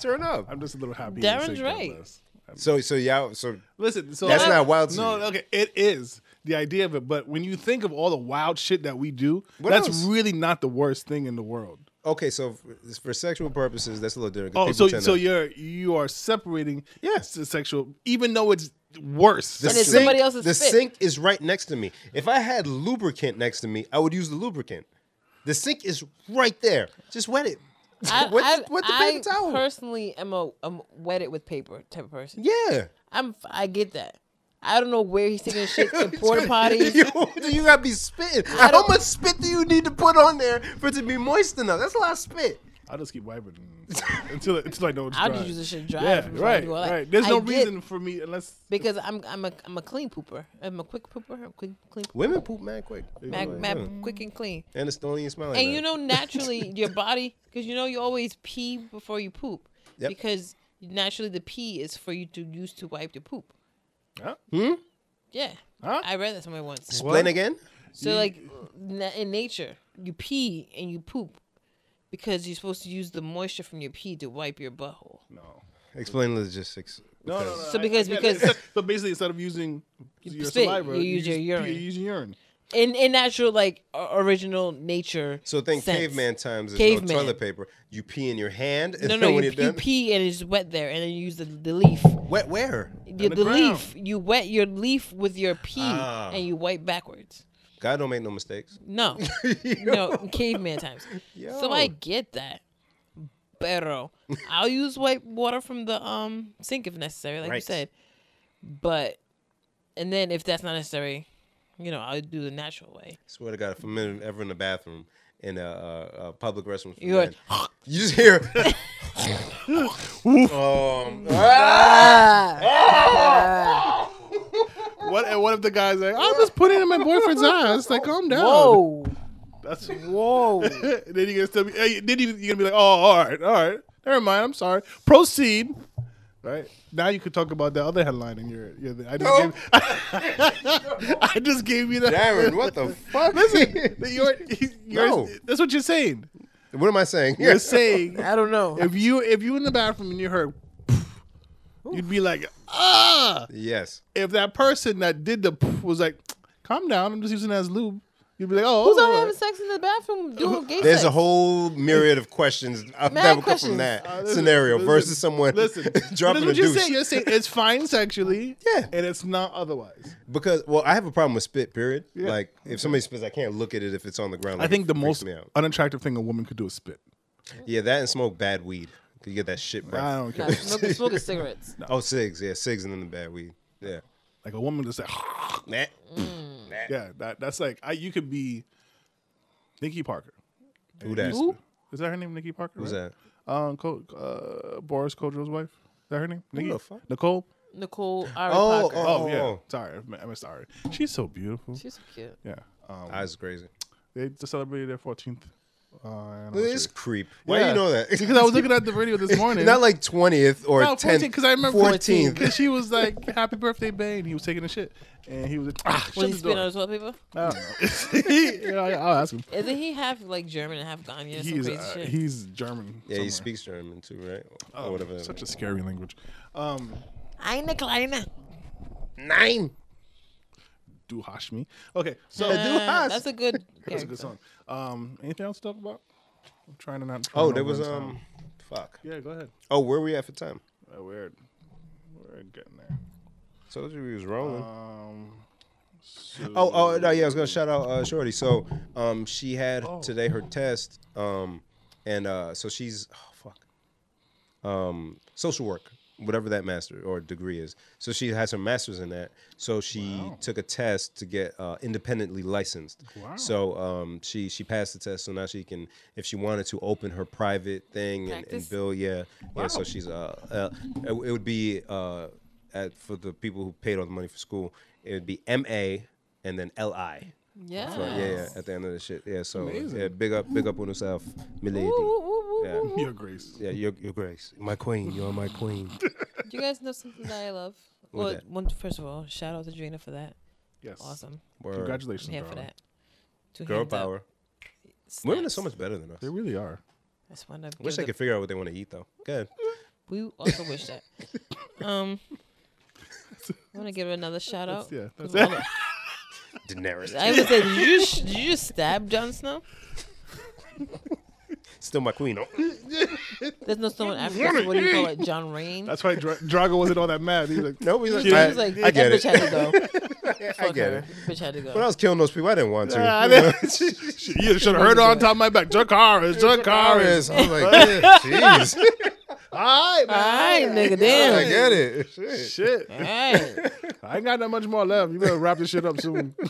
Turn up. I'm just a little happy. Darren's it's like that right. less. So so yeah. So Listen, so That's I- not wild to No, you. okay, it is the idea of it. But when you think of all the wild shit that we do, What that's else? really not the worst thing in the world. okay. So for, for sexual purposes, that's a little different. 'cause Oh, people so tend so to- you're you are separating Yeah. yes the sexual, even though it's worse. the And it's sink, somebody else's the spit. sink is right next to me. If I had lubricant next to me, I would use the lubricant. The sink is right there. Just wet it. I, [LAUGHS] wet, I, the- wet the I paper towel. personally am a I'm wetted with paper type of person. yeah. I'm I get that. I don't know where he's taking [LAUGHS] shit in porta potties. you, [LAUGHS] you gotta be spitting. How don't- much spit do you need to put on there for it to be moist enough? That's a lot of spit. I'll just keep wiping [LAUGHS] until until I know it's I'll dry. just use the shit dry Yeah, if I'm gonna right, do all that. right. There's no I get- reason for me unless because I'm I'm a I'm a clean pooper. I'm a quick pooper. I'm quick clean pooper. Women poop mad quick. They Mag, do it, mag, yeah. quick and clean. And it's don't even smell like And that. you know naturally your body because you know you always pee before you poop Yep. because naturally the pee is for you to use to wipe the poop. Huh? Hmm? Yeah. Huh? I read that somewhere once. Explain again. So like uh, na- in nature, you pee and you poop because you're supposed to use the moisture from your pee to wipe your butthole. no. Explain logistics. No, no, no. because- So because- I get because- it. so basically, instead of using your spit, saliva, you use your pee- urine. You use urine. In in natural like o- original nature. So think sense. caveman times is Caveman. no toilet paper. You pee in your hand and [LAUGHS] No, then no, when you, you're you done. pee and it's wet there, and then you use the, the leaf. Wet where? the The, the ground. leaf. You wet your leaf with your pee, Ah. and you wipe backwards. God don't make no mistakes. [LAUGHS] No, no, in caveman times. So I get that. Pero I'll use white water from the um sink if necessary, like you Right. said. But and then if that's not necessary, you know, I'll do the natural way. Swear to God, if I'm in- ever in the bathroom in a, a, a public restroom, for You're men, you just hear. [LAUGHS] um, What? And what if the guy's like, "I'm just putting it in my boyfriend's eyes"? Like, calm down. Whoa. That's Whoa. [LAUGHS] then you're gonna still be. hey, Then you, you're gonna be like, "Oh, all right, all right. Never mind. I'm sorry. Proceed." Right now, you could talk about the other headline in your. your I just Nope. gave. [LAUGHS] I just gave you that. Darren, what the fuck? [LAUGHS] Listen, you're, you're, No. that's what you're saying. What am I saying? [LAUGHS] You're saying I don't know. if you if you in the bathroom and you heard, you'd be like, ah. Yes. If that person that did the was like, calm down, I'm just using that as lube. You'd be like, oh, Who's all out right. having sex in the [LAUGHS] bathroom doing gay There's sex? a whole myriad of questions uh, Mad that would come questions. from that Uh, listen, scenario listen, versus someone Listen, [LAUGHS] dropping that's what a you're douche. saying. You're saying it's fine sexually, [LAUGHS] Yeah. and it's not otherwise. Because, well, I have a problem with spit, period. Like, if somebody spits, I can't look at it if it's on the ground. I Like, think it the freaks most Me out. unattractive thing a woman could do is spit. Yeah, that and smoke bad weed. 'Cause You get that shit I right. don't [LAUGHS] Nah, care. [LAUGHS] smoking, smoking cigarettes. Oh, cigs. Yeah, cigs and then the bad weed. Yeah. Like a woman just like, [LAUGHS] Nah. yeah, that, that's like I, you could be Nikki Parker. Who that? You- Is that her name? Nikki Parker. Who's that? Um, Col- uh, Boris Kodro's wife. Is that her name? Nikki? the fuck? Nicole. Nicole Ari Oh, Parker. oh. Oh, yeah. Sorry, I am sorry. She's so beautiful. She's so cute. Yeah. Um, Eyes are crazy. they just celebrated their 14th. Uh, anniversary. This creep. Why Yeah. you know that? Because I was looking at the radio [LAUGHS] this [LAUGHS] morning. Not like 20th or no, 10th. 14th, because I remember 14th. [LAUGHS] [LAUGHS] 'cause she was like, "Happy birthday, Bane." He was taking a shit, and he was like, "Ah, shut When he the spit on door." the toilet paper? I [LAUGHS] don't know. [LAUGHS] You know, I- I'll ask him. Isn't he half like German and half Ghanaian? or Some He's crazy uh, shit. he's German. Yeah, somewhere. he speaks German too, right? Oh, or whatever. Such a scary language. Um, Eine kleine. Nine. do Hashmi. Okay, so Yeah, do us. that's a good. That's a good song. Um, anything else to talk about? I'm trying to not. Oh, there was run out of um, time. fuck. Yeah, go ahead. Oh, where we at for time? Uh, we're we're getting there. Told you he was rolling. Um, so- Oh, oh no, yeah, I was gonna shout out uh, Shorty. So, um, she had Oh. today her test, um, and uh, so she's oh fuck, um, social work, whatever that master or degree is. So she has her master's in that. So she took a test to get uh, independently licensed. Wow. So um, she she passed the test. So now she can, if she wanted to, open her private thing and, and Practice? build. Yeah, yeah. So she's uh, uh it, it would be uh, at, for the people who paid all the money for school, it would be M A and then L I. Yeah. So, yeah, yeah, at the end of the shit. Yeah, so yeah, big up, big up on herself, milady. Yeah. Your Grace. Yeah, your, your grace, my queen. You are my queen. Do you guys know something that I love? What's Well, that? one, first of all, shout out to Drina for that. Yes. Awesome. Word. Congratulations, Yeah, darling. for that. Two Girl hands up. power. Women are Snaps. so much better than us. They really are. That's one of Wish they could figure out what they want to eat though. [LAUGHS] Good. We also [LAUGHS] wish that. Um, I want to give another shout out. Yeah. That's Love it. Daenerys. I would say, did you, just- did you just stab Jon Snow? [LAUGHS] Still my queen. [LAUGHS] though. There's no someone after this. What do you call it? John Rain? That's why Dra- Drago wasn't all that mad. He was [LAUGHS] like, No, he's like, She I, He was like, I get it. that bitch had to go. [LAUGHS] I Fuck get her. it. Bitch had to go. When I was killing those people, I didn't want to. [LAUGHS] "Ah, I didn't- you should have heard her on top of my [LAUGHS] back. Dracarys, Dracarys. Taurus. I [LAUGHS] was like, yeah, jeez. [LAUGHS] All right, All man. right, nigga, I damn. get it. Shit. Shit. All right. I ain't got that much more left. You better wrap this shit up soon. [LAUGHS]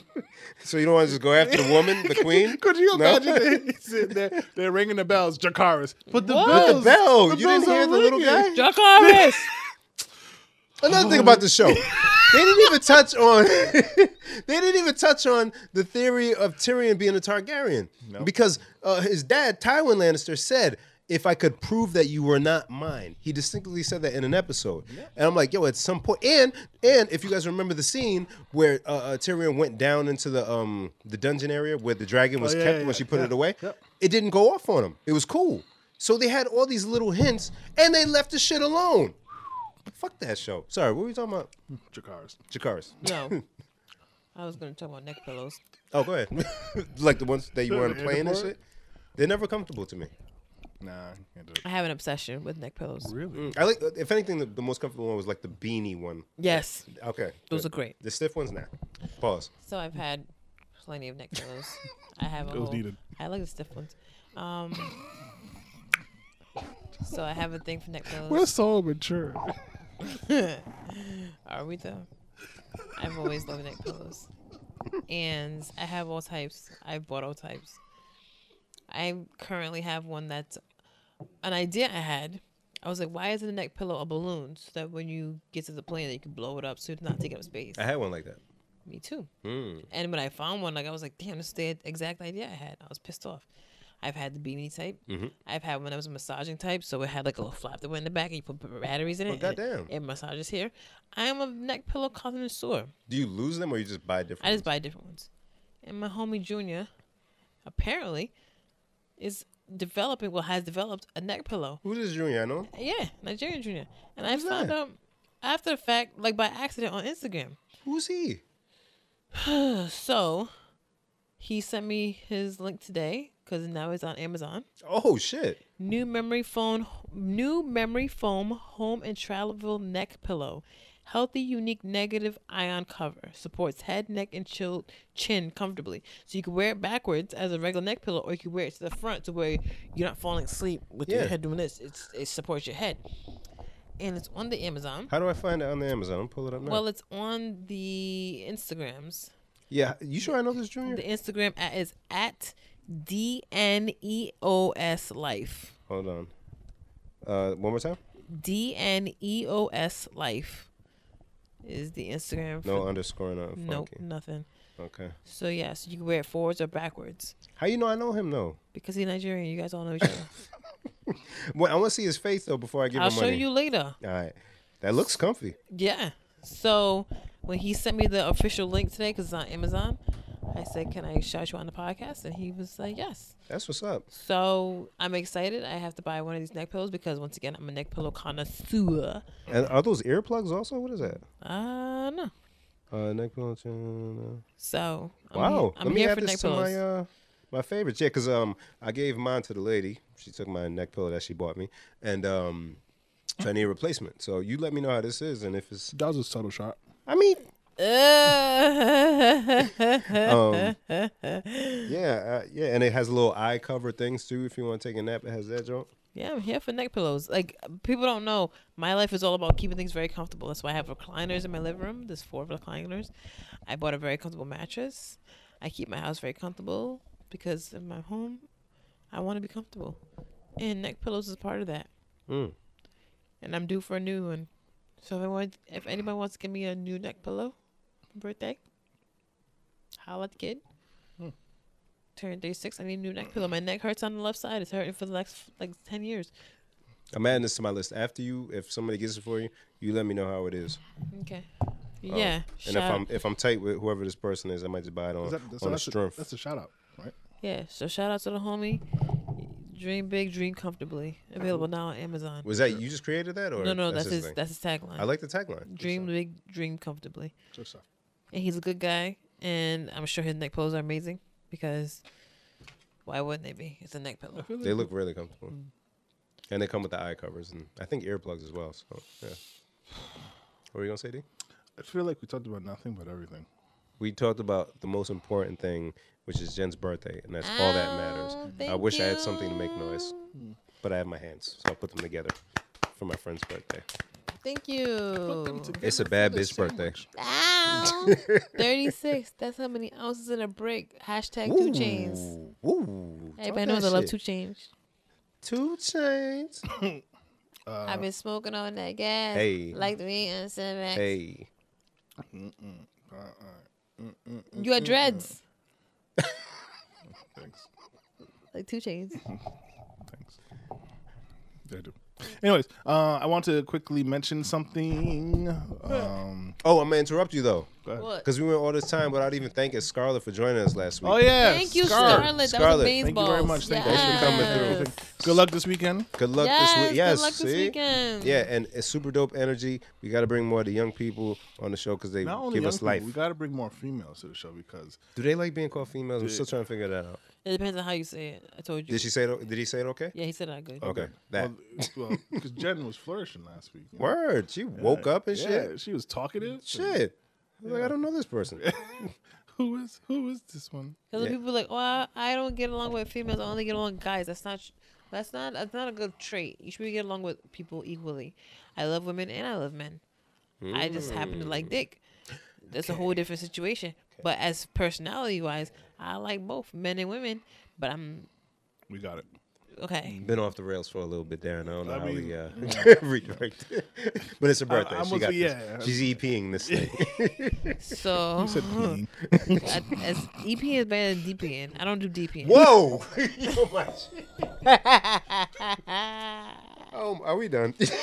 So you don't want to just go after the woman, the [LAUGHS] queen? Could you No. imagine they sitting there, they're ringing the bells, Dracarys. Put the What? bells. Put The bell. The you didn't bells hear are the little guy? ringing. Dracarys! Another thing about the show, they didn't even touch on. [LAUGHS] they didn't even touch on the theory of Tyrion being a Targaryen because uh, his dad Tywin Lannister said. If I could prove that you were not mine, he distinctly said that in an episode, and I'm like, yo, at some point, and and if you guys remember the scene where uh, uh, Tyrion went down into the um the dungeon area where the dragon was Oh, yeah, kept yeah, when she put yeah. it away, Yep. it didn't go off on him. It was cool. So they had all these little hints, and they left the shit alone. Fuck that show. Sorry, what were we talking about? Dracarys. Jakaris. [LAUGHS] No. I was going to talk about neck pillows. Oh, go ahead. [LAUGHS] like the ones that you were on a Yeah, plane and the- shit. They're never comfortable to me. Nah, can't do I have an obsession with neck pillows. it. Really? I like, if anything, the, the most comfortable one was like the beanie one. Yes. Okay, Those good. are great. The stiff ones, nah. Pause. So I've had plenty of neck pillows. I have a was whole, needed. I like the stiff ones. Um, so I have a thing for neck pillows. We're so mature. Are we though? I've always loved neck pillows. And I have all types. I've bought all types. I currently have one that's an idea I had. I was like, why isn't a neck pillow a balloon so that when you get to the plane, that you can blow it up so it's not taking up space? I had one like that. Me too. Hmm. And when I found one, like I was like, damn, this is the exact idea I had. I was pissed off. I've had the beanie type. Mm-hmm. I've had one that was a massaging type, so it had like a little flap that went in the back, and you put b- batteries in it. and it- Oh, goddamn. It, massages here. I am a neck pillow connoisseur. Do you lose them or you just buy different? I just buy different ones. And my homie Junior, apparently, is developing. Well, has developed a neck pillow. Who's this Junior? I know. Yeah, Nigerian Junior. And I Who's found that? out after the fact, like by accident on Instagram. Who's he? So he sent me his link today because now it's on Amazon. Oh shit! New memory phone, new memory foam home and travel neck pillow, healthy, unique negative ion cover supports head, neck, and chill, chin comfortably. So you can wear it backwards as a regular neck pillow, or you can wear it to the front to where you're not falling asleep with Yeah. your head doing this. It's, it supports your head, and it's on the Amazon. How do I find it on the Amazon? I'm pulling it up now. Well, it's on the Instagrams. yeah, you sure I know this Junior? The Instagram at is at D N E O S life. Hold on. Uh, one more time. D N E O S life is the Instagram. No for- underscore, not funky. nope, nothing. Okay. So yeah, so you can wear it forwards or backwards How you know I know him though? because he's Nigerian. You guys all know each [LAUGHS] other. Well, I want to see his face though before I give I'll him show money. you later. All right. That looks comfy. Yeah. So when he sent me the official link today because it's on Amazon, I said, "Can I shout you on the podcast?" And he was like, "Yes." That's what's up. So I'm excited. I have to buy one of these neck pillows because once again, I'm a neck pillow connoisseur. And are those earplugs also? What is that? Uh no. Uh, neck pillow. chin- uh, So I'm Wow. he- I'm Let me here add for this neck to pillows. my uh, my favorites. Yeah, because um, I gave mine to the lady. She took my neck pillow that she bought me, and um, so I need a replacement. So you let me know how this is, and if it's That was a subtle shot. I mean, Uh, [LAUGHS] yeah, uh, yeah, and it has little eye cover things too. If you want to take a nap, it has that joint. yeah, I'm here for neck pillows. Like people don't know, my life is all about keeping things very comfortable. That's why I have recliners in my living room. There's four recliners. I bought a very comfortable mattress. I keep my house very comfortable because in my home, I want to be comfortable, and neck pillows is part of that. Mm. And I'm due for a new one, so if anyone, if anybody wants to give me a new neck pillow, for birthday, holla at the kid. Turned 36. I need a new neck pillow. My neck hurts on the left side. It's hurting for the next like 10 years. I'm adding this to my list. After you, if somebody gets it for you, you let me know how it is. Okay. Yeah. Oh, And if I'm if I'm tight with whoever this person is, I might just buy it on, Is that- so on Oh, the that's, a, strength. that's a shout out, right? yeah. So shout out to the homie. Dream big, dream comfortably. Available now on Amazon. Was that you just created that or No, no, that's, his his, thing? that's his tagline. I like the tagline. dream big, dream comfortably. Good stuff. And he's a good guy. And I'm sure his neck pillows are amazing because why wouldn't they be? It's a neck pillow. They look really comfortable, Mm. and they come with the eye covers and I think earplugs as well. So yeah. What were you gonna say, D? I feel like we talked about nothing but everything. We talked about the most important thing, which is Jen's birthday, and that's [LAUGHS] all that matters. Oh, I thank wish I had something to make you. noise, but I have my hands, so I put them together for my friend's birthday. Thank you. It's a bad bitch birthday. Ow. [LAUGHS] 36. That's how many ounces in a brick. Hashtag two chains. Ooh, ooh, Everybody talk knows that I love shit. two chains. Two chains. I've been smoking on that gas. Hey. Like the meat and Cinemax. Hey, You had dreads. Thanks. Like two chains. Thanks. I do. Anyways, uh, I want to quickly mention something. Um, oh, I'm gonna interrupt you though, What? because we went all this time without even thanking Scarlett for joining us last week. oh yeah, Thank you, Scarlett. Scarlett. That was Scarlett. amazing. Thank you very much. Thank you. Thanks for coming through. Good luck this weekend. Good luck this Yes, week. good Yes, luck this see? weekend. Yeah, and it's super dope energy. We got to bring more of the young people on the show because they Not only give young us people, life. we got to bring more females to the show because Do they like being called females? I'm still trying to figure that out. It depends on how you say it. I told you. Did she say? It, did he say it okay? yeah, he said that good. Okay, that well, well, because Jen was flourishing last week. you know? word. She woke up and Yeah, shit. she was talkative. Shit. I was Like I don't know this [LAUGHS] person. Who is who is this one? Because Yeah. people are like, oh, I, I don't get along with females. I only get along with guys. That's not, that's not, that's not a good trait. You should be getting along with people equally. I love women and I love men. I just happen to like dick. That's a whole different situation. But as personality wise, I like both men and women. But I'm We got it. okay. Been off the rails for a little bit there, and I don't know I how mean, we uh, [LAUGHS] redirected. but it's her birthday. I she was- got yeah. this. She's EPing [LAUGHS] this thing. So [LAUGHS] Said peeing. I, as EP is better than DPN. I don't do DPN. Whoa! [LAUGHS] oh my! Oh, are we done? [LAUGHS] That's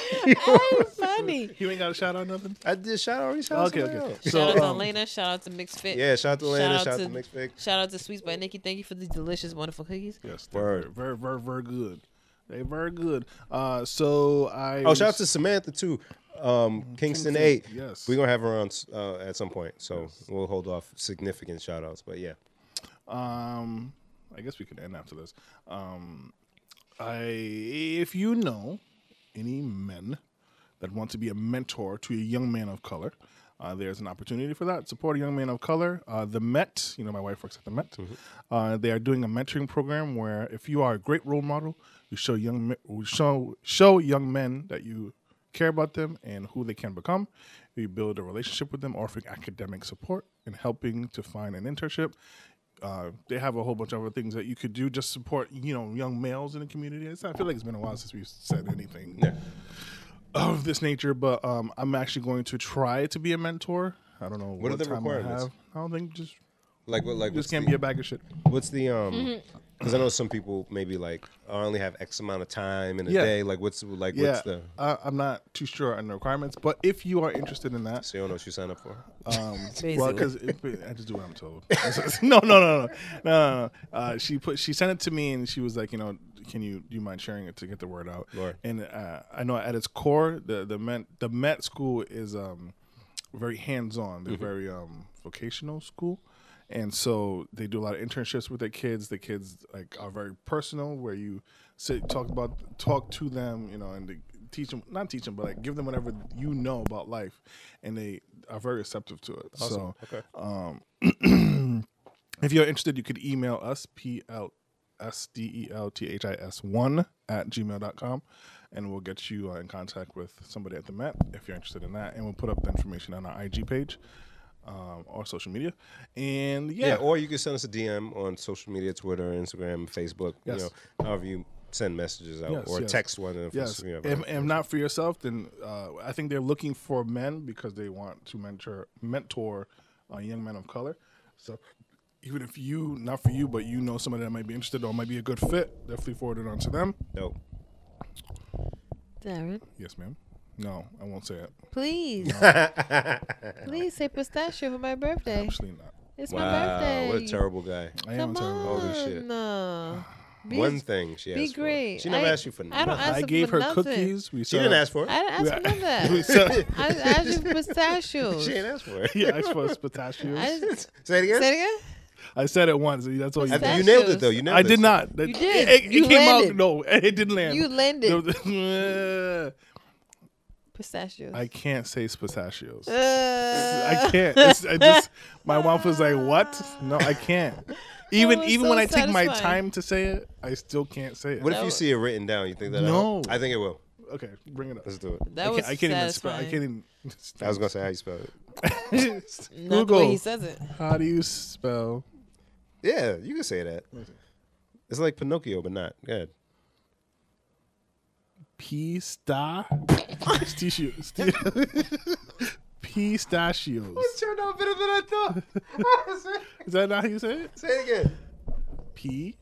Ah, funny. you ain't got a shout out nothing. I did shout already. Shout out Okay, somebody okay. else. So shout out to um, Elena. Shout out to Mixed Fit. Yeah, shout out to Lana. Shout, Shout out out to to- Mixed Fig. Shout out to Sweets by Nikki. Thank you for these delicious, wonderful cookies. yes, they're Word. very, very, very, very good. They very good. Uh, so I. Oh, shout out to Samantha too. Um, Kingston Eight. yes. we're gonna have her on s- uh, at some point, so we'll hold off significant shout outs. But yeah, Um, I guess we can end after this. Um, I if you know any men that want to be a mentor to a young man of color, uh, there's an opportunity for that. Support a young man of color. Uh, the Met, you know, my wife works at the Met. Mm-hmm. Uh, they are doing a mentoring program where if you are a great role model, you show young me- show show young men that you care about them and who they can become. You build a relationship with them, offering academic support and helping to find an internship. Uh, they have a whole bunch of other things that you could do just support you know young males in the community. It's, I feel like it's been a while since we've said anything of this nature, but um, I'm actually going to try to be a mentor. I don't know what, are the time I requirements? have. I don't think just like what, like just what's can't the, be a bag of shit. what's the um? Because I know some people maybe like I only have X amount of time in a Yeah. day. Like what's like Yeah, what's the? I, I'm not too sure on the requirements, but if you are interested in that, So you don't know what you sign up for. Um, well, Basically. because I just do what I'm told. [LAUGHS] no, no, no, no, no, no. no. Uh, she put she sent it to me, and she was like, you know, can you do you mind sharing it to get the word out? Right. And uh, I know at its core, the the Met the Met school is um, very hands on. They're very um, vocational school. And so they do a lot of internships with their kids. The kids like are very personal, where you sit, talk about, talk to them, you know, and they, teach them, not teach them, but like give them whatever you know about life, and they are very receptive to it. So, if you're interested, you could email us, E P-L-S-D-E-L-T-H-I-S-1 at gmail.com, and we'll get you uh, in contact with somebody at the Met if you're interested in that. And we'll put up the information on our IG page um, or social media. And yeah, Yeah, or you can send us a DM on social media, Twitter, Instagram, Facebook. Yes. You know, however you send messages out Yes, or yes. text one. If yes. you know, If, if not for yourself, then uh, I think they're looking for men because they want to mentor mentor uh, young men of color. So even if you, not for you, but you know somebody that might be interested or might be a good fit, definitely forward it on to them. [LAUGHS] no. Darren, Yes, ma'am. No, I won't say it. please, [LAUGHS] please say pistachio for my birthday. Actually, not. It's my Wow, birthday. what a terrible guy. I am Come terrible. on. Holy shit. [SIGHS] Be, one thing she be asked great. for. She never I- asked you for I nothing. don't ask I them gave for her nothing. cookies. We she didn't ask for it. [LAUGHS] I didn't ask for We [LAUGHS] that. saw, I just asked you for pistachios. she didn't ask for it. [LAUGHS] he [LAUGHS] asked for us pistachios. I I, [LAUGHS] just, Say it again. say it again. said it once. and That's all you I think did. you nailed it though. You Pistachios. nailed I it. did not. That- You did. It, it You came out. landed. No, [LAUGHS] it didn't land. You landed. There was- pistachios. [LAUGHS] I can't say pistachios. I Uh, can't. It's, I [LAUGHS] just my mouth was like, "What? No, I can't." Even was even so when I take my satisfying. time to say it, I still can't say it. What if That you was- see it written down? You think that? No. I think it will. okay, bring it up. Let's do it. I That can't, was I can't even spell. I satisfying. can't even. I was gonna say how you spell it. [LAUGHS] Not the way Google. he says it. How do you spell? Yeah, you can say that. It's like Pinocchio, but not. Good. Pista. [LAUGHS] Pistachios. Pistachios. turned out better than I thought. [LAUGHS] Is that not how you say it? say it again. P.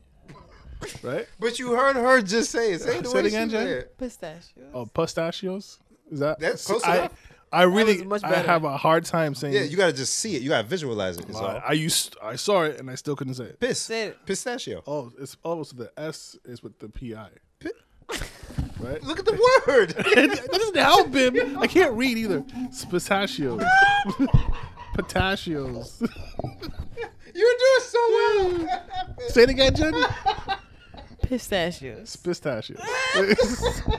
Right? But you heard her just say it. Say it the Say way it again, she said Jen. it. Pistachios. Oh, pistachios. Is that That's close I, enough. I really, was much I better. have a hard time saying. Yeah, you gotta just see it. You gotta visualize it. It's I, all. I used, I saw it, and I still couldn't say it. Piss. Say it. Pistachio. Oh, it's almost the S is with the PI. Right? Look at the [LAUGHS] word. that doesn't help him. I can't read either. It's pistachios. [LAUGHS] pistachios. You're doing so well. Say it again, Jen. [LAUGHS] Pistachios. Pistachios.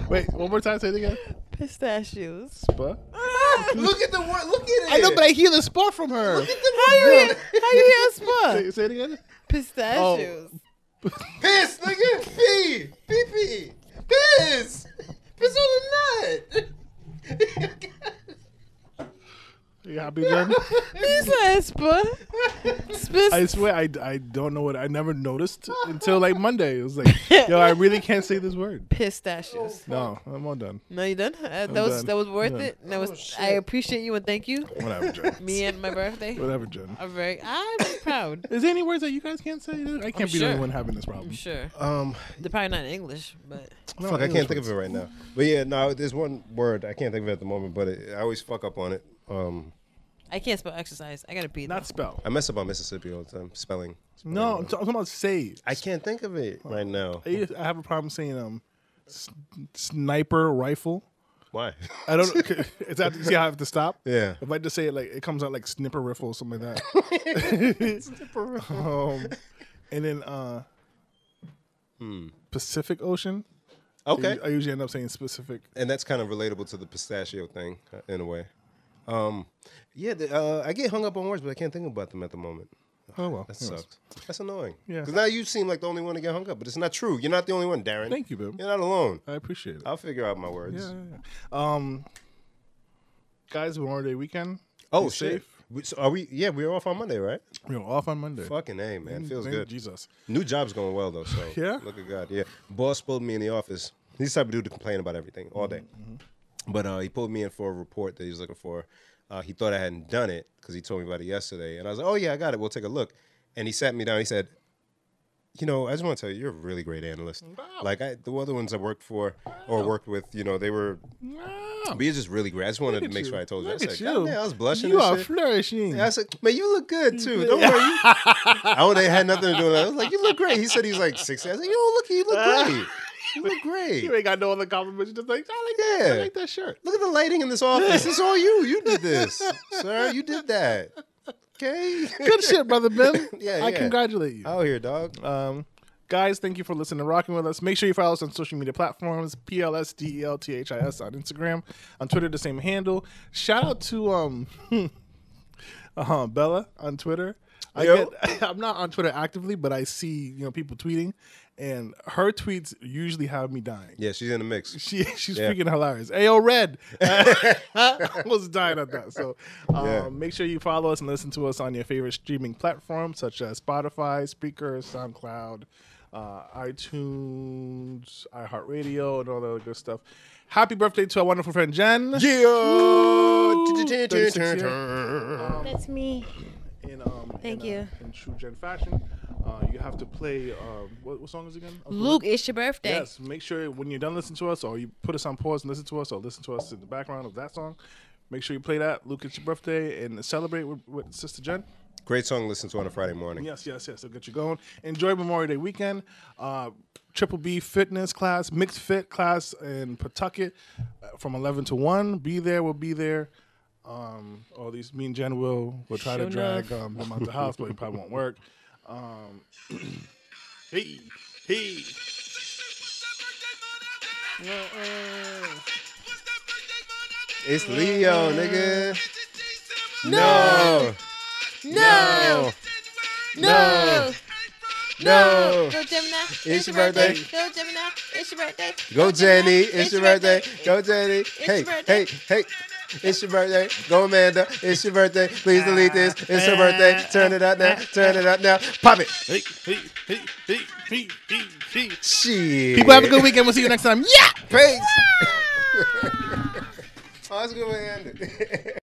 Wait, one more time. Say it again. Pistachios. Spa. [LAUGHS] Look at the word. Look at it. I know, but I hear the spa from her. How [LAUGHS] you hear? How you hear Say, [LAUGHS] spa? say it again. Pistachios. Piss, nigga. Pee. Pee pee. Piss. Piss on the nut. You happy, Jen? He said spa. I [LAUGHS] Spis- swear, I, I don't know what I never noticed until like Monday. It was like, yo, I really can't say this word. [LAUGHS] pistachios. No, I'm all done. No, you done? Uh, that was Oh. done. that was worth Done. it. That was. I appreciate you and thank you. Whatever, [LAUGHS] Jen. Me and my birthday. Whatever, Jen. I'm very. I'm proud. Is there any words that you guys can't say? I can't be the only sure. one having this problem. I'm sure. Um, They're probably not in English, but No, fuck, I English can't think of it right now. But yeah, no, there's one word I can't think of it at the moment, but it, I always fuck up on it. Um, I can't spell exercise. I gotta pee. though. Not spell. I mess up on Mississippi all the time, spelling. No, I'm, t- I'm talking about say. I can't think of it right now. I, I have a problem saying um, s- sniper rifle. Why? [LAUGHS] I don't. know. It's after, see, I have to stop. Yeah. If I just say it like it comes out like snipper riffle or [LAUGHS] something like that. um, and then uh, Pacific Ocean. Hmm. Okay. I usually end up saying specific. and that's kind of relatable to the pistachio thing uh, in a way. Um, yeah, the, uh, I get hung up on words, but I can't think about them at the moment. Oh well, That anyways. sucks. That's annoying. Yeah. Yeah. Because now you seem like the only one to get hung up, but it's not true. You're not the only one, Darren. Thank you, babe. You're not alone. I appreciate it. I'll figure out my words. Yeah, yeah, yeah. Um, guys, Memorial Day weekend. Oh, Be shit. We, so are we? Yeah, we're off on Monday, right? We were off on Monday. Fucking a man, feels Thank good. Jesus. New job's going well though. So [LAUGHS] Yeah? look at God. Yeah, boss pulled me in the office. He's the type of dude to complain about everything all day. Mm-hmm. But uh, he pulled me in for a report that he was looking for. Uh, he thought I hadn't done it because he told me about it yesterday, and I was like, "Oh yeah, I got it. We'll take a look." And he sat me down. He said, "You know, I just want to tell you, you're a really great analyst. Like I, the other ones I worked for or worked with, you know, they were." Wow. But you're just really great. I just wanted to Look make at sure I told you. Look I at said, "God damn, I was blushing. You and are shit." flourishing. I said, man, you look good too. Don't worry. You- I don't think it had nothing to do with that. I was like, you look great. He said he's like 60. I said, you don't look, you look great. You look [LAUGHS] you great. ain't got no other compliments. You just like, I like that. I Yeah. like that shirt. Look at the lighting in this office. It's all you. You did this, sir. You did that. Okay. [LAUGHS] Good shit, brother Ben. Yeah, [LAUGHS] I yeah. congratulate you. Out here, dog. Uh, Uh, Um, Guys, thank you for listening and rocking with us. Make sure you follow us on social media platforms, E PLSDELTHIS on Instagram, on Twitter, the same handle. Shout out to um [LAUGHS] uh, Bella on Twitter. I Yo. get, [LAUGHS] I'm not on Twitter actively, but I see, you know, people tweeting and her tweets usually have me dying. Yeah, she's in the mix. She, [LAUGHS] she's freaking hilarious. Ayo, Red. [LAUGHS] I almost died at that. So um, Yeah. make sure you follow us and listen to us on your favorite streaming platforms such as Spotify, Spreaker, SoundCloud, uh, iTunes, iHeartRadio, and all that other good stuff. Happy birthday to our wonderful friend Jen. Yeah. That's me. In, um, Thank in, uh, you. in true Jen fashion, uh, you have to play, um, what, what song is it again? Uncle Luke, it's your birthday. Yes, make sure when you're done listening to us, or you put us on pause and listen to us, or listen to us in the background of that song. Make sure you play that. Luke, it's your birthday, and celebrate with, with Sister Jen. Great song to listen to on a Friday morning. Yes, yes, yes. It'll get you going. Enjoy Memorial Day weekend. Uh, Triple B fitness class, mixed fit class in Pawtucket uh, from 11 to 1. Be there, we'll be there. Um, all these, me and Jen will, will try to Sure drag um, him out the house, but it probably won't work. Um, hey, hey. It's Leo, nigga. No. No. No. No. Go Gemini. It's your birthday. Go Gemini. It's your birthday. Go Jenny, it's your birthday. Go Jenny. Hey, your birthday. hey, hey. It's your birthday. Go Amanda. It's your birthday. Please delete this. It's her birthday. Turn it up now. Turn it up now. Pop it. Hey, hey, hey, hey, hey, hey, hey. Shit. People have a good weekend. We'll see you next time. Yeah. Peace. oh, that's a good way to end it.